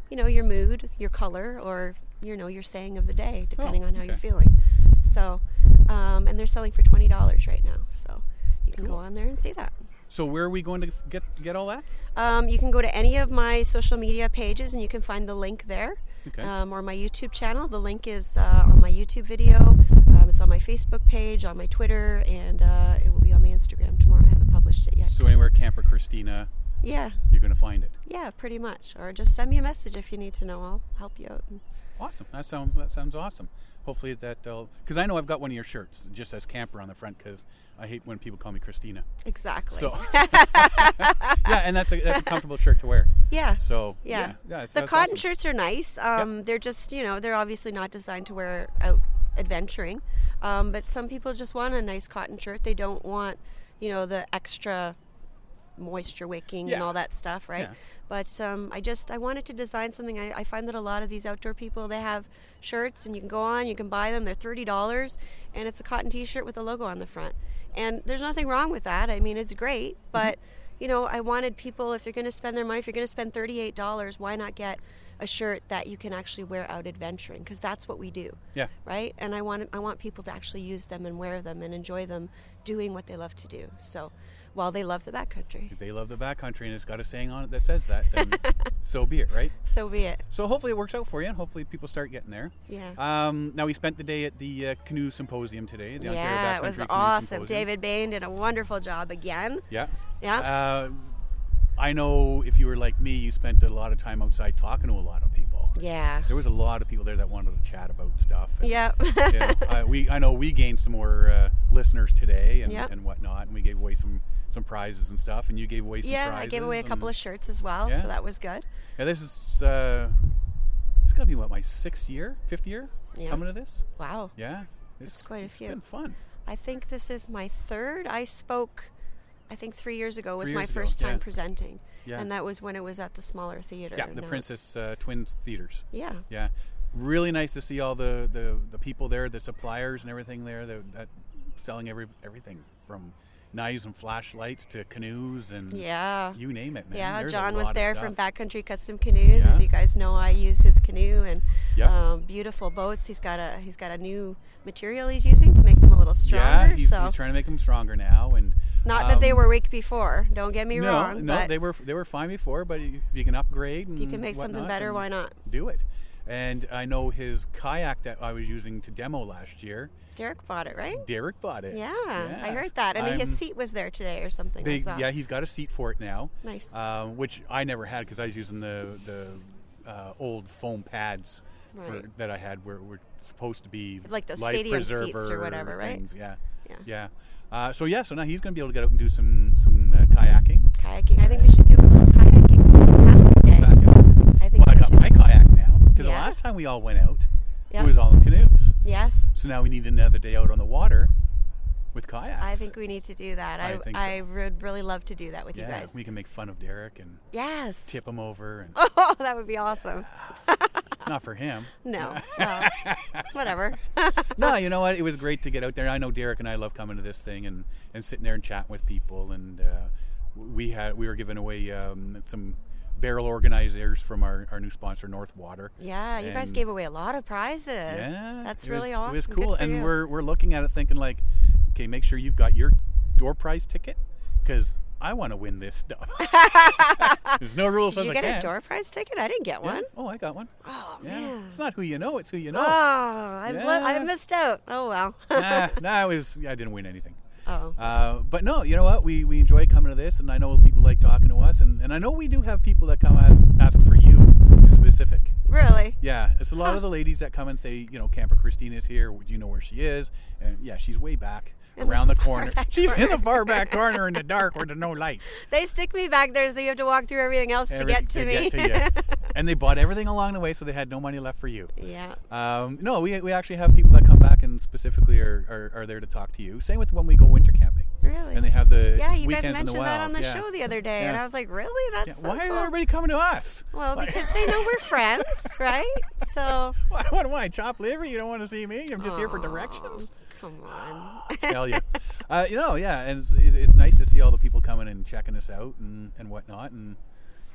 H: you know, your mood, your color, or you know, your saying of the day, depending on how
A: Oh,
H: you're
A: okay.
H: feeling. So, um, and they're selling for twenty dollars right now. So you can go on there and see that.
A: So where are we going to get get all that?
H: Um, you can go to any of my social media pages and you can find the link there.
A: Okay.
H: Um, or my YouTube channel. The link is uh, on my YouTube video. Um, it's on my Facebook page, on my Twitter, and uh, it will be on my Instagram tomorrow. I haven't published it yet.
A: So anywhere Camper Christina,
H: Yeah,
A: you're going to find it.
H: yeah, pretty much. Or just send me a message if you need to know. I'll help you out.
A: Awesome. That sounds that sounds awesome. Hopefully that'll because I know I've got one of your shirts that just says camper on the front because I hate when people call me Christina.
H: Exactly.
A: So yeah, and that's a that's a comfortable shirt to wear.
H: yeah.
A: So
H: Yeah.
A: yeah, yeah, it's-
H: the
A: that's
H: cotton
A: awesome.
H: shirts are nice. Um, They're just, you know, they're obviously not designed to wear out adventuring. Um, but some people just want a nice cotton shirt. They don't want, you know, the extra moisture wicking and
A: Yeah.
H: all that stuff, right?
A: Yeah.
H: But um, I just I wanted to design something. I, I find that a lot of these outdoor people they have shirts and you can go on, you can buy them. They're thirty dollars, and it's a cotton T-shirt with a logo on the front. And there's nothing wrong with that. I mean, it's great, but you know, I wanted people if you're going to spend their money, if you're going to spend thirty-eight dollars, why not get a shirt that you can actually wear out adventuring? Because that's what we do
A: Yeah.
H: right? And I want I want people to actually use them and wear them and enjoy them doing what they love to do. So while they love the backcountry,
A: If they love the backcountry and it's got a saying on it that says that, then so be it, right?
H: so be it.
A: So hopefully it works out for you, and hopefully people start getting there.
H: Yeah.
A: Um, now we spent the day at the uh, canoe symposium today. The Ontario
H: yeah, it was
A: Backcountry Canoe
H: awesome.
A: Symposium.
H: David Bain did a wonderful job again.
A: Yeah.
H: Yeah.
A: Uh, I know if you were like me, you spent a lot of time outside talking to a lot of people.
H: Yeah.
A: There was a lot of people there that wanted to chat about stuff. and,
H: Yeah.
A: you know, I, we I know we gained some more uh, listeners today and,
H: Yep.
A: and whatnot, and we gave away some some prizes and stuff, and you gave away some
H: yeah, I
A: prizes.
H: gave away a
A: and-
H: couple of shirts as well,
A: Yeah.
H: so that was good.
A: Yeah, this is uh, it's gonna be what my sixth year, fifth year
H: Yeah.
A: coming to this.
H: Wow.
A: Yeah,
H: It's quite a few.
A: It's been fun.
H: I think this is my third. I spoke, I think three years ago was
A: Three
H: my
A: years ago,
H: first time
A: yeah.
H: presenting,
A: Yeah.
H: and that was when it was at the smaller theater.
A: Yeah,
H: and
A: the
H: now it's-
A: Princess uh, Twins Theaters.
H: Yeah.
A: Yeah, really nice to see all the, the, the people there, the suppliers and everything there that, that selling every everything from knives and flashlights to canoes and
H: Yeah.
A: you name it, man.
H: Yeah,
A: There's a
H: John was
A: lot of
H: there
A: stuff.
H: from Backcountry Custom Canoes.
A: Yeah.
H: As you guys know, I use his canoe and
A: Yep.
H: um, beautiful boats. He's got a he's got a new material he's using to make them a little stronger.
A: Yeah, he's,
H: so
A: he's trying to make them stronger now, and
H: not that they
A: um,
H: were weak before. Don't get me
A: no,
H: wrong.
A: no,
H: but
A: they were they were fine before, but if you can upgrade, and
H: you can make something
A: whatnot,
H: better,
A: then
H: why not?
A: Do it. And I know his kayak that I was using to demo last year.
H: Derek bought it, right?
A: Derek bought it.
H: Yeah, I
A: Yes.
H: heard that. And then his
A: I'm-
H: seat was there today or something. I
A: They,
H: saw.
A: yeah, he's got a seat for it now.
H: uh, Nice.
A: Um, which I never had because I was using the the uh, old foam pads for,
H: Right.
A: that I had where were supposed to be
H: Like those
A: life
H: stadium seats or
A: preserver
H: whatever, right?
A: things. Yeah.
H: Yeah.
A: Yeah. Uh, so yeah, so now he's going to be able to get out and do some some uh, kayaking.
H: kayaking. I think we should do a little kayaking today.
A: Back out.
H: I think
A: Well, I
H: so
A: got
H: too.
A: my kayak now because the
H: Yeah.
A: last time we all went out,
H: Yeah.
A: it was all in canoes.
H: yes.
A: So now we need another day out on the water with kayaks.
H: I think we need to do that. I,
A: I
H: I,
A: think so.
H: would really love to do that with
A: yeah,
H: you guys.
A: we can make fun of Derek and
H: yes.
A: tip him over, and
H: Oh, that would be awesome.
A: not for him.
H: No. Well, whatever. Uh,
A: no, you know what? It was great to get out there. I know Derek and I love coming to this thing and, and sitting there and chatting with people. And uh, we had we were giving away um, some barrel organizers from our, our new sponsor, North Water.
H: yeah, you guys
A: And-
H: gave away a lot of prizes.
A: Yeah,
H: That's
A: it
H: really
A: was-
H: awesome.
A: It was
H: Good
A: cool,
H: for
A: and
H: you.
A: we're we're looking at it thinking like, okay, make sure you've got your door prize ticket because I want to win this stuff. There's no rules.
H: Did you
A: I
H: get
A: can.
H: a door prize ticket? I didn't get
A: Yeah.
H: one.
A: Oh, I got one.
H: Oh
A: Yeah.
H: man.
A: It's not who you know; it's who you know.
H: Oh, I, blo- I
A: Yeah.
H: missed out. Oh well.
A: nah, nah, I was I didn't win anything.
H: Oh.
A: Uh, but no, you know what? We, we enjoy coming to this, and I know people like talking to us, and, and I know we do have people that come ask, ask for you in specific.
H: Really?
A: Yeah, it's a lot of the ladies that come and say, you know, Camper Christina's here. Do you know where she is? And yeah, she's way back
H: In the
A: around the
H: far
A: corner.
H: back
A: She's in the
H: corner.
A: far back corner in the dark where there's no lights.
H: They stick me back there, so you have to walk through everything else to get to me.
A: Everything to get to you. and they bought everything along the way, so they had no money left for you.
H: yeah.
A: Um, no, we, we actually have people that come back and specifically are, are, are there to talk to you. Same with when we go winter camping.
H: Really?
A: And they have the
H: yeah, you guys
A: weekends in
H: mentioned
A: the
H: that on
A: wilds,
H: the
A: yeah.
H: show the other day, and
A: Yeah.
H: I was like, really? That's
A: Yeah,
H: so
A: Why
H: cool.
A: is everybody coming to us?
H: Well,
A: Like-
H: because they know we're friends, right? So.
A: Why, what am I, chop liver? You don't want to see me? I'm just here for
H: Aw,
A: directions.
H: Oh, Come on.
A: Tell you, uh, you know, yeah, and it's, it's it's nice to see all the people coming and checking us out and, and whatnot, and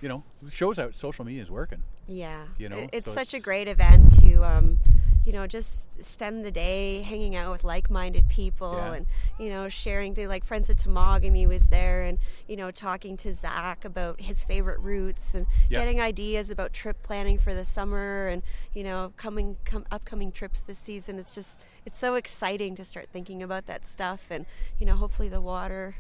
A: you know, it shows out social media is working.
H: Yeah.
A: You know,
H: It- it's
A: so
H: such a
A: it's-
H: great event to, um, you know, just spend the day hanging out with like minded people
A: Yeah.
H: and, you know, sharing things like Friends of Tamagami was there and, you know, talking to Zach about his favorite routes and
A: Yeah.
H: getting ideas about trip planning for the summer and, you know, coming com- upcoming trips this season. It's just, it's so exciting to start thinking about that stuff and, you know, hopefully the water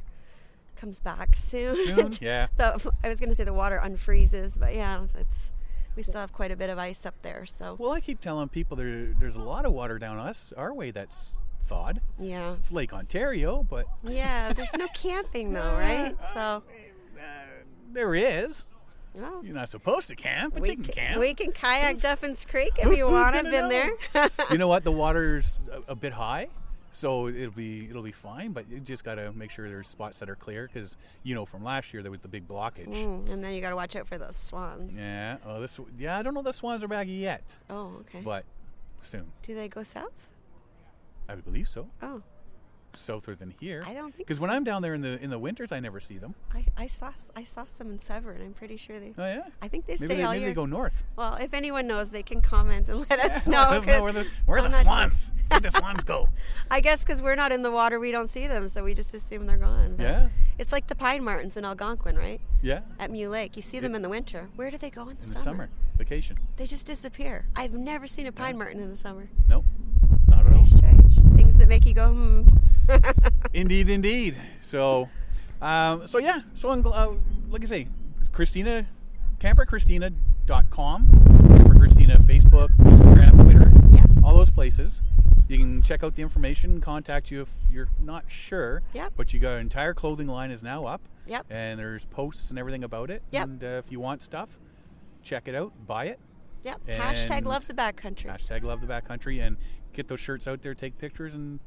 H: comes back soon.
A: Soon? Yeah.
H: The, I was going to say the water unfreezes, but yeah, that's we still have quite a bit of ice up there. So
A: Well, I keep telling people there, there's a lot of water down us our way that's thawed.
H: yeah,
A: It's Lake Ontario, but
H: yeah. There's no camping though, right? So
A: uh, there is.
H: well,
A: You're not supposed to camp, but
H: we
A: you can
H: ca-
A: camp.
H: we can kayak Duffins Creek if
A: who-
H: you
A: who's
H: want. I've
A: gonna
H: been
A: know?
H: there.
A: you know what? The water's a, a bit high, so it'll be it'll be fine. But you just gotta make sure there's spots that are clear because you know from last year there was the big blockage.
H: Mm, and then you got to watch out for those swans.
A: Yeah. Oh, this. Yeah, I don't know if the swans are back yet,
H: Oh, okay.
A: but soon.
H: Do they go south?
A: I would believe so.
H: Oh,
A: Souther than here.
H: I don't think
A: Because when I'm down there in the in the winters, I never see them.
H: I, I saw s- I saw some in Severn. I'm pretty sure they.
A: Oh yeah.
H: I think they stay
A: Maybe, they,
H: all
A: maybe
H: year.
A: they go north.
H: Well, if anyone knows, they can comment and let us know.
A: Let us know
H: 'cause
A: where the where
H: I'm
A: the
H: not sure.
A: swans where the swans go.
H: I guess because we're not in the water, we don't see them, so we just assume they're gone. But
A: Yeah.
H: It's like the pine martins in Algonquin, right?
A: Yeah.
H: At Mule Lake, you see them in the winter. Where do they go in the,
A: In
H: summer?
A: the summer vacation.
H: They just disappear. I've never seen a pine martin in the summer.
A: Nope. Not at all.
H: Very strange. Things that make you go, hmm.
A: Indeed, indeed. So, um, so yeah. So, I'm gl- uh, like I say, Christina, camperchristina.com, Camper Christina, Facebook, Instagram, Twitter,
H: Yeah.
A: all those places. You can check out the information, contact you if you're not sure.
H: Yep.
A: But you got our entire clothing line is now up.
H: Yep.
A: And there's posts and everything about it.
H: Yep.
A: And uh, if you want stuff, check it out, buy it.
H: Yep.
A: And-
H: Hashtag love the backcountry.
A: Hashtag love the backcountry and get those shirts out there, take pictures, and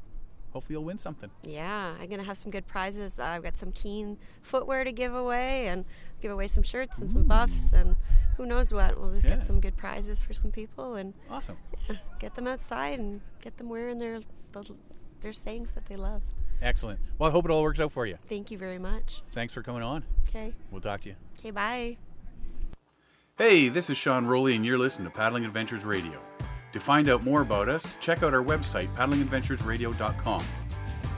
A: hopefully you'll win something.
H: Yeah, I'm gonna have some good prizes. Uh, I've got some Keen footwear to give away, and give away some shirts and some buffs, and who knows what. We'll just
A: Yeah.
H: get some good prizes for some people, and
A: Awesome.
H: Yeah, get them outside and get them wearing their the- their sayings that they love.
A: Excellent. Well, I hope it all works out for you.
H: Thank you very much.
A: Thanks for coming on.
H: Okay.
A: We'll talk to you.
H: Okay, bye.
I: Hey, this is Sean Rowley, and you're listening to Paddling Adventures Radio. To find out more about us, check out our website, paddlingadventuresradio.com.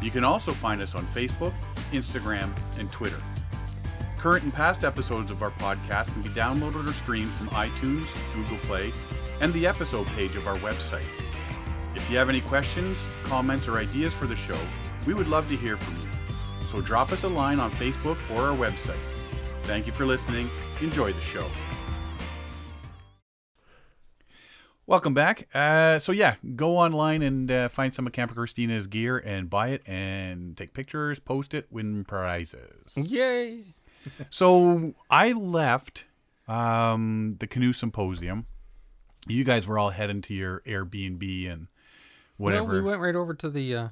I: You can also find us on Facebook, Instagram, and Twitter. Current and past episodes of our podcast can be downloaded or streamed from iTunes, Google Play, and the episode page of our website. If you have any questions, comments, or ideas for the show, we would love to hear from you. So drop us a line on Facebook or our website. Thank you for listening. Enjoy the show.
A: Welcome back. Uh, so yeah, go online and uh, find some of Camper Christina's gear and buy it and take pictures, post it, win prizes.
B: Yay!
A: So I left um, the canoe symposium. You guys were all heading to your Airbnb and
B: No,
A: whatever.
B: we went right over to the. Uh...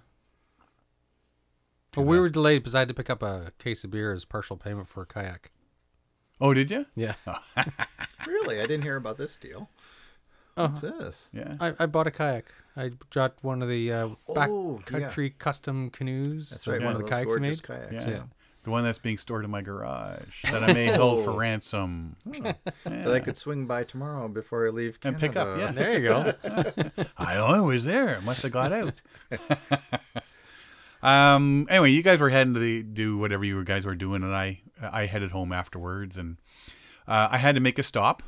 B: Well, we were delayed because I had to pick up a case of beer as partial payment for a kayak.
A: oh, did you?
B: Yeah,
C: Really, I didn't hear about this deal. What's this?
A: Yeah.
B: I, I bought a kayak. I got one of the uh,
C: Oh,
B: backcountry
C: yeah.
B: custom canoes.
C: That's right, one of
B: the
C: those
B: kayaks you made.
C: gorgeous kayaks.
A: Yeah.
C: Yeah.
A: The one that's being stored in my garage that I may hold for ransom
C: That I could swing by tomorrow before I leave
A: and
C: Canada.
A: pick up. Yeah.
B: There you go.
A: I don't know. It was there. It must have got out. um. Anyway, you guys were heading to the, do whatever you guys were doing, and I I headed home afterwards, and uh, I had to make a stop.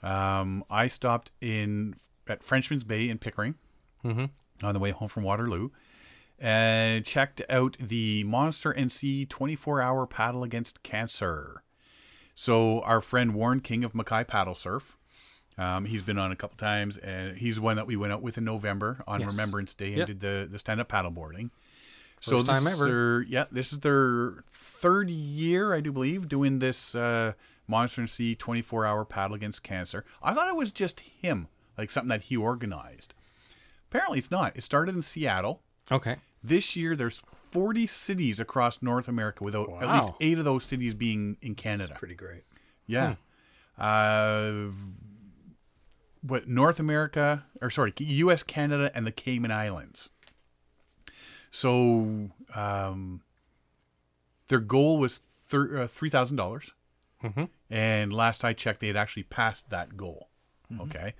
A: Um, I
B: Mm-hmm.
A: stopped in at Frenchman's Bay in Pickering on the way home from Waterloo, uh, checked out the Monster NC 24 hour paddle against cancer. So, our friend Warren King of Mackay Paddle Surf, um, he's been on a couple times, and he's the one that we went out with in November on
B: Yes.
A: Remembrance Day and
B: Yep.
A: did the, the stand up paddle boarding. So
B: First
A: this
B: time
A: is
B: ever.
A: their- yeah, this is their third year, I do believe, doing this uh, Monster and Sea 24 hour paddle against cancer. I thought it was just him, like something that he organized. Apparently, it's not. It started in Seattle.
B: Okay.
A: This year, there's 40 cities across North America, without at least
B: Wow.
A: eight of those cities being in Canada.
C: Pretty great.
A: Yeah. Uh, what North America or sorry, U.S., Canada, and the Cayman Islands. So um, their goal was thir- uh, three thousand dollars,
B: Mm-hmm.
A: and last I checked, they had actually passed that goal. Okay.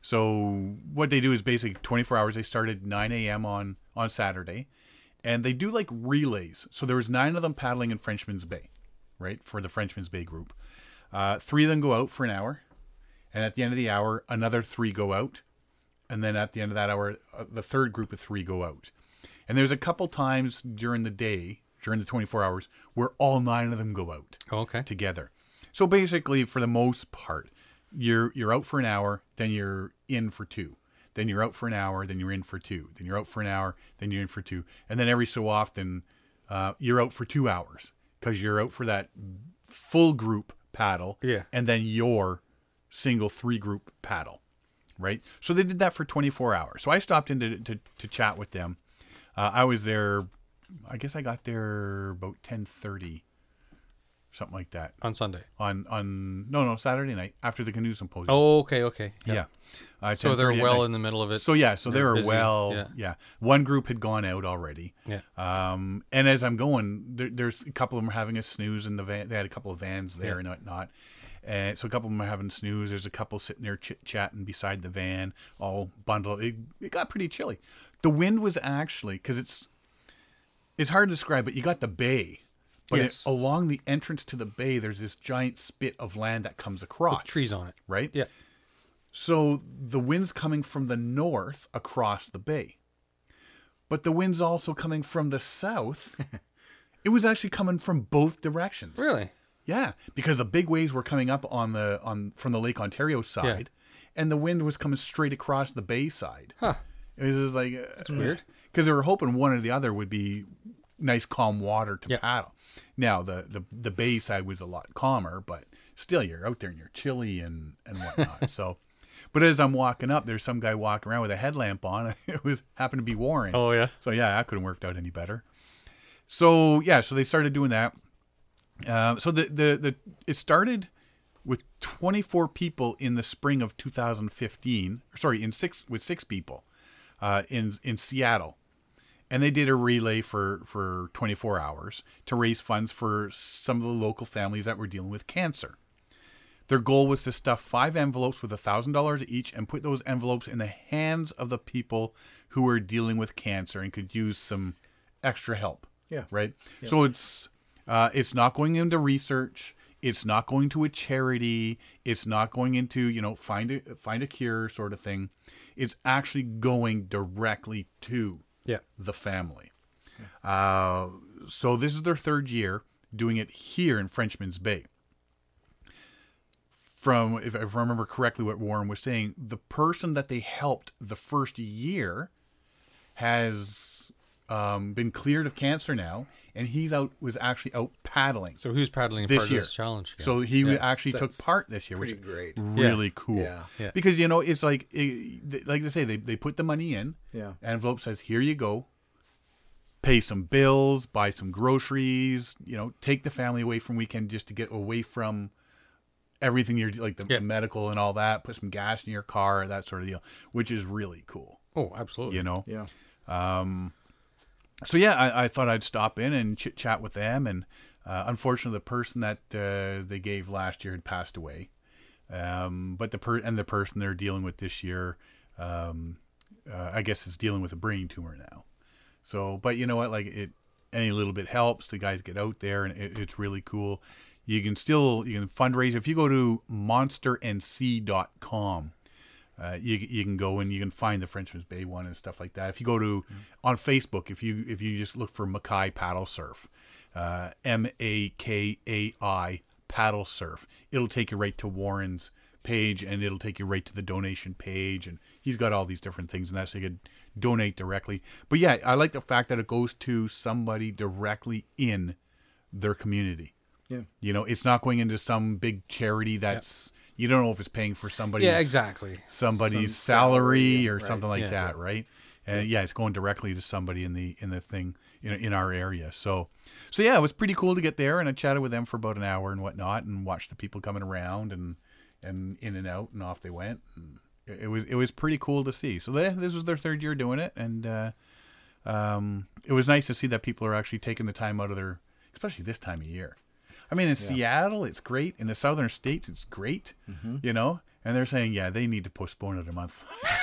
A: So what they do is basically 24 hours. They started 9 a.m. on on Saturday, and they do like relays. So there was nine of them paddling in Frenchman's Bay, right for the Frenchman's Bay group. Uh, three of them go out for an hour, and at the end of the hour, another three go out, and then at the end of that hour, uh, the third group of three go out. And there's a couple times during the day, during the 24 hours, where all nine of them go out
B: Oh, okay.
A: together. So basically, for the most part, you're you're out for an hour, then you're in for two, then you're out for an hour, then you're in for two, then you're out for an hour, then you're in for two, and then every so often, uh, you're out for two hours because you're out for that full group paddle,
B: Yeah.
A: and then your single three group paddle, right? So they did that for 24 hours. So I stopped in to to, to chat with them. Uh, I was there. I guess I got there about 10:30, something like that
B: On Sunday.
A: on on no no Saturday night after the canoe symposium.
B: Oh, okay, okay.
A: yeah. Uh,
B: So they're
A: 10:30 at
B: well
A: night.
B: in the middle of it.
A: So yeah, so they
B: They're
A: were
B: busy.
A: well. Yeah.
B: Yeah.
A: one group had gone out already.
B: Yeah.
A: Um, and as I'm going, there, there's a couple of them are having a snooze in the van. They had a couple of vans there and whatnot. And so a couple of them are having snooze. There's a couple sitting there chit chatting beside the van, all bundled. It, it got pretty chilly. The wind was actually because it's it's hard to describe, but you got the bay. But it-
B: Yes.
A: along the entrance to the bay, there's this giant spit of land that comes across.
B: trees on it.
A: right?
B: Yeah.
A: So the wind's coming from the north across the bay. But the wind's also coming from the south. it was actually coming from both directions.
B: Really?
A: Yeah, because the big waves were coming up on the on from the Lake Ontario side and the wind was coming straight across the bay side.
B: Huh.
A: It was just like that's
B: weird.
A: Because they were hoping one or the other would be nice calm water to
B: Yeah.
A: paddle. Now the, the the bay side was a lot calmer, but still you're out there and you're chilly and and whatnot. so, but as I'm walking up, there's some guy walking around with a headlamp on. It was happened to be Warren.
B: Oh, yeah.
A: So yeah, that couldn't worked out any better. So yeah, so they started doing that. Uh, so the, the the it started with 24 people in the spring of 2015. or Sorry, in six with six people uh, in in Seattle, and they did a relay for for 24 hours to raise funds for some of the local families that were dealing with cancer. Their goal was to stuff five envelopes with $1,000 each and put those envelopes in the hands of the people who were dealing with cancer and could use some extra help.
C: Yeah.
A: Right? So it's uh, it's not going into research. It's not going to a charity. It's not going into, you know, find a, find a cure sort of thing. It's actually going directly to
B: Yeah.
A: the family. Uh, so this is their third year doing it here in Frenchman's Bay. From, if if I remember correctly, what Warren was saying, the person that they helped the first year has um, been cleared of cancer now, and he's out was actually out paddling
B: So who's paddling in
A: this
B: part
A: year.
B: of this challenge? again?
A: So he actually took
C: that's
A: part this year, which
C: pretty great.
A: really cool.
C: Yeah.
B: Yeah.
A: Because you know it's like it, th- like they say they, they put the money in.
C: Yeah.
A: Envelope says here you go. Pay some bills, buy some groceries. You know, take the family away from weekend just to get away from everything you're like the
B: Yeah.
A: medical and all that. Put some gas in your car, that sort of deal, which is really cool.
B: oh, absolutely.
A: You know.
C: Yeah.
A: So yeah, I, I thought I'd stop in and chit chat with them. And uh, unfortunately, the person that uh, they gave last year had passed away. Um, but the per- and the person they're dealing with this year, um, uh, I guess, is dealing with a brain tumor now. So, but you know what? Like it, any little bit helps. The guys get out there, and it, it's really cool. You can still you can fundraise if you go to monsternc.com. uh, you you can go and you can find the Frenchman's Bay one and stuff like that. If you go to on Facebook, if you if you just look for Mackay Paddle Surf, uh, M A K A I Paddle Surf, it'll take you right to Warren's page and it'll take you right to the donation page and he's got all these different things and that's so you could donate directly but yeah i like the fact that it goes to somebody directly in their community
C: Yeah.
A: you know it's not going into some big charity that's you don't know if it's paying for somebody's
B: Yeah, exactly.
A: somebody's
C: Some
A: salary,
C: salary,
A: or
C: right.
A: something like
B: Yeah.
A: that, right? And yeah. it's going directly to somebody in the in the thing in, in our area. So, so yeah, it was pretty cool to get there, and I chatted with them for about an hour and whatnot, and watched the people coming around and and in and out, and off they went. And it, it was it was pretty cool to see. So they, this was their third year doing it, and uh, um, it was nice to see that people are actually taking the time out of their, especially this time of year. I mean, in Seattle, it's great. In the southern states, it's great.
C: Mm-hmm.
A: You know, and they're saying, yeah, they need to postpone it a month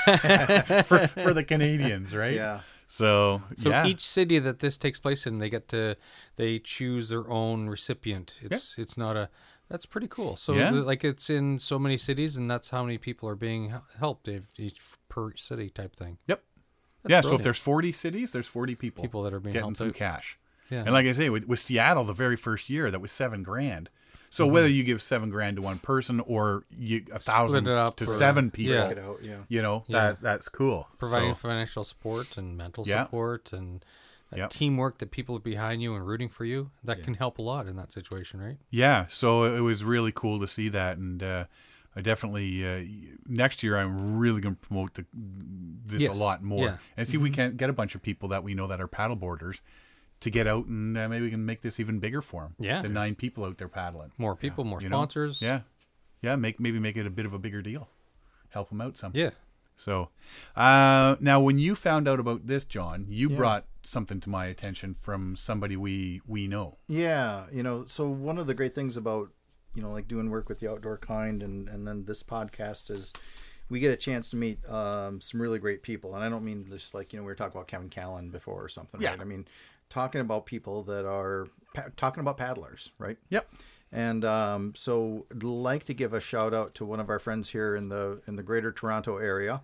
A: for, for the Canadians, right?
C: Yeah.
A: So,
B: So
A: yeah,
B: each city that this takes place in, they get to they choose their own recipient. It's it's not a that's pretty cool. So
A: Yeah.
B: th- like it's in so many cities, and that's how many people are being hel- helped if- each per city type thing.
A: yep, yeah. So if
B: brilliant.
A: there's 40 cities, there's 40 people
B: People that are being
A: getting
B: helped uh,
A: some
B: out.
A: cash.
B: Yeah.
A: And like I say, with, with Seattle, the very first year, that was seven grand. So
B: Mm-hmm.
A: whether you give seven grand to one person or you a thousand
B: it up
A: to
B: or-
A: seven people,
B: Yeah.
C: Check it out. Yeah.
A: you know
B: Yeah.
A: that that's cool.
B: Providing
A: So,
B: financial support and mental
A: Yeah.
B: support and that
A: Yep.
B: teamwork that people are behind you and rooting for you that can help a lot in that situation, right?
A: yeah, so it was really cool to see that, and uh, I definitely uh, next year I'm really going to promote the, this
B: Yes.
A: a lot more
B: Yeah. Mm-hmm.
A: and see if we can get a bunch of people that we know that are paddleboarders to get out and uh, maybe we can make this even bigger for them.
B: Yeah.
A: the nine people out there paddling.
B: More people, more
A: you know?
B: sponsors.
A: Yeah, yeah, make maybe make it a bit of a bigger deal, help them out some.
B: yeah.
A: So, uh, now when you found out about this, John, you brought something to my attention from somebody we we know.
C: Yeah, you know, so one of the great things about, you know, like doing work with the outdoor kind and and then this podcast is we get a chance to meet um, some really great people. And I don't mean just like, you know, we were talking about Kevin Callan before or something, right? I mean, talking about people that are pa- talking about paddlers, right?
A: Yep.
C: And um, so I'd like to give a shout out to one of our friends here in the in the greater Toronto area.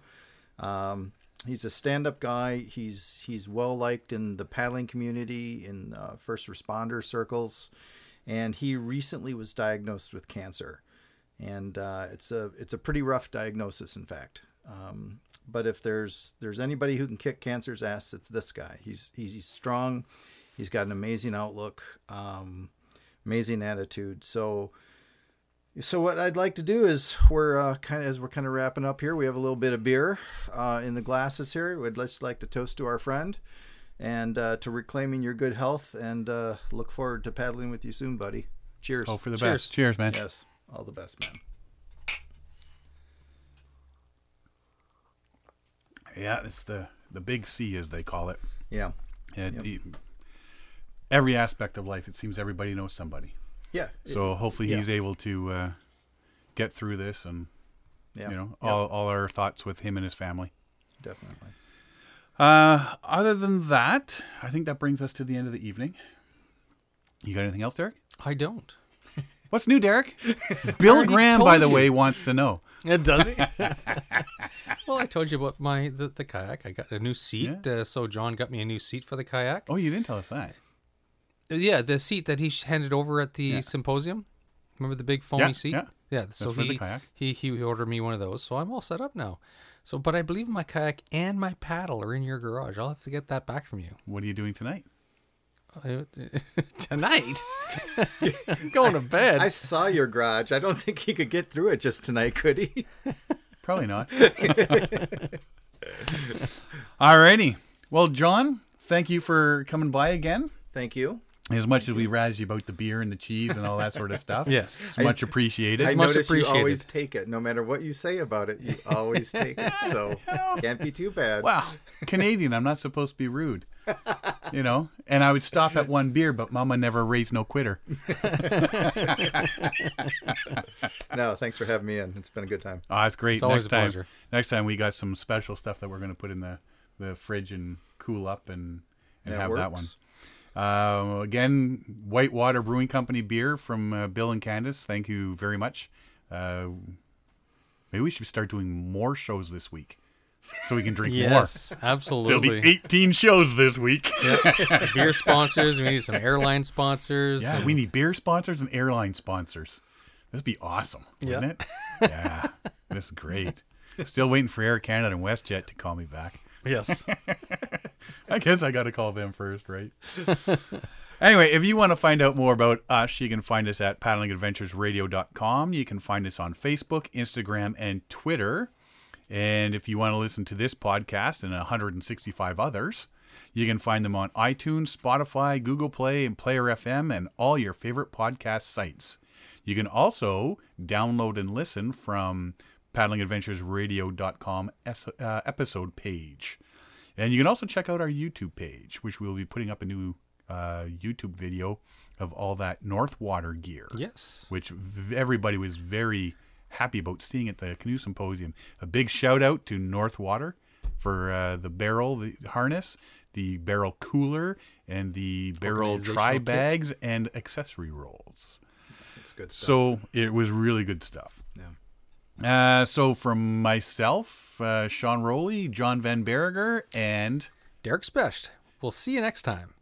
C: Um, he's a stand-up guy. He's he's well liked in the paddling community, in uh, first responder circles, and he recently was diagnosed with cancer. And uh, it's a it's a pretty rough diagnosis, in fact. Um, but if there's there's anybody who can kick cancer's ass, it's this guy. He's he's strong. He's got an amazing outlook, um, amazing attitude. So so what I'd like to do is we're uh, kind of as we're kind of wrapping up here. We have a little bit of beer uh, in the glasses here. We'd just like to toast to our friend and uh, to reclaiming your good health and uh, look forward to paddling with you soon, buddy. Cheers.
A: Oh, for the best. Cheers, man.
C: yes, all the best, man.
A: Yeah, it's the the big C as they call it.
C: Yeah,
A: And the- every aspect of life, it seems everybody knows somebody.
C: yeah,
A: So hopefully he's able to uh, get through this, and
C: yeah,
A: you know, all all our thoughts with him and his family.
C: definitely.
A: Uh, other than that, I think that brings us to the end of the evening. You got anything else, Derek?
B: I don't.
A: What's new, Derek? Bill Graham, by
B: told
A: the
B: you.
A: way, wants to know.
B: It does it. well, I told you about my the, the kayak. I got a new seat. Uh, so John got me a new seat for the kayak.
A: Oh, you didn't tell us that.
B: Uh, Yeah, the seat that he sh- handed over at the symposium. Remember the big foamy
A: Yeah,
B: seat?
A: yeah.
B: Yeah. So
A: for the
B: he,
A: kayak.
B: he he ordered me one of those. So I'm all set up now. So, but I believe my kayak and my paddle are in your garage. I'll have to get that back from you
A: What are you doing tonight?
B: Uh, tonight. Going to bed.
C: I saw your garage. I don't think he could get through it just tonight, could he?
A: Probably not. Alrighty. Well, John, thank you for coming by again.
C: Thank you.
A: As much as we razz you about the beer and the cheese and all that sort of stuff,
B: Yes.
A: it's much appreciated.
C: I
B: much
C: notice you
B: appreciated.
C: always take it, no matter what you say about it. You always take it, so can't be too bad.
A: wow, Canadian, I'm not supposed to be rude, you know. And I would stop at one beer, but Mama never raised no quitter.
C: No, thanks for having me in. It's been a good time.
A: Oh, that's great.
B: It's always
A: next
B: a
A: time,
B: pleasure.
A: Next time we got some special stuff that we're going to put in the, the fridge and cool up and, and
C: That
A: have that one.
C: works.
A: Uh, again, Whitewater Brewing Company beer from uh, Bill and Candace. Thank you very much. Uh, Maybe we should start doing more shows this week so we can drink
B: Yes,
A: more. There'll be
B: absolutely.
A: 18 shows this week.
B: Beer sponsors. We need some airline sponsors.
A: Yeah,
B: and-
A: we need beer sponsors and airline sponsors. This would be awesome, wouldn't
B: Yeah.
A: it? Yeah, this is great. Still waiting for Air Canada and WestJet to call me back.
B: yes.
A: I guess I got to call them first, right? anyway, if you want to find out more about us, you can find us at paddlingadventuresradio.com. You can find us on Facebook, Instagram, and Twitter. And if you want to listen to this podcast and 165 others, you can find them on iTunes, Spotify, Google Play, and Player FM, and all your favorite podcast sites. You can also download and listen from paddlingadventuresradio.com es- uh, episode page. And you can also check out our YouTube page, which we'll be putting up a new uh, YouTube video of all that Northwater gear.
B: Yes.
A: Which v- everybody was very happy about seeing at the Canoe Symposium. A big shout out to Northwater for uh, the barrel, the harness, the barrel cooler, and the barrel dry
B: kit.
A: bags and accessory rolls.
C: It's good stuff.
A: So it was really good stuff. Yeah. Uh, so from myself, uh, Sean Rowley, John Van Berger, and
B: Derek Specht. We'll see you next time.